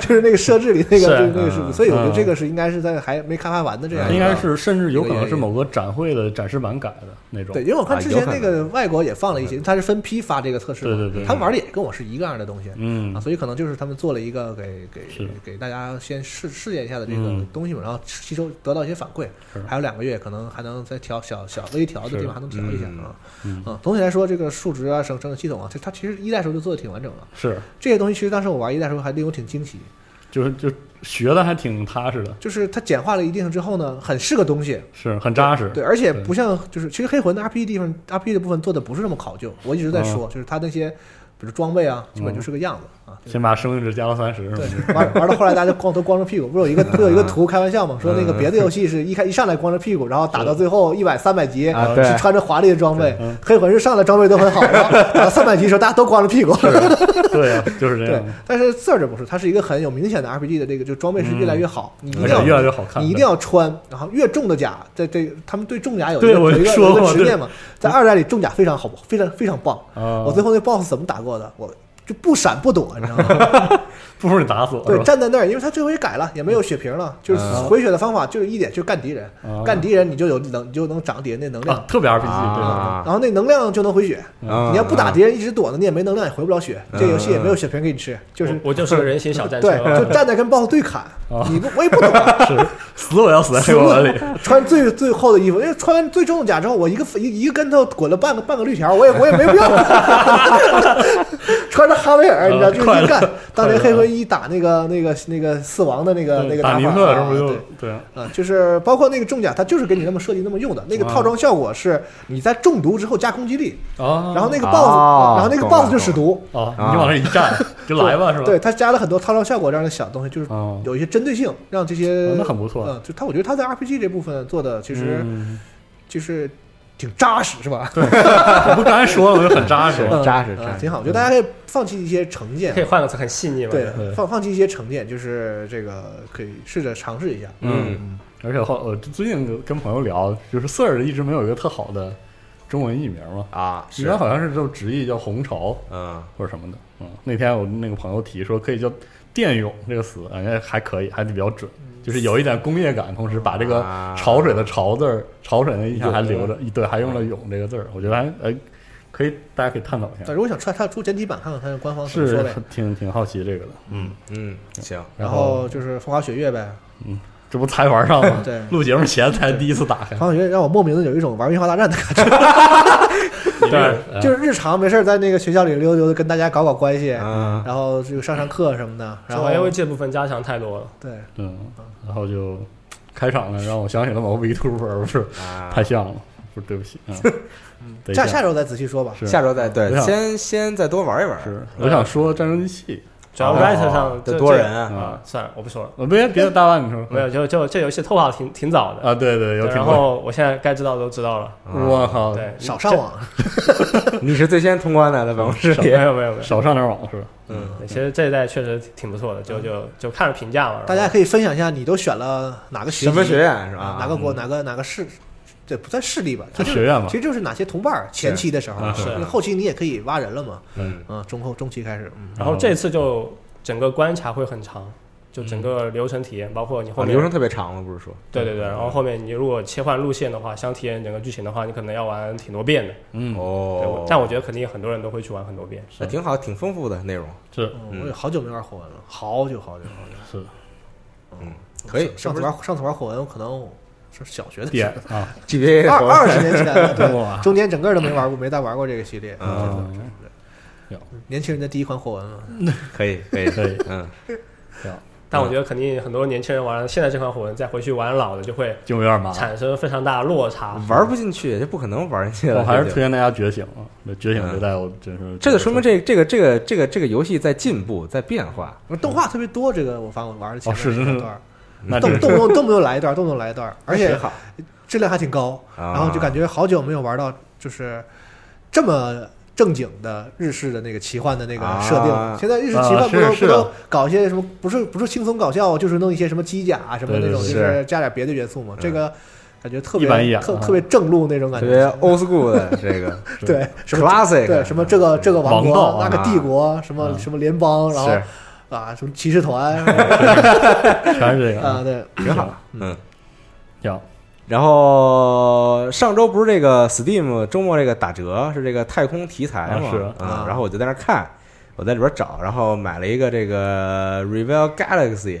D: 就是那个设置里那个
C: 是
D: 就是那个
B: 嗯
D: 是，所以我觉得
E: 嗯
D: 这个是应该是在还没开发完的这样一个，
E: 应该是甚至有可能是某个展会的展示版改的那种
D: 对，，因为我看
B: 啊
D: 之前
B: 有可
D: 那
B: 能
D: 个外国也放了一些，它是分批发这个测试嘛，
E: 对对对
D: 他们玩的也跟我是一个样的东西。
E: 嗯
D: 啊，，所以可能就是他们做了一个给给
E: 是
D: 给大家先试试验一下的这个
E: 嗯
D: 东西嘛，然后吸收得到一些反馈
E: 是，
D: 还有两个月可能还能再调小小微调的地
E: 是
D: 方还能调一下
B: 嗯
D: 啊。
E: 嗯
D: 嗯，总体来说，这个数值啊、整整个系统啊，它它其实一代时候就做的挺完整了。
E: 是，
D: 这些东西其实当时我玩一代时候还令我挺惊喜，
E: 就是就学的还挺踏实的，
D: 就是它简化了一定之后呢，很是个东西。
E: 是很扎实，
D: 对，而且不像就是其实黑魂的 RPG 地方 RPG 的部分做的不是那么考究，我一直
E: 嗯
D: 在说，就是它那些比如装备啊，基本就是个样子啊。
E: 先把生命值加到三十，
D: 对，玩玩到后来大家就光都光着屁股，不是有一个不是有一个图开玩笑嘛，说
E: 嗯
D: 那个别的游戏是一开一上来光着屁股，然后打到最后一百三百级
B: 啊对
D: 是穿着华丽的装备
E: 嗯，
D: 黑魂是上来装备都很好，然后 打到三百级的时候大家都光着屁股。
E: 对啊，就是这
D: 对
E: 样，，
D: 但是 Surge 不是，它是一个很有明显的 RPG 的这个，就装备是越来越好，你一定
E: 嗯而
D: 要
E: 且越来越好看，
D: 你一定要穿，然后越重的甲，在这他们对重甲有一
E: 对
D: 个
E: 我
D: 有一个
E: 说
D: 有一
E: 过
D: 个执念嘛，在二代里重甲非常好，非常非常棒。
E: 啊，
D: 我最后那 BOSS 怎么打过的？我就不闪不躲，你知道吗？
E: 不如你打死我，
D: 对
E: 是，吧
D: 站在那儿，因为他这回改了，也没有血瓶了，就是
B: 嗯
D: 回血的方法就是一点，就是干敌人，
E: 啊
D: 干敌人你就有能，你就能长敌人的能
E: 啊
D: 量，，
E: 特别 RPG 对吧？
B: 啊
D: 然后那能量就能回血。
B: 啊
D: 你要不打敌人一直躲着，你也没能量，也回不了血。这游戏也没有血瓶给你吃，就是
C: 我我就是个人形小战车
D: 对，，就站在跟 BOSS 对砍
E: 啊，
D: 你不我也不懂啊，
E: 死我也要死在黑锅里，
D: 穿最最厚的衣服，因为穿完最重的甲之后，我一个 一一个跟头滚了半个半个绿条，我也我也没必要。 穿着哈维尔，你知道，
E: 呃
D: 就是
E: 快
D: 一
E: 乐
D: 干。当年
E: 快
D: 黑
E: 乐啊
D: 魂一打那个那个那个四王的那个那个
E: 打
D: 法
E: 尼克是
D: 啊
E: 不是就
D: 对
E: 对？
D: 啊，就是包括那个重甲，它就是给你那么设计那么用的。那个
E: 啊
D: 套装效果是你在中毒之后加攻击力，
E: 啊
D: 然后那个
B: 啊
D: BOSS，然后那个
B: 懂了
D: BOSS 就使毒。
E: 哦，
B: 啊
E: 你往那一 站就来吧，是吧？
D: 对，它加了很多套装效果这样的小东西，就是
E: 哦
D: 有一些针对性，让这些
E: 哦那很不错
D: 嗯，就它，我觉得它在 RPG 这部分做的其实
E: 嗯
D: 就是挺扎实，是吧？
E: 我不刚才说了吗，我就很扎实。
D: 嗯
B: 扎实
D: 嗯
B: 扎实
D: 挺好。我觉得大家可以放弃一些成见
C: 可，以换个词，很细腻嘛。
D: 对
E: 对，
D: 放放弃一些成见，就是这个可以试着尝试一下。
B: 嗯
E: 而且后我最近跟朋友聊，就是四儿一直没有一个特好的中文译名嘛，
B: 啊，
E: 一
B: 是
E: 般好像是就直译叫红潮
B: 嗯
E: 或者什么的。嗯，那天我那个朋友提说可以叫电泳这个词，感觉还可以，还比较准，就是有一点工业感，同时把这个
B: 啊
E: 潮水的潮字儿、潮水那印象还留着，对，还用了泳这个字儿，我觉得还呃可以，大家可以探讨一下
D: 呃但。如果想穿它出简体版，看看它的官方怎么说
E: 是
D: 呗。
E: 挺挺好奇这个的，嗯，
B: 嗯，行，
D: 然
E: 然
D: 后
E: 后
D: 就是《风花雪月》呗，
E: 这不才玩上吗？
D: 对
E: 录节目前才第一次打开
D: 《风，花雪月》让我莫名的有一种玩《樱花大战》的感觉。
E: 对
D: 就是日常没事儿在那个学校里溜达溜达，跟大家搞搞关系，
E: 啊
B: 嗯
D: 然后就上上课什么的，
C: 然
D: 然后
C: 后 AV 这部分加强太多了，
D: 对，
E: 嗯，然后就开场呢，让我想起了某个 VTuber，不是
B: 啊
E: 太像了，不是对不起，嗯，等一
D: 下下周再仔细说吧。
E: 是
B: 下周再对
E: 我，想
B: 先先再多玩一玩，
E: 是，我想说战争机器
C: 主要
B: 哦
C: Reddit 上
B: 得
C: 这
B: 多
C: 这
B: 人 啊，
E: 啊，
C: 算了，我不说了。
E: 呃别别的大腕你说
D: 嗯
C: 没有，就就这游戏透化挺挺早的，
E: 啊？对对，有挺
C: 然
E: 多，
C: 后我现在该知道的都知道了。
E: 我靠，
C: 对，
D: 少上网，
B: 你是最先通关的，在 办公室
C: 这。没
B: 里，
C: 有没有没有。
E: 少上点网是吧？
B: 嗯，
C: 对其实这一代确实挺不错的，就就就看着评价嘛。然后
D: 嗯大家可以分享一下你都选了哪个学
B: 什
D: 籍
B: 么学院是吧
D: 啊？？哪个国哪个哪个市？这不算势力吧？
E: 就学院嘛
D: 其，实就是哪些同伴儿前期的时候，
C: 是
D: 因为后期你也可以挖人了嘛。
B: 嗯
D: 嗯，中后中期开始，嗯，
C: 然后这次就整个关卡会很长，就
D: 嗯
C: 整个流程体验，包括你后
B: 哦，
C: 面
B: 流程特别长了，不是说
C: 对对对，然后后面你如果切换路线的话，想体验整个剧情的话，你可能要玩挺多遍的。
E: 嗯，
C: 对，
B: 哦
C: 我，但我觉得肯定很多人都会去玩很多遍。
B: 那挺好，挺丰富的内容，
E: 是
D: 嗯我也好久没玩火纹了，好久好久好久。
E: 是
B: 可以。
D: 上次玩上次玩火纹，可能是小学的时
E: 点
D: 候，
E: 啊，
B: GBA
D: 二二十年前了，
E: 哇
D: 对，中间整个都没玩过，没再玩过这个系列。
B: 嗯
D: 对对对
E: 有
D: 年轻人的第一款火纹嘛，
B: 可以可以
E: 可以，
B: 嗯，
C: 但我觉得肯定很多年轻人玩了现在这款火纹，再回去玩老的，就会
E: 就有点麻烦。
C: 产生非常大的落差。
B: 玩不进去，这不可能玩进去了。
E: 我还是
B: 这就
E: 推荐大家觉醒啊！那觉醒这代我真是
B: 这就说明这这个这个这个这个游戏在进步，在变化。
D: 不是动画特别多，这个我发现我玩的前
E: 哦是
D: 面一段儿，
E: 那
D: 动
E: 真
D: 动
E: 是
D: 不动动不动来一段儿，动不动来一段儿，而且
B: 挺好，
D: 质量还挺高，
B: 啊
D: 然后就感觉好久没有玩到就是这么正经的日式的那个奇幻的那个设
B: 啊
D: 定。现在日式奇
E: 啊
D: 幻不都
E: 是是
D: 不都搞一些什么？不是不是轻松搞笑，就是弄一些什么机甲啊什么
E: 对
D: 那
E: 对
D: 种，
E: 对
D: 就是加点别的元素嘛。
B: 嗯
D: 这个感觉特
E: 一板一
D: 别
E: 眼
D: 特
E: 啊
D: 特别正路那种感
B: 特别
D: 觉。
B: old school 的这个
D: 对， 什么
B: classic，
D: 对什么这个这个王
E: 王道
D: 国
E: 啊
D: 那个帝国什么
E: 嗯
D: 什么联邦，然后
B: 是
D: 啊什么骑士团
E: 全哎是这个
D: 啊对，
B: 挺好，嗯。
E: 行，
B: 然后上周不是这个 Steam 周末这个打折是这个太空题材嘛，
E: 啊是
B: 嗯
D: 啊，
B: 然后我就在那儿看，我在里边找，然后买了一个这个 Reveal Galaxy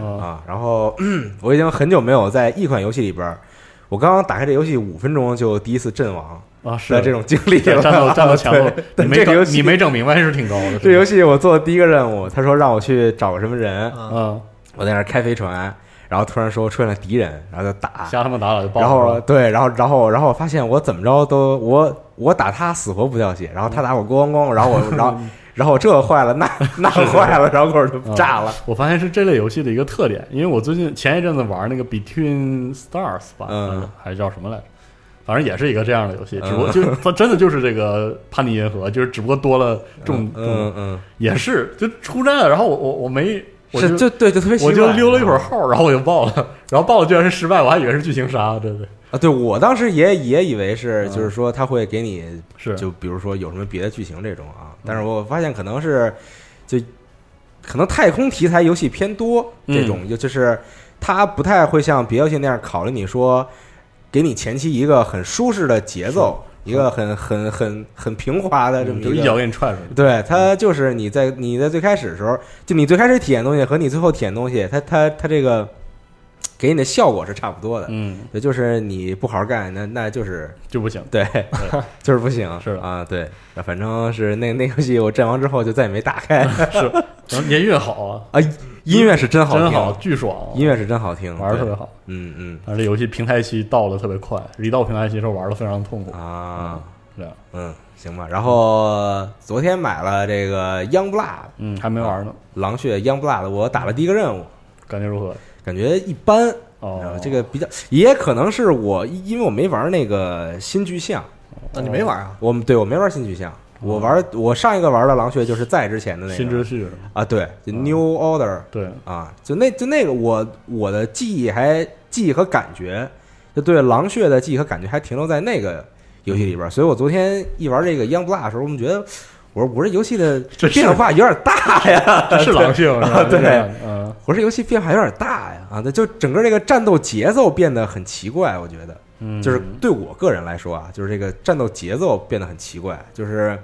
E: 啊，
B: 啊，然后 我已经很久没有在一款游戏里边儿，我刚刚打开这游戏五分钟就第一次阵亡
E: 啊，是
B: 的这种经 历
E: 对
B: 了，
E: 战斗战斗强度
B: 对，但
E: 你没
B: 这个游
E: 整
B: 戏
E: 你没整明白是挺高的。
B: 这游
E: 戏，
B: 戏我做的第一个任务，他说让我去找个什么人，
D: 啊
E: 嗯，
B: 我在那儿开飞船，然后突然说出现了敌人，然后就打，
E: 瞎他妈打打就爆了。
B: 然后对，然后然后然后我发现我怎么着都我我打他死活不掉血，然后他打我咣咣，然后我然后
E: 嗯
B: 然后我这坏 了那那坏了，然后给我就炸了。
E: 我发现是这类游戏的一个特点，因为我最近前一阵子玩那个 Between Stars 吧，
B: 嗯
E: 还是叫什么来着？反正也是一个这样的游戏，
B: 嗯
E: 只不过就它真的就是这个叛逆银河，就是只不过多了重
B: 嗯
E: 重，
B: 嗯，
E: 也是就出战，然后我我我没我
B: 是就对就特别奇怪
E: 我就溜了
B: 嗯
E: 一会儿号，然后我就爆了，然后爆了居然是失败，我还以为是剧情杀，对对
B: 啊！对我当时也也以为是就是
E: 嗯
B: 说他会给你
E: 是嗯
B: 就比如说有什么别的剧情这种啊，但是我发现可能是就可能太空题材游戏偏多，这种、
E: 嗯
B: 就就是它不太会像别游戏那样考虑你说给你前期一个很舒适的节奏，一个很很很很平滑的这么
E: 嗯就
B: 一
E: 一
B: 个
E: 脚给你踹出去。
B: 对，它就是你在你在最开始的时候，就你最开始体验东西和你最后体验东西，它它它这个给你的效果是差不多的。
E: 嗯，
B: 也就是你不好好干，那那就是
E: 就不行。
B: 对，就是不行，
E: 是的
B: 啊，对，反正是那那游戏我阵亡之后就再也没打开
E: 然后音乐好啊，
B: 啊，音乐是真好听，
E: 真好，巨爽，啊
B: 音乐是真好听，
E: 玩的特别
B: 对，
E: 好。
B: 嗯嗯
E: 但是这游戏平台期到的特别快，一到平台期的时候玩的非常痛苦。
B: 啊，
E: 这样，
B: 嗯，行吧。然后昨天买了这个 Young Blood
E: 嗯，还没玩呢，
B: 狼血 Young Blood，我打了第一个任务，
E: 感觉如何？
B: 感觉一般，啊然
E: 哦
B: 后，这个比较，也可能是我因为我没玩那个新巨像，
D: 啊，你没玩啊？
B: 我们对我没玩新巨像，我玩我上一个玩的狼血就是在之前的那
E: 新哦
B: 个
E: 秩序是吗，
B: 啊，对就，New Order
E: 对，
B: 啊，就那就那个我我的记忆还记忆和感觉，就对狼血的记忆和感觉还停留在那个游戏里
E: 嗯
B: 边儿，所以我昨天一玩这个 Young Blood 的时候，我们觉得我说我这游戏的
E: 这是
B: 变化有点大呀，
E: 这是狼性是吧？
B: 对
E: 这样嗯，
B: 我这游戏变化有点大呀啊，那就整个这个战斗节奏变得很奇怪，我觉得。
E: 嗯
B: 就是对我个人来说啊，就是这个战斗节奏变得很奇怪，就是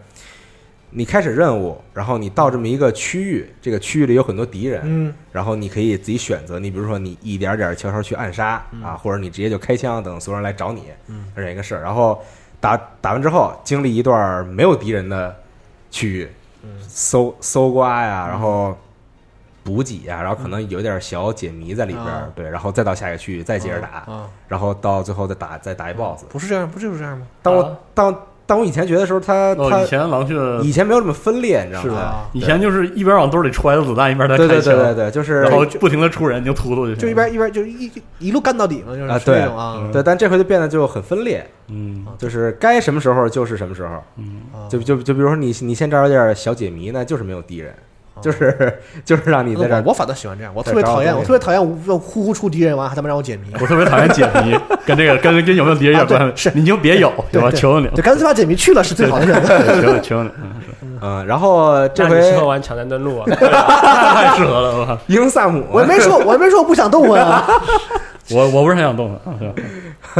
B: 你开始任务，然后你到这么一个区域，这个区域里有很多敌人，
D: 嗯，
B: 然后你可以自己选择，你比如说你一点点悄悄去暗杀
D: 嗯
B: 啊，或者你直接就开枪等所有人来找你，这样一个事儿。然后打打完之后，经历一段没有敌人的区域，
D: 嗯
B: 搜搜刮呀，然后补给呀，然后可能有点小解谜在里边儿
D: 啊，
B: 对，然后再到下一个区域再接着打，
D: 啊，
B: 然后到最后再打再打一 boss。
D: 不是这样，不就是这样吗？
B: 当
E: 啊
B: 我当当我以前觉得时候，他
E: 哦，
B: 他
E: 以前狼血
B: 以前没有这么分裂，你知道
E: 是
B: 吗？
E: 的
D: 啊，
E: 以前就是一边往兜里揣着子弹，一边在
B: 对
E: 开
B: 对对
E: 枪
B: 对，对，就是
E: 然后不停的出人就突突就行
D: 就一边一边就一一路干到底嘛，就是
B: 啊
D: 是那
B: 对
D: 种啊，
B: 对，但这回就变得就很分裂，
E: 嗯
B: 就是该什么时候就是什么时候，
E: 嗯
D: 啊
B: 就就就比如说你你现这儿有点小解谜，那就是没有敌人，就是 就是让你在这
D: 我
B: 儿
D: 我反倒喜欢这样，我
B: 在
D: 特别
B: 这儿哦
D: 讨厌，
B: 找东
D: 我
B: 西
D: 特别讨厌呼呼呼出敌人完还他妈让我解谜，
E: 我特别讨厌解谜，跟这个跟跟有没有敌人有关
D: 啊
E: 系，是你就别有，行
D: 对
E: 吧？
D: 对
E: 求求你，
D: 就干脆把解谜去了是最好的选择。
E: 对求求求你，嗯
B: 嗯，然后这
C: 那你适合
B: 回
C: 玩抢占登陆啊，
E: 太适合了，我靠
B: 英萨姆，
D: 我也没 说，我也没说我不想动啊我呀，
E: 我我不是很想动的，啊是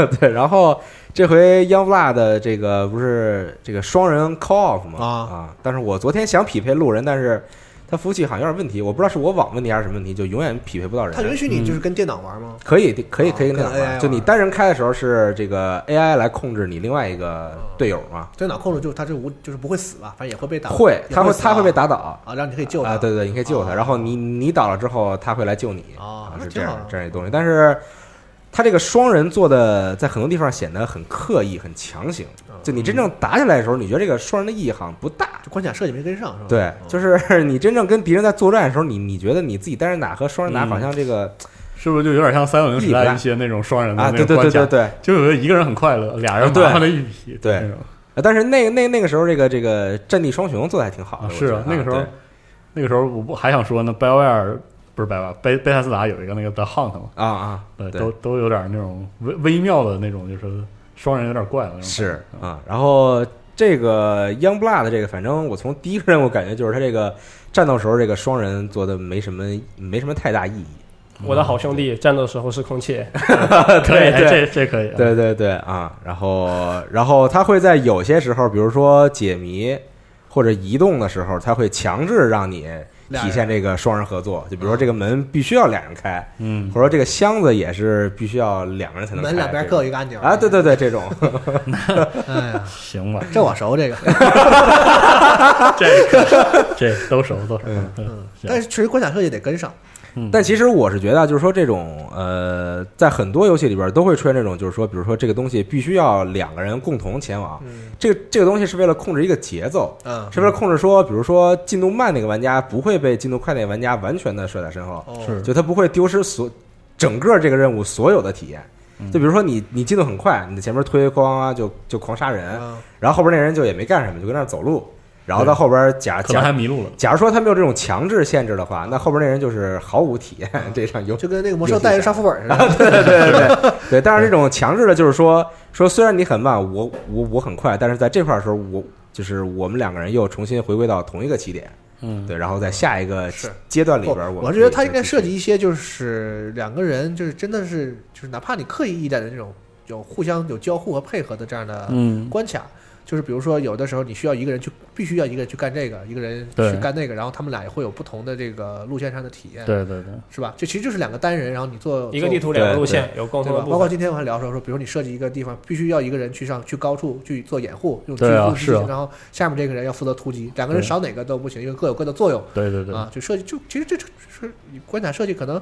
E: 吧
B: 对，然后这回 Youngblood 的这个不是这个双人 call off 吗？
D: 啊
B: 啊！但是我昨天想匹配路人，但是它服务器好像有点问题，我不知道是我网问题还是什么问题，就永远匹配不到人。
D: 他允许你就是跟电脑玩吗？
B: 可以，可以，
D: 啊
B: 可以跟
D: 跟
B: 他
D: AI
B: 玩。
D: 玩
B: 就你单人开的时候是这个 AI 来控制你另外一个队友嘛？
D: 电脑控制就他这无就是不会死吧，反正也会被啊打，
B: 会，
D: 也
B: 他会
D: 死
B: 他会被
D: 啊
B: 打倒
D: 啊，让你可以救他。
B: 啊！对对，你可以救他。
D: 啊
B: 然后你你倒了之后，他会来救你
D: 哦
B: 啊，
D: 那
B: 是这
D: 挺
B: 样
D: 好的
B: 这样一东西。但是他这个双人做的在很多地方显得很刻意、很强行。
D: 嗯
B: 就你真正打起来的时候，你觉得这个双人的意义好像不大。
D: 就关卡设计没跟上是吧？嗯
B: 对，就是是你真正跟敌人在作战的时候，你你觉得你自己单人打和双人打
D: 嗯
B: 好像这个
E: 是不是就有点像三六零时代一些那种双人的
B: 啊，
E: 嗯那
B: 对
E: 种
B: 对对
E: 关
B: 对
E: 卡？
B: 对。
E: 就有一个人很快乐，俩人
B: 对
E: 麻烦的一匹，
B: 对
E: 那种
B: 啊但是那那那个时候，这个这个《战地双雄》做的还挺好
E: 啊
B: 的，我
E: 是
B: 觉
E: 啊
B: 得，
E: 那个时候
B: 对
E: 那个时候我不还想说呢，BioWare 不是 BioWare，贝贝塔斯达有一个那个 The Hunt 嘛，
B: 啊啊，
E: 对，
B: 对
E: 呃都都有点那种微微妙的那种，就是双人有点怪的那种。
B: 是啊，然后这个 Youngblood 的这个，反正我从第一个任务感觉就是他这个战斗时候这个双人做的没什么没什么太大意义。
C: 我的好兄弟，战斗时候 是空气，
E: 可以，
B: 对
E: 哎
B: 对
E: 这这可
D: 嗯
E: 以，，
B: 对对对啊，然后然后他会在有些时候，比如说解谜或者移动的时候，他会强制让你体现这个双人合作。就比如说
D: 啊
B: 这个门必须要俩人开，
E: 嗯
B: 或，者说这个箱子也是必须要两个人才能开。
D: 门两边
B: 这
D: 各
B: 种
D: 有一个按钮
B: 啊，对，对对，这种
D: 哎 呀，
E: 行吧，
D: 这我熟这个，
E: 这个这都熟都熟，
B: 嗯
E: 嗯，行
D: 但是确实关卡设计得跟上。
E: 嗯
B: 但其实我是觉得啊，就是说这种呃，在很多游戏里边都会出现这种，就是说，比如说这个东西必须要两个人共同前往，
D: 嗯
B: 这个这个东西是为了控制一个节奏，
D: 嗯，
B: 是为了控制说，比如说进度慢那个玩家不会被进度快那个玩家完全的甩在身后，
D: 哦
E: 是
B: 就他不会丢失所整个这个任务所有的体验。
E: 嗯
B: 就比如说你你进度很快，你在前面推哐哐哐就就狂杀人，
D: 嗯
B: 然后后边那人就也没干什么，就跟那儿走路，然后到后边假
E: 可能还
B: 假。
E: 迷路了，
B: 假如说他没有这种强制限制的话，那后边那人就是毫无体验 这场游戏。
D: 啊就跟那个魔兽带着杀副 本似的，
B: 对对对对对，但是这种强制的，就是说说虽然你很慢，我我我很快，但是在这块儿的时候，我就是我们两个人又重新回归到同一个起点，
E: 嗯，
B: 对，然后在下一个
D: 是
B: 阶段里
D: 不
B: 边儿，
D: 我
B: 们
D: 是觉得
B: 可以
D: 他
B: 再
D: 应该
B: 继
D: 涉
B: 续
D: 及一些，就是两个人，就是真的是，就是哪怕你刻意一点的那种，有互相有交互和配合的这样的
E: 嗯，
D: 关卡。就是比如说，有的时候你需要一个人去，必须要一个人去干这个，一个人
E: 对
D: 去干那个，然后他们俩也会有不同的这个路线上的体验，
E: 对对对，
D: 是吧？这其实就是两个单人，然后你做
C: 一个地
D: 图，
C: 图两个
B: 对
C: 路线，有共
D: 对
C: 同的
D: 吧？
C: 部
D: 包括
C: 分。
D: 今天我还聊说说，比如你设计一个地方，必须要一个人去上去高处去做掩护，用
E: 对啊
D: 狙击
E: 是啊
D: 然后下面这个人要负责突击，两个人
E: 对
D: 少哪个都不行，因为各有各的作用。
E: 对对对，
D: 啊，就设计就其实这这是关卡设计可能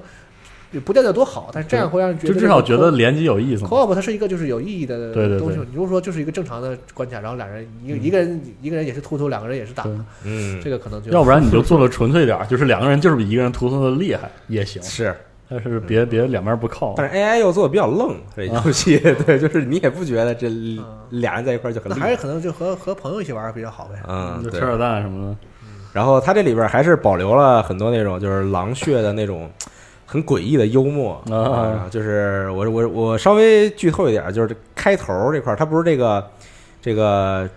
D: 也不见得多好，但是这样会让人觉
E: 就
D: 得
E: 至少觉得联机有意思嘛。
D: co-op 它是一个就是有意义的
E: 对对
D: 东西
E: 对。嗯
D: 你如果说就是一个正常的关卡，然后俩人一个一个人一个人也是突突，两个人也是打
E: 对，
B: 嗯，
D: 这个可能就
E: 要不然你就做的纯粹点儿，就是两个人就是比一个人涂层的厉害也行，
B: 是，
E: 但是别别两边不靠。
B: 但是 AI 又做的比较愣，这游戏 对，就是你也不觉得这
D: 嗯
B: 俩人在一块儿就很
D: 啊那
B: 厉
D: 还是
B: 害，
D: 可能就和和朋友一起玩儿比较好呗。
B: 嗯，
E: 就
B: 对
E: 扯。扯淡什么的，
B: 然后它这里边还是保留了很多那种就是狼血的那种很诡异的幽默
E: 啊
B: 然后就是我我我稍微剧透一点，就是这开头这块儿，它不是这个这个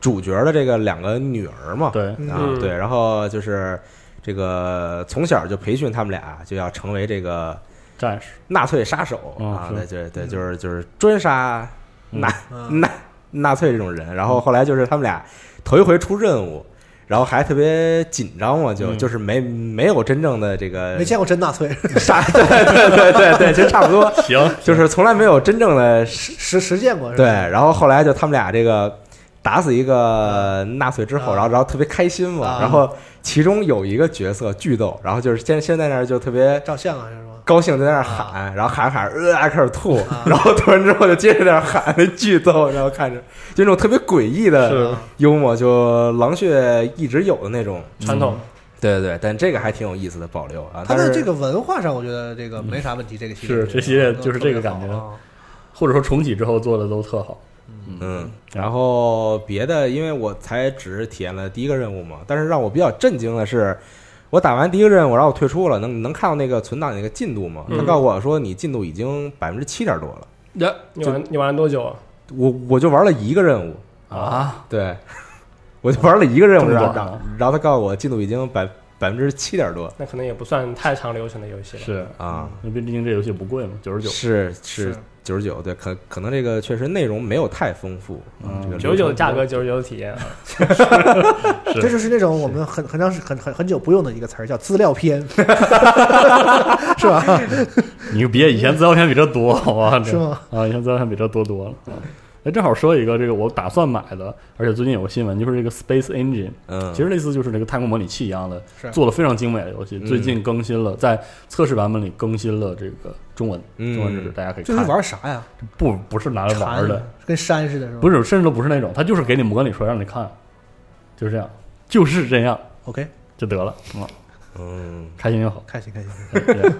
B: 主角的这个两个女儿嘛，
E: 对，
B: 啊
C: 嗯
B: 对，然后就是这个从小就培训他们俩就要成为这个
E: 战士，
B: 纳粹杀手
E: 嗯
B: 啊，
E: 是
B: 对对对，
D: 嗯
B: 就是就是专杀
E: 嗯
B: 纳
D: 嗯，
B: 纳纳粹这种人。然后后来就是他们俩头一回出任务，然后还特别紧张嘛，就
E: 嗯
B: 就是没没有真正的这个
D: 没见过真纳 粹，
B: 杀，对对对对对，其实差不多，
E: 行，
B: 就是从来没有真正的
D: 实实实践过是吧？
B: 对。然后后来就他们俩这个。打死一个纳粹之后，
D: 啊
B: 然后然后特别开心嘛，
D: 啊
B: 然后其中有一个角色巨逗，然后就是先先在那儿就特别
D: 照相啊，是吗？
B: 高兴在那儿喊，然后喊着喊着呃开始吐，然后吐完之后就接着在那儿喊那巨逗，然后看着就那种特别诡异的
D: 啊
B: 幽默，就狼血一直有的那种。
C: 传统
B: 对对对，但这个还挺有意思的保留啊。
D: 他
B: 但
D: 在
B: 是
D: 这个文化上，我觉得这个没啥问题。这个系列
E: 嗯是这系列
D: 嗯
E: 就是这个感觉
D: 特别好啊
E: 或者说重启之后做的都特好。
B: 嗯，然后别的，因为我才只体验了第一个任务嘛，但是让我比较震惊的是。我打完第一个任务，然后我退出了，能能看到那个存档那个进度吗？他
C: 嗯
B: 告诉我说你进度已经百分之七点多了，
C: 呀，你玩你玩了多久啊？
B: 我我就玩了一个任务，
E: 啊，
B: 对，我就玩了一个任务，
E: 这么
B: 然
E: 短
B: 后然后他告诉我进度已经百百分之七点多
C: 那可能也不算太长流程的游戏了。
E: 是，
B: 啊，
E: 因为毕竟这游戏不贵嘛，九十九，
B: 是
D: 是
B: 是九十九，对，可可能这个确实内容没有太丰富，
E: 嗯
B: 这个
C: 九
B: 流
C: 十
B: 程
C: 九的价格，九十九的体验啊，
E: 是
D: 这就是那种我们很很长时很很很久不用的一个词儿，叫资料 片，是吧？
E: 你别以前资料片比这多，好 吧？
D: 是吗？
E: 啊，以前资料片比这多多了。啊哎，正好说一个这个我打算买的，而且最近有个新闻，就是这个 Space Engine，
B: 嗯，
E: 其实类似就是这个太空模拟器一样的
D: 是，
E: 做的非常精美的游戏。
B: 嗯
E: 最近更新了，在测试版本里更新了这个中文，
B: 嗯
E: 中文支持，大家可以
D: 就
E: 看。
D: 是玩啥呀？
E: 不不是拿来玩儿
D: 蝉
E: 的，
D: 跟山似的，是吗？
E: 不
D: 是
E: 是，甚至都不是那种，他就是给你模拟出来让你看，就是这样，就是这样
D: ，OK，
E: 就得了，嗯，
B: 嗯
E: 开心就好。
D: 开心开心。
E: 对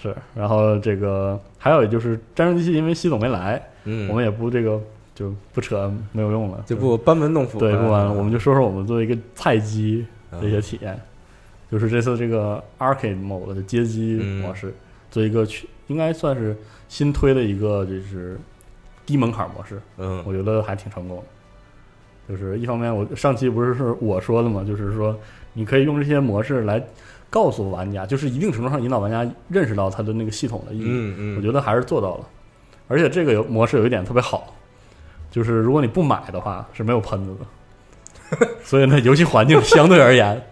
E: 是，然后这个还有就是《战争机器》，因为西总没来，
B: 嗯，
E: 我们也不这个就不扯，没有用了，
B: 就不班门弄斧，啊
E: 对不玩了，
B: 嗯
E: 我们就说说我们作为一个菜鸡的一些体验，就是这次这个 Arcade Mode 的街机模式，做一个去应该算是新推的一个就是低门槛模式，
B: 嗯
E: 我觉得还挺成功的。就是一方面，我上期不是是我说的嘛，就是说你可以用这些模式来告诉玩家，就是一定程度上引导玩家认识到它的那个系统的意义。
B: 嗯嗯，
E: 我觉得还是做到了，而且这个有模式有一点特别好，就是如果你不买的话是没有喷子的， 所以呢，游戏环境相对而言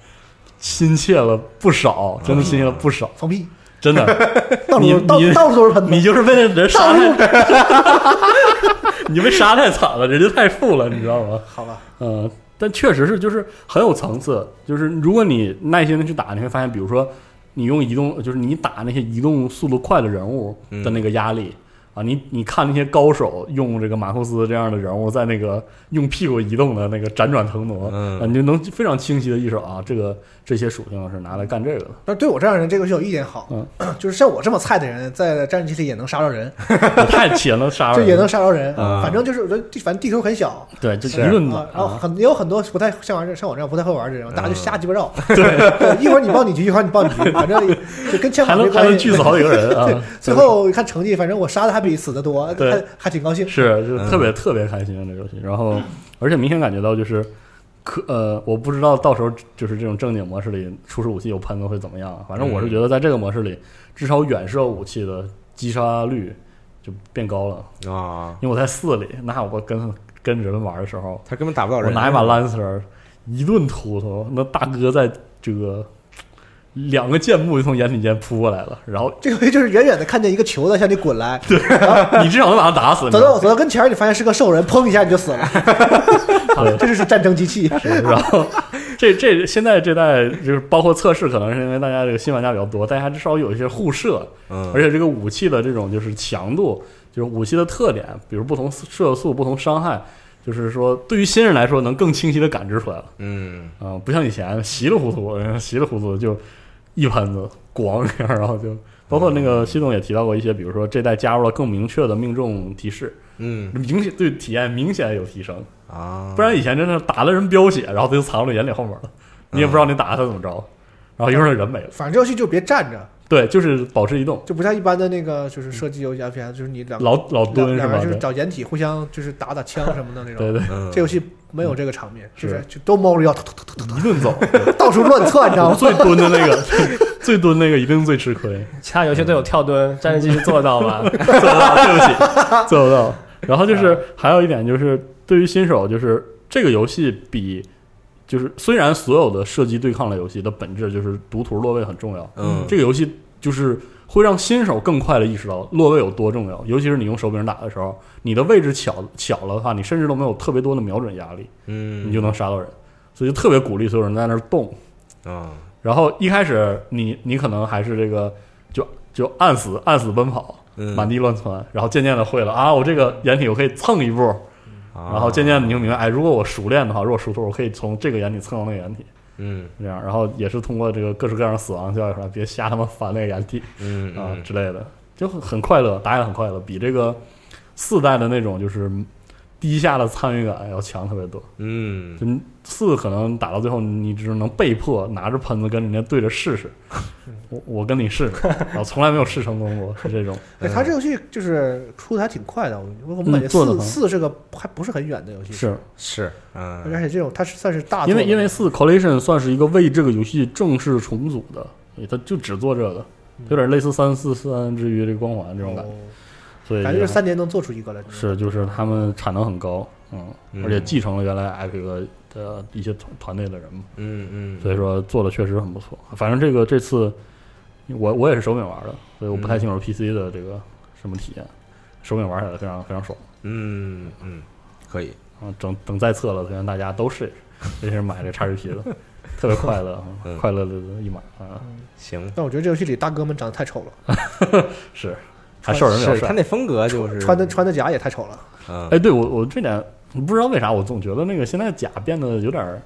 E: 亲切了不少，真的亲切了 不少，
D: 放屁，
E: 真的，
D: 到
E: 你
D: 处到
E: 你
D: 到处都是喷
E: 你
D: 子，
E: 就是被那人杀
D: 到
E: 太
D: 处
E: 你被杀太惨了，人家太富了，你知道吗？
D: 好吧，
E: 嗯，但确实是就是很有层次，就是如果你耐心的去打，你会发现，比如说你用移动，就是你打那些移动速度快的人物的那个压力。啊，你你看那些高手用这个马库斯这样的人物在那个用屁股移动的那个辗转腾挪，
B: 嗯
E: 啊，你就能非常清晰的意识到啊，这个这些属性是拿来干这个的。
D: 但对我这样的人，这个游戏有一点好，
E: 嗯
D: 就是像我这么菜的人，在战争机里也能杀着人，
E: 我太浅了，杀
D: 这
E: 人
D: 也能杀着人。
B: 啊
D: 反正就是我觉得地，反正地图很 小，
E: 对，就是一顿打
D: 啊，然后很也有很多不太像玩这像我这样不太会玩的人，大家就瞎鸡巴绕，
E: 嗯 对，
D: 对一会儿你报你局，一会儿你报你 局，反正就跟枪
E: 还
D: 法没
E: 能还能
D: 关
E: 锯
D: 系。！
E: 死好几个 人啊
D: 最后一看成绩，反正我杀的还比死的多，
E: 对
D: 还还挺高兴。
E: 啊是，就是特别特别开心这个游戏。然后，而且明显感觉到就是可呃，我不知道到时候就是这种正经模式里初始武器有喷子会怎么样啊。反正我是觉得在这个模式里，至少远射武器的击杀率就变高了。
B: 啊，
E: 因为我在四里，那我跟跟人玩的时候，
B: 他根本打不到
E: 我
B: 人。
E: 拿一把 Lancer 一顿突突，那大哥在这个两个箭步就从眼底间扑过来了，然后
D: 这回就是远远的看见一个球在向你滚来，
E: 你至少能把他打死。你知
D: 走
E: 道吗
D: 到我走到跟前儿，你发现是个兽人，砰一下你就死 了，
E: 对
D: 这就是战争机器。
E: 然后这这现在这代就是包括测试，可能是因为大家这个新玩家比较多，大家至少有一些互射，
B: 嗯，
E: 而且这个武器的这种就是强度，就是武器的特点，比如不同射速、不同伤害，就是说对于新人来说能更清晰的感知出来了
B: 嗯，
E: 啊、不像以前稀里糊涂，稀里糊涂就一喷子咣一下，然后就。包括那个系统也提到过一些，比如说这代加入了更明确的命中提示，
B: 嗯
E: 明显对体验明显有提升。
B: 啊，
E: 不然以前真的打了人飙血，然后他就藏到眼里后面了，你也不知道
D: 嗯
E: 你打他怎么着，然后一会儿人没了。
D: 反正这游戏就别站着，
E: 对，就是保持移动，
D: 就不像一般的那个就是射击游戏 FPS，就是你两
E: 嗯老老
D: 两
E: 蹲是
D: 两
E: 吧
D: 个人？就是找掩体互相就是打打枪什么的那种。
E: 对对，
B: 嗯
D: 这游戏没有这个场面，就是是就都猫着腰突突突
E: 一顿走，
D: 突 到处乱窜，你知道吗？
E: 最蹲的那个， 最蹲那个一定最 吃亏，
C: 其他游戏都有 跳蹲，战地机是做得到吗？
E: 做不到，啊对不起，做不到。然后
D: 啊
E: 就是还有一点就是，对于新手，就是这个游戏比就是虽然所有的射击对抗类游戏的本质就是读图落位很重要，
B: 嗯，
E: 这个游戏就是会让新手更快的意识到落位有多重要，尤其是你用手柄打的时候，你的位置巧巧了的话，你甚至都没有特别多的瞄准压力，
B: 嗯，
E: 你就能杀到人，所以就特别鼓励所有人在那儿动。
B: 啊，
E: 然后一开始你你可能还是这个就就按死按死奔跑，
B: 嗯
E: 满地乱窜，然后渐渐的会了啊，我这个掩体我可以蹭一步，然
B: 然
E: 后渐渐地你就明白，哎，如果我熟练的话，如果熟透，我可以从这个掩体蹭到那个掩体。
B: 嗯
E: 这样，然后也是通过这个各式各样的死亡教育出来，别瞎他妈翻那个掩体，
B: 嗯
E: 啊
B: 嗯
E: 之类的，就很很快乐，打起来很快乐，比这个四代的那种就是低下的参与感要强特别多。
B: 嗯，
E: 就四可能打到最后，你只能被迫拿着喷子跟人家对着试 试，我我跟你试试，然后从来没有试成功过，是这 种。
D: 对，哎它这游戏就是出的还挺快的，我我们
E: 嗯
D: 感觉
E: 做得
D: 四
E: 很
D: 四这个还不是很远的游戏，
E: 是
B: 是，
D: 而
B: 嗯
D: 且这种它是算是大作
E: 因
D: 的，
E: 为因为四 Collision 算是一个为这个游戏正式重组的，它就只做这个，
B: 嗯
E: 有点类似三四三之于这个光环这种感
B: 哦
E: 觉，
D: 觉，
E: 所以
D: 感觉
E: 就
D: 这三年能做出一个来，
E: 是，就是他们产能很高，嗯，
B: 嗯
E: 而且继承了原来 Epic 的一些团团队的人嘛，
B: 嗯
E: 所以说做的确实很不错。反正这个这次我我也是手柄玩的，所以我
B: 嗯
E: 不太清楚 PC 的这个什么体验，手柄玩起来非常非常爽。
B: 嗯嗯，可以，
E: 嗯，等等再测了，推荐大家都试一试，尤其是买这 XGP 的，特别快乐，
B: 嗯
E: 快乐的一买啊，
B: 行，
D: 但我觉得这游戏里大哥们长得太丑了，
E: 是还兽人比较
B: 是他
E: 帅。
B: 那风格就是
D: 穿的穿的甲也太丑了。
B: 嗯
E: 哎，对我我这点不知道为啥，我总觉得那个现在甲变得有点儿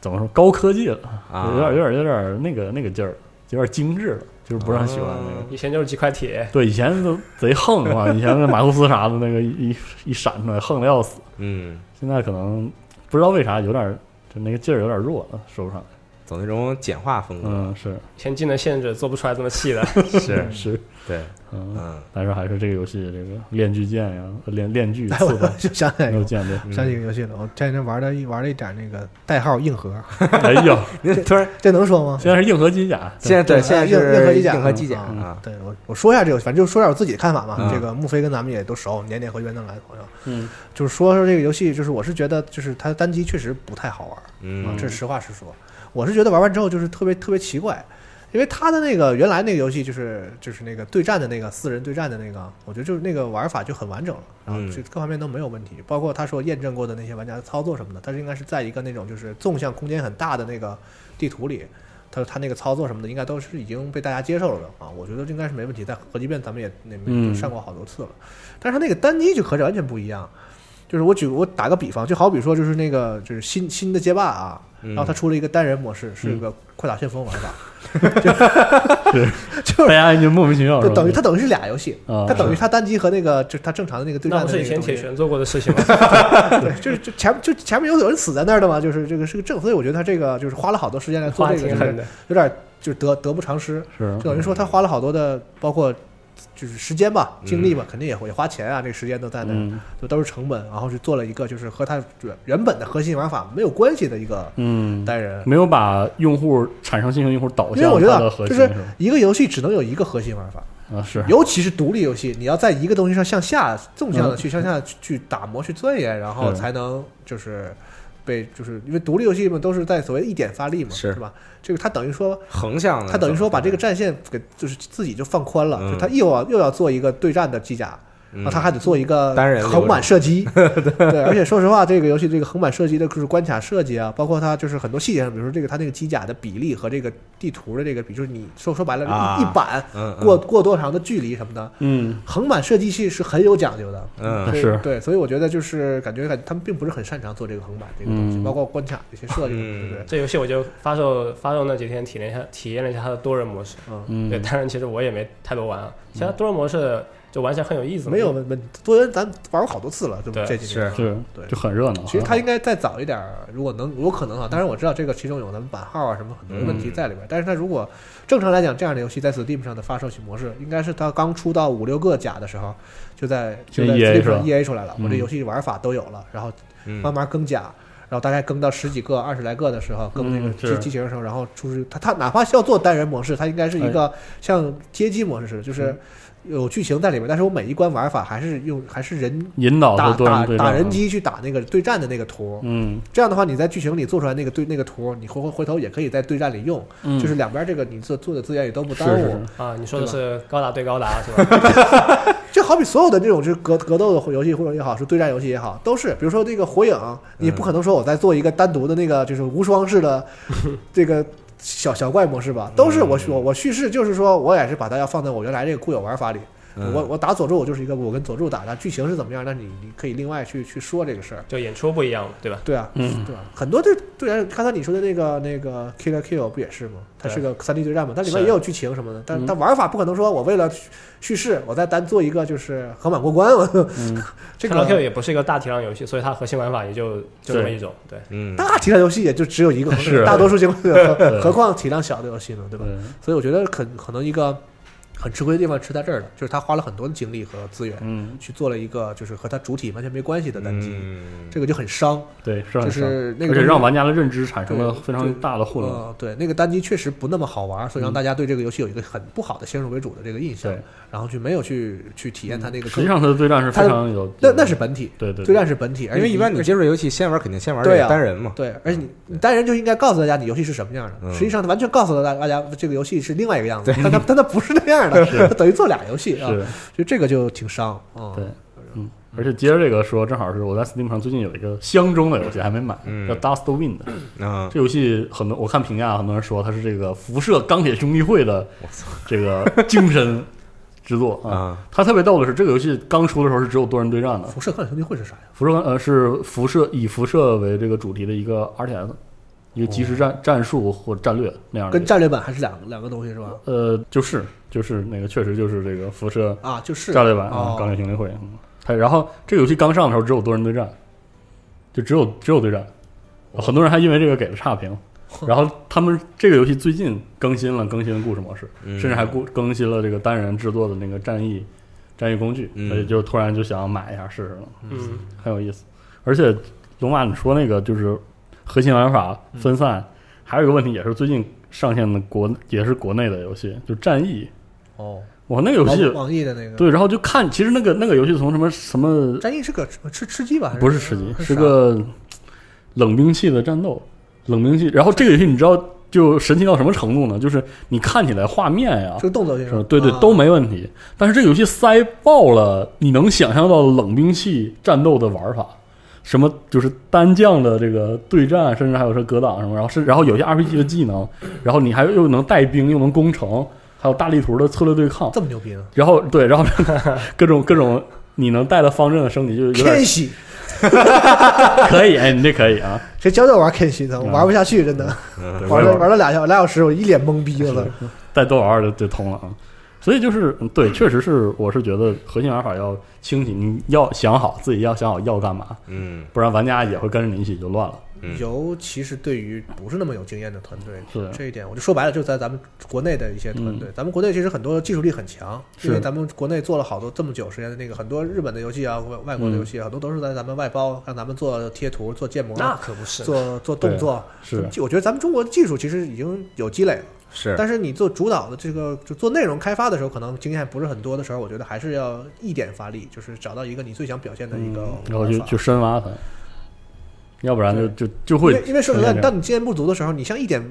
E: 怎么说高科技了。
B: 啊
E: 有点有点有点那个那个劲儿，有点精致了，就是不是很喜欢那个。
B: 啊
C: 以前就是几块铁，
E: 对，以前都贼横嘛，以前那马库斯啥的，那个一一一闪出来横的要死。
B: 嗯，
E: 现在可能不知道为啥有点就那个劲儿有点弱了，说不上来。
B: 走那种简化风格，
E: 嗯，是
C: 以前技能限制做不出来这么细的。
B: 是
E: 嗯是，
B: 对，
E: 嗯，
B: 嗯
E: 但是还是这个游戏这个链锯剑呀，呃链链 锯
D: 哎，我
E: 刺吧，
D: 就想起来一
E: 没
D: 个
E: 有，剑对。
D: 想起一个游戏了，我前几天玩了一玩了一点那个代号硬核，
E: 哎呦，
B: 您突然
D: 这能说吗？
E: 现在是硬核 机甲，
B: 现在对
D: 对
B: 现在
D: 硬硬核
B: 是
D: 机甲
B: 硬核机甲
D: 嗯
B: 啊，
D: 对我我说一下这个，反正就说一下我自己的看法嘛。
B: 嗯
D: 这个穆飞跟咱们也都熟，年年和袁登来好像
E: 啊嗯，
D: 就是说说这个游戏，就是我是觉得就是它单机确实不太好玩儿，啊
B: 嗯，
D: 这是实话实说。我是觉得玩完之后就是特别特别奇怪，因为它的那个原来那个游戏就是就是那个对战的那个四人对战的那个，我觉得就是那个玩法就很完整了，然后
B: 嗯
D: 就各方面都没有问题，包括他说验证过的那些玩家的操作什么的，它是应该是在一个那种就是纵向空间很大的那个地图里。他他那个操作什么的，应该都是已经被大家接受了的啊，我觉得应该是没问题。在合集变咱们也那
E: 嗯
D: 那上过好多次了，但是它那个单机就和这完全不一样。就是我举我打个比方，就好比说就是那个就是新新的街霸啊，
B: 嗯
D: 然后它出了一个单人模式，
E: 嗯
D: 是一个快打旋风玩法，就
E: 大
D: 是
E: 家就莫名其妙是
D: 就
E: 吧？
D: 等于它等于是俩游戏，
E: 啊
D: 它等于它单机和那个就是它正常的 那个对
C: 那
D: 战
C: 不
D: 的
C: 是
D: 那
C: 以前
D: 个东西
C: 铁拳做过的事 情吗？
D: 对，就是就前就前面有有人死在那儿的嘛，就是这个是个正，所以我觉得他这个就是花了好多时间来做
C: 话
D: 这个，
C: 挺
D: 就是
C: 狠的，
D: 有点就是得得不偿失，
E: 是啊
D: 就等于说他花了好多的，包括就是时间吧、精力吧，肯定也会花钱啊，这个时间都在那儿，
E: 嗯
D: 就都是成本。然后是做了一个就是和它原原本的核心玩法没有关系的一个
E: 嗯，
D: 单人，
E: 没有把用户产生兴趣用户导
D: 因为
E: 向
D: 我觉
E: 它的核
D: 得就
E: 心
D: 是
E: 吧
D: 一个游戏只能有一个核心玩法，
E: 啊是，
D: 尤其是独立游戏，你要在一个东西上向下纵向的
E: 嗯
D: 去向下去去打磨、去钻研，然后
E: 是
D: 才能就是被就是因为独立游戏嘛，都是在所谓一点发力嘛，
B: 是
D: 是吧？这个它等于说
B: 横向
E: 嗯
B: 的，
D: 他等于说把这个战线给就是自己就放宽了，
B: 嗯
D: 就他又要又要做一个对战的机甲，
B: 嗯
D: 然后他还得做一个
B: 单人流程
D: 横版 射击，对，而且说实话，这个游戏这个横版射击的就是关卡设计啊，包括它就是很多细节上，比如说这个它那个机甲的比例和这个地图的这个，比就是你说说白了，
B: 啊
D: 一一板
B: 嗯嗯
D: 过过多长的距离什么的，
E: 嗯
D: 横版射击是是很有讲究的，
B: 嗯
E: 嗯
D: 对
E: 是
D: 对，所以我觉得就是感觉感觉他们并不是很擅长做这个横版这个东西，
E: 嗯
D: 包括关卡这些设计，
B: 嗯
D: 对不对？
C: 这游戏我就发售发售那几天体验一下体验了一下它的多人模式，对，
E: 嗯
C: 但是其实我也没太多玩啊，其他多人模式就玩起来很有意思嘛，
D: 没有问问，多人咱玩过好多次了，这
C: 对
D: 这几年
B: 是
E: 是
D: 对
E: 就很热闹。啊
D: 其实他应该再早一点儿，如果能有可能啊，当然我知道这个其中有咱们版号啊什么很多问
E: 嗯
D: 题在里边儿，但是他如果正常来讲，这样的游戏在 Steam 上的发售模式，应该是他刚出到五六个甲的时候，就在就在
E: 就
D: Steam
E: EA E 是吧
D: 上 EA 出来了，我这
E: 嗯
D: 游戏玩法都有了，然后
B: 嗯
D: 慢慢更甲，然后大概更到十几个、二十来个的时候，更那个
E: 嗯
D: 机
E: 是
D: 机器人的时候，然后出去，他他哪怕是要做单人模式，他应该是一
E: 哎
D: 个像街机模式似的，
E: 嗯
D: 就是有剧情在里面，但是我每一关玩法还是用还是人
E: 引导
D: 打
E: 的多
D: 打
E: 人对
D: 打
E: 战啊
D: 人，机去打那个对战的那个图。
E: 嗯
D: 这样的话，你在剧情里做出来那个对那个图，你回回回头也可以在对战里用，
E: 嗯，
D: 就是两边这个你做做的资源也都不
E: 是
D: 耽误。
E: 是是
C: 啊，你说的是高达对高达是 吧？
D: 就好比所有的这种就是格格斗的游戏或者也好，是对战游戏也好，都是比如说这个火影，你不可能说我在做一个单独的那个就是无双式 的这个小小怪模式吧，都是我
E: 嗯
D: 我我叙事就是说我也是把它要放在我原来这个固有玩法里。
B: 嗯
D: 我我打佐助，我就是一个我跟佐助打，但剧情是怎么样，那你你可以另外去去说这个事儿。
C: 就演出不一样嘛，对吧？
D: 对啊，
E: 嗯
D: 对吧？很多对对战，刚才你说的那个那个 Killer Kill 不也是吗？它
C: 对
D: 是个三 D 对战嘛，它里面
C: 是
D: 也有剧情什么的，但
E: 嗯
D: 但玩法不可能说我为了叙叙事，我再单做一个就是横版过关，我
E: 嗯
D: 这
C: Call of Duty
D: 个
C: 也不是一个大体量游戏，所以它核心玩法也就就这么一种，对。
B: 嗯
D: 大体量游戏也就只有一个，
E: 是啊嗯
D: 大多数情 况，何况体量小的游戏呢，对吧？
E: 对
D: 所以我觉得可可能一个很吃亏的地方吃在这儿了，就是他花了很多的精力和资源
E: 嗯
D: 去做了一个就是和他主体完全没关系的单机，
B: 嗯
D: 这个就很伤，
E: 对是啊
D: 就
E: 很伤，
D: 是那个
E: 而且让
D: 东西
E: 玩家的认知产生了
D: 对
E: 非常
D: 对
E: 大的混乱。
D: 呃。对，那个单机确实不那么好玩，所以让大家对这个游戏有一个很不好的先入为主的这个印象
E: 嗯对，嗯
D: 然后就没有去去体验它那个
E: 实
D: 更。
E: 际上，他的对战是
D: 它
E: 非
D: 的
E: 常有
D: 那那是本体，
E: 对对
D: 对战是本体，而
B: 因为
D: 你
B: 一般你
D: 而
B: 接触游戏先玩，肯定先玩这
D: 对
B: 个
D: 啊
B: 单人
E: 嗯
B: 嘛，
D: 对，而且你你单人就应该告诉大家你游戏是什么样的。
B: 嗯
D: 实际上，完全告诉了大大家这个游戏是另外一个样子，但它但它不是那样的，它等于做俩游戏啊，
E: 是
D: 就这个就挺伤。嗯，
E: 对，嗯，而且接着这个说，正好是我在 Steam 上最近有一个相中的游戏还没买，
B: 嗯
E: 叫 Dust Wind。
B: 啊，
E: 这游戏很多我看评价，很多人说它是这个辐射钢铁兄弟会的这个精神之作啊。
B: 啊
E: 它特别逗的是，这个游戏刚出的时候是只有多人对战的，
D: 辐射钢铁兄弟会是啥呀？
E: 辐射呃是辐射以辐射为这个主题的一个 RTS，一个即时战战术或战略那样的
D: 跟。战略版还是两两个东西是吧？
E: 呃，就是就是那个确实就是这个辐射
D: 啊，就是
E: 战略版啊，
D: 哦
E: 钢铁兄弟会。嗯它然后这个游戏刚上的时候只有多人对战，就只有只有对战，很多人还因为这个给了差评。然后他们这个游戏最近更新了更新了故事模式，
B: 嗯
E: 甚至还故更新了这个单人制作的那个战役战役工具，
B: 嗯
E: 所以就突然就想买一下试试了，
C: 嗯，
E: 很有意思。而且龙马你说那个就是核心玩法分散，还有一个问题也是最近上线的国也是国内的游戏，就战役。
D: 哦，
E: 哇，那个游戏
D: 网网易的那个
E: 对，然后就看，其实那个那个游戏从什么什么
D: 战役是嗯个吃吃鸡吧？还
E: 不是吃鸡，是
D: 啥
E: 个冷兵器的战斗，冷兵器。然后这个游戏你知道就神奇到什么程度呢？就是你看起来画面呀
D: 这，个动作性
E: 是吧对对都没问题，但是这个游戏塞爆了你能想象到的冷兵器战斗的玩法。什么就是单将的这个对战，甚至还有是格挡什么，然后是然后有些 RPG 的技能，然后你还又能带兵，又能攻城，还有大地图的策略对抗，
D: 这么牛逼呢？
E: 然后对，然后 各种各种你能带的方阵的升级就有
D: 天
E: 点
D: 喜，
E: 可以，哎，你这可以啊，
D: 谁教教我玩天喜的？我
E: 嗯
D: 玩不下去，真的。
E: 对
B: 嗯
D: 玩
E: 我也
D: 了玩了俩小俩小时，我一脸懵逼，我操！
E: 再多玩玩就就通了啊。所以就是嗯对，确实是，我是觉得核心玩法要清醒，你要想好自己要想好要干嘛，
B: 嗯
E: 不然玩家也会跟着你一起就乱了。
B: 嗯
D: 尤其是对于不是那么有经验的团队，
E: 是
D: 这一点，我就说白了，就在咱们国内的一些团队，咱们国内其实很多技术力很强，
E: 嗯是
D: 因为咱们国内做了好多这么久时间的那个很多日本的游戏啊，外外国
E: 嗯
D: 的游戏啊，很多都是在咱们外包，让咱们做贴图、做建模、
C: 那可不是，
D: 做做动作。
E: 是
D: 就我觉得咱们中国技术其实已经有积累了，
B: 是，
D: 但是你做主导的这个就做内容开发的时候，可能经验不是很多的时候，我觉得还是要一点发力，就是找到一个你最想表现的一个玩法、
E: 嗯然后就就深挖它，要不然就就就
D: 因
E: 会
D: 为因为说实在，
E: 呈现这样
D: 当你经验不足的时候，你像一点，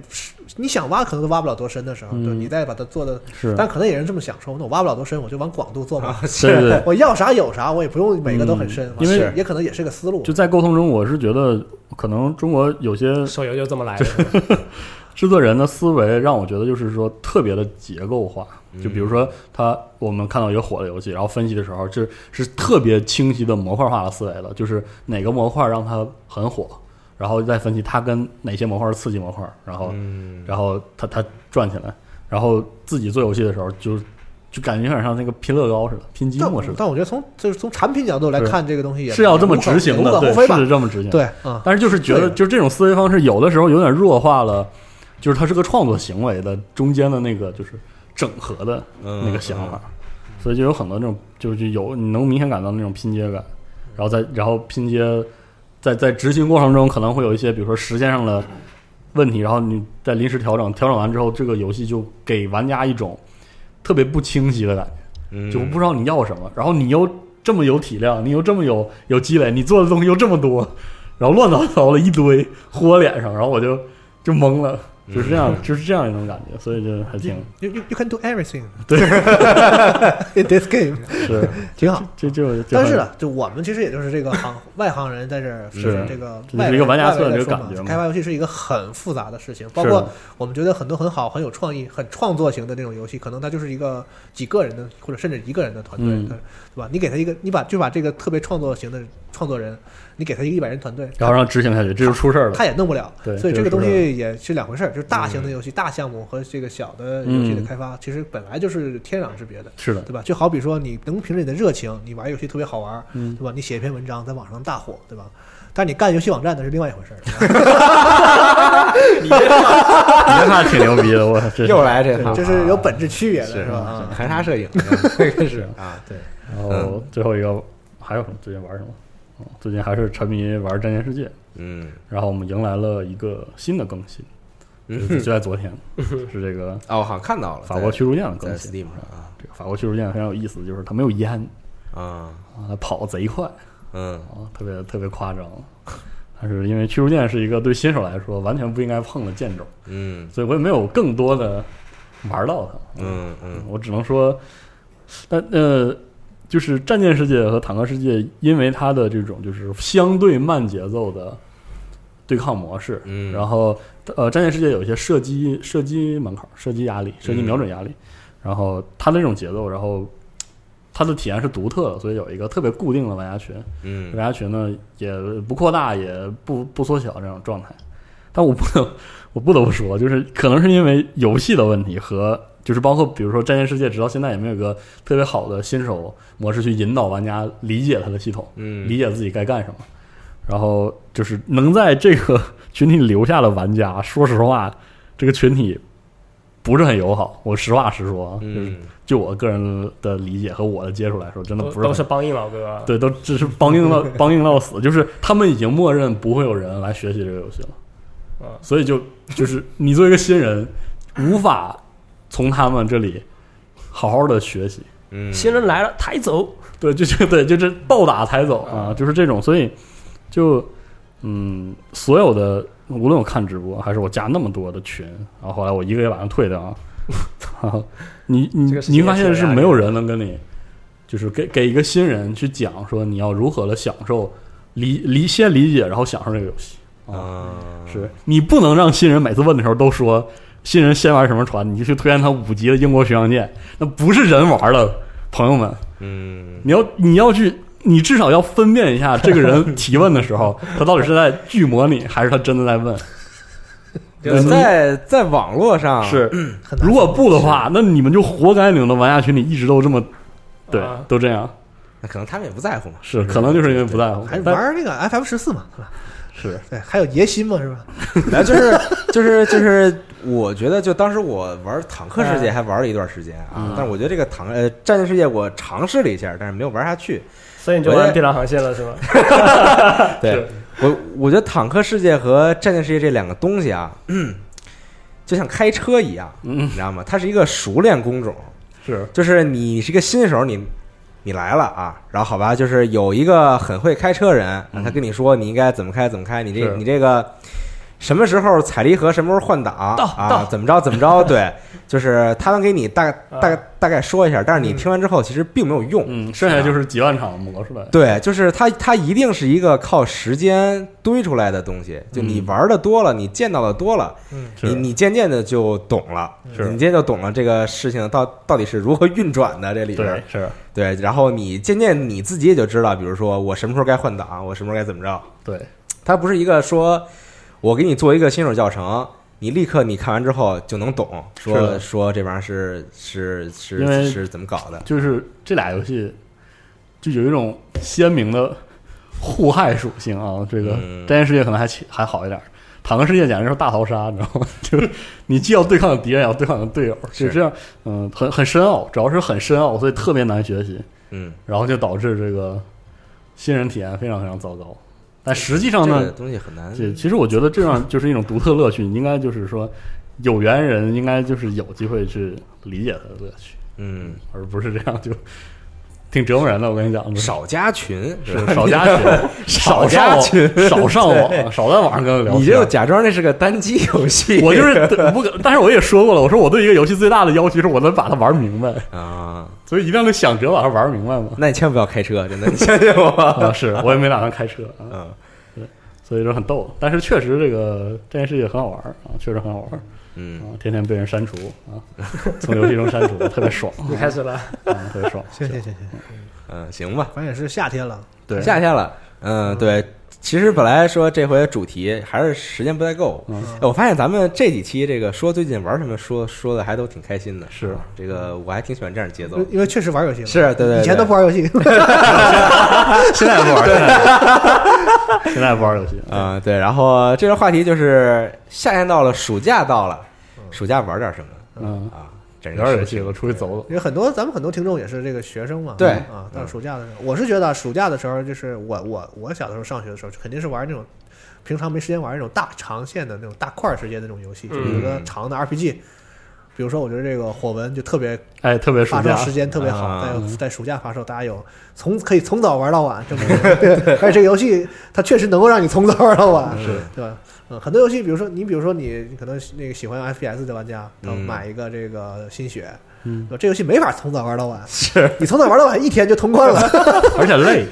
D: 你想挖可能都挖不了多深的时候，
E: 嗯
D: 对，你再把它做的，
E: 是，
D: 但可能也是这么想说，那我挖不了多深，我就往广度做
B: 啊
D: 嘛，
E: 对对对，
D: 我要啥有啥，我也不用每个都很深
E: 嗯，因为
D: 是也可能也是个思路
E: 就，在沟通中，我是觉得可能中国有些
C: 手游就这么来的。
E: 制作人的思维让我觉得就是说特别的结构化，
D: 嗯
E: 就比如说他我们看到一个火的游戏，然后分析的时候，这是特别清晰的模块化的思维了，就是哪个模块让它很火，然后再分析它跟哪些模块是刺激模块，然后
B: 嗯
E: 然后它它转起来，然后自己做游戏的时候就就感觉有点像那个拼乐高似的，拼积
D: 但
E: 木似的，
D: 但我觉得从就是从产品角度来看，这个东西也
E: 是要这么执行
D: 无
E: 的，
D: 可
E: 对，
D: 厚非吧
E: 是？这么执行的。
D: 对，啊，
E: 但是就是觉
D: 对
E: 得，就是这种思维方式，有的时候有点弱化了，就是它是个创作行为的中间的那个就是整合的
B: 嗯
E: 那个想法，所以就有很多那种就是有你能明显感到那种拼接感，然后在然后拼接在在执行过程中可能会有一些比如说时间上的问题，然后你再临时调整，调整完之后，这个游戏就给玩家一种特别不清晰的感觉。
B: 嗯
E: 就不知道你要什么，然后你又这么有体量，你又这么有有积累，你做的东西又这么多，然后乱糟糟的一堆呼我脸上，然后我就就懵了，就是这样，就是这样一种感觉，所以就还挺
D: you you you can do everything
E: 对
D: in this game，
E: 是
D: 挺好。
E: 这就
D: 但是啊呢，就我们其实也就是这个行外行人在这儿，就是这个
E: 这就是
D: 外围
E: 一个玩家
D: 外围
E: 策略
D: 来说
E: 感
D: 嘛
E: 觉嘛
D: 开发游戏是一个很复杂的事情，包
E: 是
D: 括我们觉得很多很好、很有创意、很创作型的那种游戏，可能它就是一个几个人的，或者甚至一个人的团队，
E: 嗯
D: 对吧？你给他一个，你把就把这个特别创作型的创作人，你给他一个一百人团队，
E: 然后让执行下去，这就出事儿了
D: 他。也弄不了。
E: 对
D: 所以
E: 这
D: 这
E: 个
D: 个东
E: 是的
D: 西也是两回事儿，就是大型的游戏、大项目和这个小的游戏的
E: 嗯
D: 开发，其实本来就是天壤之别的。
E: 是的，
D: 对吧？就好比说，你能凭着你的热情，你玩游戏特别好玩，
E: 嗯
D: 对吧？你写一篇文章在网上大火，对吧？但你干游戏网站那是另外一回事儿，
E: 你看挺牛逼的，我这
B: 又来这 套，
D: 这是有本质区别的，
B: 是
D: 是吧？啊，
B: 含沙射影，这个是啊，对，
E: 然后最后一个还有什么？最近玩什么？哦最近还是沉迷玩《战舰世界》，
B: 嗯
E: 然后我们迎来了一个新的更新，就
B: 嗯，
E: 就在昨天，是这个
B: 啊，我好像看到了，
E: 法国驱逐舰的
B: 在
E: 更
B: 在
E: 新。
B: Steam 上啊
E: 这个法国驱逐舰很有意思，就是它没有烟
B: 啊
E: 啊，它跑贼快
B: 嗯
E: 啊，特别特别夸张。但是因为驱逐舰是一个对新手来说完全不应该碰的舰种，
B: 嗯
E: 所以我也没有更多的玩到它。
B: 嗯嗯
E: 我只能说，但呃，就是战舰世界和坦克世界，因为它的这种就是相对慢节奏的对抗模式，
B: 嗯
E: 然后呃，战舰世界有一些射击射击门槛、射击压力、射
B: 嗯
E: 击瞄准压力，然后它的这种节奏，然后它的体验是独特的，所以有一个特别固定的玩家群，
B: 嗯
E: 玩家群呢也不扩大，也不不缩小这种状态。但我不能， 我不得不说，就是可能是因为游戏的问题和就是包括比如说《战舰世界》，直到现在也没有一个特别好的新手模式去引导玩家理解它的系统，
B: 嗯
E: 理解自己该干什么。然后就是能在这个 群体留下的玩家，说实话，这个群体不是很友好。我实话实说啊，就是
B: 嗯
E: 就我个人的理解和我的接触来说，真的
C: 都
E: 不是
C: 都
E: 很
C: 是帮硬老哥，啊
E: 对，都只是帮硬到帮硬到死，就是他们已经默认不会有人来学习这个游戏了，
C: 嗯
E: 所以就就是你作为一个新人，无法从他们这里好好的学习，
B: 嗯，
C: 新人来了抬走，
E: 对，就就对，就是暴打才走
F: 嗯
E: 啊，就是这种，所以就嗯，所有的无论我看直播还是我加那么多的群，然后后来我一个也把它退掉啊， 然后你你
F: 这个事情
E: 你会发现
F: 也
E: 是
F: 挺有压力
E: 没有人能跟你，就是给给一个新人去讲说你要如何的享受理理先理解，然后享受这个游戏啊，
B: 啊
F: 嗯
E: 是你不能让新人每次问的时候都说。新人先玩什么船，你就去推荐他五级的英国巡洋舰，那不是人玩的，朋友们，
B: 嗯
E: 你要你要去，你至少要分辨一下这个人提问的时候，他到底是在剧模你，还是他真的在问。
B: 就是在在网络上
E: 是，
D: 很难。
E: 如果不的话，那你们就活该你们的玩家群里一直都这么，对
C: 啊，
E: 都这样，
B: 那可能他们也不在乎嘛，
E: 是可能就是因为不在乎，
D: 还是
E: 但
D: 玩那个 FM 十四嘛，是吧？
E: 是
D: 对，还有野心嘛，是吧？
B: 然后就是就是就是，我觉得就当时我玩坦克世界还玩了一段时间啊
E: 嗯，
B: 但是我觉得这个坦呃战地世界我尝试了一下，但是没有玩下去。
C: 所以你就玩碧蓝航线了是吧？
B: 对我我觉得坦克世界和战地世界这两个东西啊， 就像开车一样，
E: 嗯
B: 你知道吗？它是一个熟练工种，
E: 是
B: 就是你是一个新手，你你来了啊，然后好吧，就是有一个很会开车人，啊他跟你说你应该怎么开怎么开，你这
E: 是
B: 你这个什么时候踩离合，什么时候换挡
C: 到
B: 啊
C: 到，
B: 怎么着怎么着，对，就是他能给你大大
C: 啊
B: 大概说一下，但是你听完之后其实并没有用，
E: 嗯，剩下就是几万场磨出来，
B: 对，就是它，它一定是一个靠时间堆出来的东西。就你
E: 嗯
B: 玩的多了，你见到的多了，
C: 嗯
B: 你
E: 是
B: 你渐渐的就懂了，
E: 是
B: 你渐渐就懂了这个事情到到底是如何运转的这里边
E: 对
B: 儿。
E: 是，
B: 对，然后你渐渐你自己也就知道，比如说我什么时候该换挡，我什么时候该怎么着。
E: 对
B: 它不是一个说我给你做一个新手教程。你立刻，你看完之后就能懂，
E: 是
B: 说
E: 的
B: 说这玩意儿是是
E: 因
B: 是
E: 为
B: 是怎么搞的？
E: 就是这俩游戏就有一种鲜明的互害属性啊。这个
B: 嗯
E: 《战舰世界》可能还起还好一点，《坦克世界》简直是大逃杀，你知道吗？就是你既要对抗敌人，也要对抗你的队友，就是这样，嗯，很很深奥，主要是很深奥，所以特别难学习，
B: 嗯，
E: 然后就导致这个新人体验非常非常糟糕。但实际
B: 这
E: 上呢
B: 个，东西很难。
E: 这其实我觉得这样就是一种独特乐趣，你应该就是说，有缘人应该就是有机会去理解它的乐趣。
B: 嗯，
E: 而不是这样就挺折磨人的。我跟你讲，
B: 少加群嗯是吧
E: 是少加 群，少上
B: 加
E: 网
B: 群
E: 少上网，少在网上跟人聊天。
B: 你就假装那是个单机游 戏，
E: 我就是不可，但是我也说过了，我说我对一个游戏最大的要求是我能把它玩明白，
B: 啊，
E: 所以一定要能想辙把它玩明白 嘛。
B: 那你千万不要开车，真的，你相信我。
E: 啊，是我也没打算开车啊，
B: 嗯
E: 所以说很逗。但是确实这个这件事情很好玩儿啊，确实很好玩儿
B: 嗯，
E: 啊，天天被人删除啊，从游戏中删除，特别爽，
C: 你开始了，
E: 啊特别爽。
D: 行行行行，
B: 嗯，行吧，
D: 反正也是夏天了，
E: 对，
B: 夏天了，嗯，对，其实本来说这回主题还是时间不太够，
E: 嗯
B: 哎我发现咱们这几期这个说最近玩什么说说的还都挺开心的，
E: 是
B: 啊这个我还挺喜欢这样的节奏
E: 哦
D: 因，为因为确实玩游戏了，
B: 是对对对
D: 以前都不玩游戏，
E: 现在不玩儿，现在现在不玩儿游戏啊，
B: 嗯，对，然后这个话题就是夏天到了，暑假到了，暑假玩点什么
E: 嗯。
B: 啊？整
E: 有点
B: 个
E: 有气，我出去走走。
D: 因为很多咱们很多听众也是这个学生嘛，
B: 对
D: 啊，到暑假的时候，我是觉得啊暑假的时候，就是我我我小的时候上学的时候，肯定是玩那种平常没时间玩那种大长线的那种大块儿时间的那种游戏，就比如说长的 RPG，比如说我觉得这个火纹就特别
E: 哎，特别暑
D: 发售
E: 假，
D: 时间特别好，
B: 啊
D: 在在暑假发售，大家有从可以从早玩到晚这么一个 对，而且这个游戏它确实能够让你从早玩到晚，
E: 是
D: 对吧？嗯，很多游戏，比如说你，比如说你你可能那个喜欢 FPS 的玩家，然后
B: 嗯
D: 买一个这个新血，
E: 嗯
D: 对吧，这游戏没法从早玩到晚，是你从早玩到晚一天就通关了，
E: 而且累，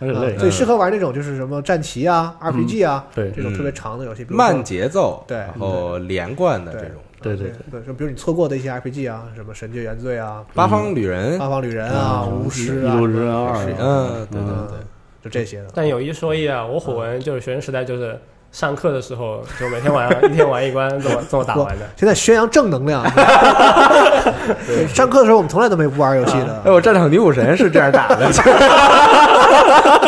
E: 而且
D: 啊
E: 累。嗯
D: 所以适合玩那种就是什么战棋啊、RPG 啊
E: 对
D: 这种
B: 嗯
D: 特别长的游戏，比如说
B: 慢节奏，
D: 对
B: 然后连贯的这种。
E: 对对
D: 对对，就比如你错过的一些 RPG 啊，什么《神界原罪》啊、
B: 八方旅人，
D: 八方旅人啊、巫师啊
E: 嗯一，路人二
D: 是
E: 啊，
B: 嗯，对 对
D: 嗯
B: 对，，
D: 就这些的。
C: 但有一说一啊，我火纹就是学生时代就是上课的时候就每天晚上一天玩一关，这么这么打 完的。
D: 现在宣扬正能量。对 上课的时候我们从来都没不玩游戏
B: 哎，
D: 的。
B: 我战场女武神是这样打 的，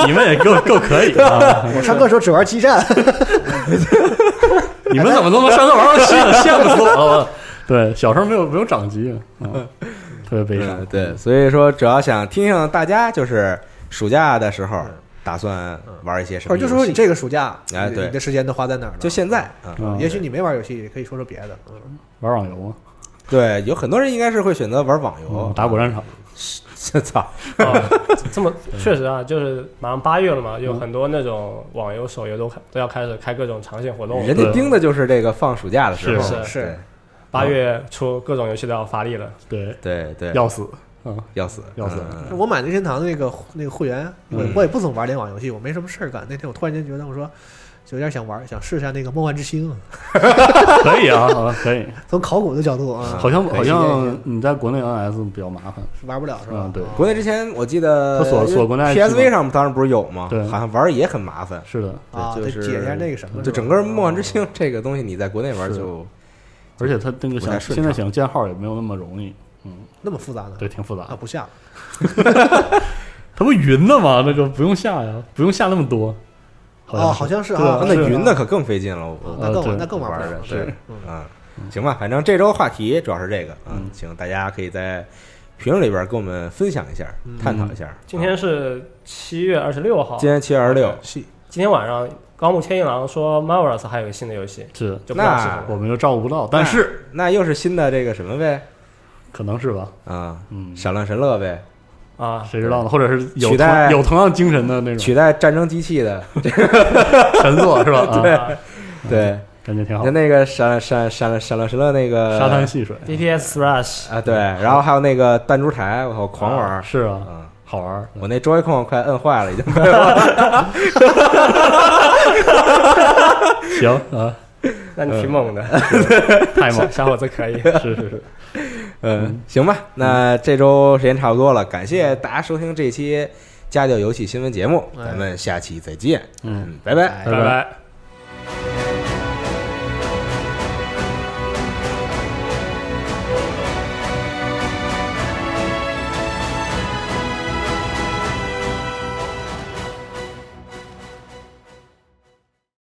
E: 你们也够够可以 啊！
B: 嗯
D: 我上课的时候只玩 激战，
E: 你们怎么都能上课玩玩游戏呢？羡慕死我了！我 对，小时候没有没有掌机， 嗯，特别悲伤
B: 嗯。对，所以说主要想听听大家就是暑假的时候打算玩一些什
D: 嗯或
B: 么
D: 者就
B: 游戏，
D: 说你这个暑假，
B: 哎对
D: 你的时间都花在哪儿了？
B: 就现在，嗯，
E: 嗯
D: 也许你没玩游戏，也可以说说别的。嗯
E: 玩网游嘛，
B: 对，有很多人应该是会选择玩网游
E: 嗯，打火战场，
B: 操，
C: 啊，这么
B: 嗯
C: 确实啊，就是马上八月了嘛，有很多那种网游、手游都开都要开始开各种长线活
E: 哦
C: 动了。
B: 人家盯的就是这个放暑假的时候，
C: 是
D: 是
C: 八
B: 嗯
C: 月初各种游戏都要发力了，
E: 对，
B: 对对对，
E: 要 死，嗯，
B: 要死
E: 要死
B: 嗯
D: 我买那天堂的那个那个会员，我
B: 嗯
D: 我也不怎么玩联网游戏，我没什么事儿干。那天我突然间觉得，我说就有点想玩，想试一下那个《梦幻之星》啊，
E: 可以啊，啊可以。
D: 从考古的角度啊，
E: 好像
B: 可以
E: 好
D: 体验一
E: 像
D: 下
E: 你在国内 NS 比较麻烦，
D: 玩不了是吧
E: 嗯？对
D: 啊
B: 国内之前我记得
E: 它锁锁国内
B: PSV 上当时不是有吗？
E: 对
B: 好像玩儿也很麻烦。
E: 是的，
D: 啊，
B: 对
D: 得
B: 就是
D: 解一下那个什么，
B: 就是
D: 吧
B: 整个《梦幻之星》这个东西，你在国内玩
E: 是
B: 就
E: 而且它那个
B: 不太顺
E: 想
B: 畅
E: 现在想建号也没有那么容易，
D: 哦那么复杂呢？
E: 对，挺复杂
D: 啊，
E: 的。
D: 不像
E: 它不云的吗？那个不用下呀，不用下那么多。
D: 哦，
E: 好
D: 好像是
E: 对
D: 啊
E: 啊，
B: 那
D: 是啊
B: 云的可更费劲了。
D: 啊
B: 我
D: 那
E: 呃
D: 更
E: 对
D: 玩那更玩不
B: 哦玩
D: 了
B: 的
D: 了，
B: 是
D: 嗯
B: 啊，行吧，反正这周话题主要是这个啊
E: 嗯，
B: 请大家可以在评论里边跟我们分享一下，
E: 嗯
B: 探讨一下。
C: 今
B: 啊
C: 天是七月二十六号，
B: 今天七月二十六，
D: 戏
C: 今天晚上高木千一郎说 Marvelous 还有个新的游戏，
E: 是，
C: 就不知道是
B: 那
C: 什么
E: 我们就照顾不啊到，但是
B: 那又是新的这个什么呗
E: 可能是吧，
B: 啊，
E: 嗯，
B: 闪亮神乐呗，
C: 啊。
E: 谁知道呢？或者是有
B: 取代
E: 同有同样精神的那种
B: 取代战争机器 的，
E: 神作是吧？啊
B: 对
C: 啊
B: 对，
E: 感觉挺好
B: 那。那个闪闪闪闪亮神乐那个
E: 沙滩戏水
C: DPS Rush
B: 啊，对，然后还有那个弹珠台，我靠，狂玩儿
E: 是啊，
B: 啊！
E: 好玩儿。
B: 我那 Joy-Con 快摁坏了，已经被我
E: 行啊，
C: 那你
B: 嗯
C: 挺猛的， 太猛，小伙子可以。
E: 是是是，
B: 嗯，行吧，那这周时间差不多了，感谢大家收听这一期《家教游戏新闻节目》，咱们下期再见，
E: 嗯，
B: 拜拜。
E: 拜拜。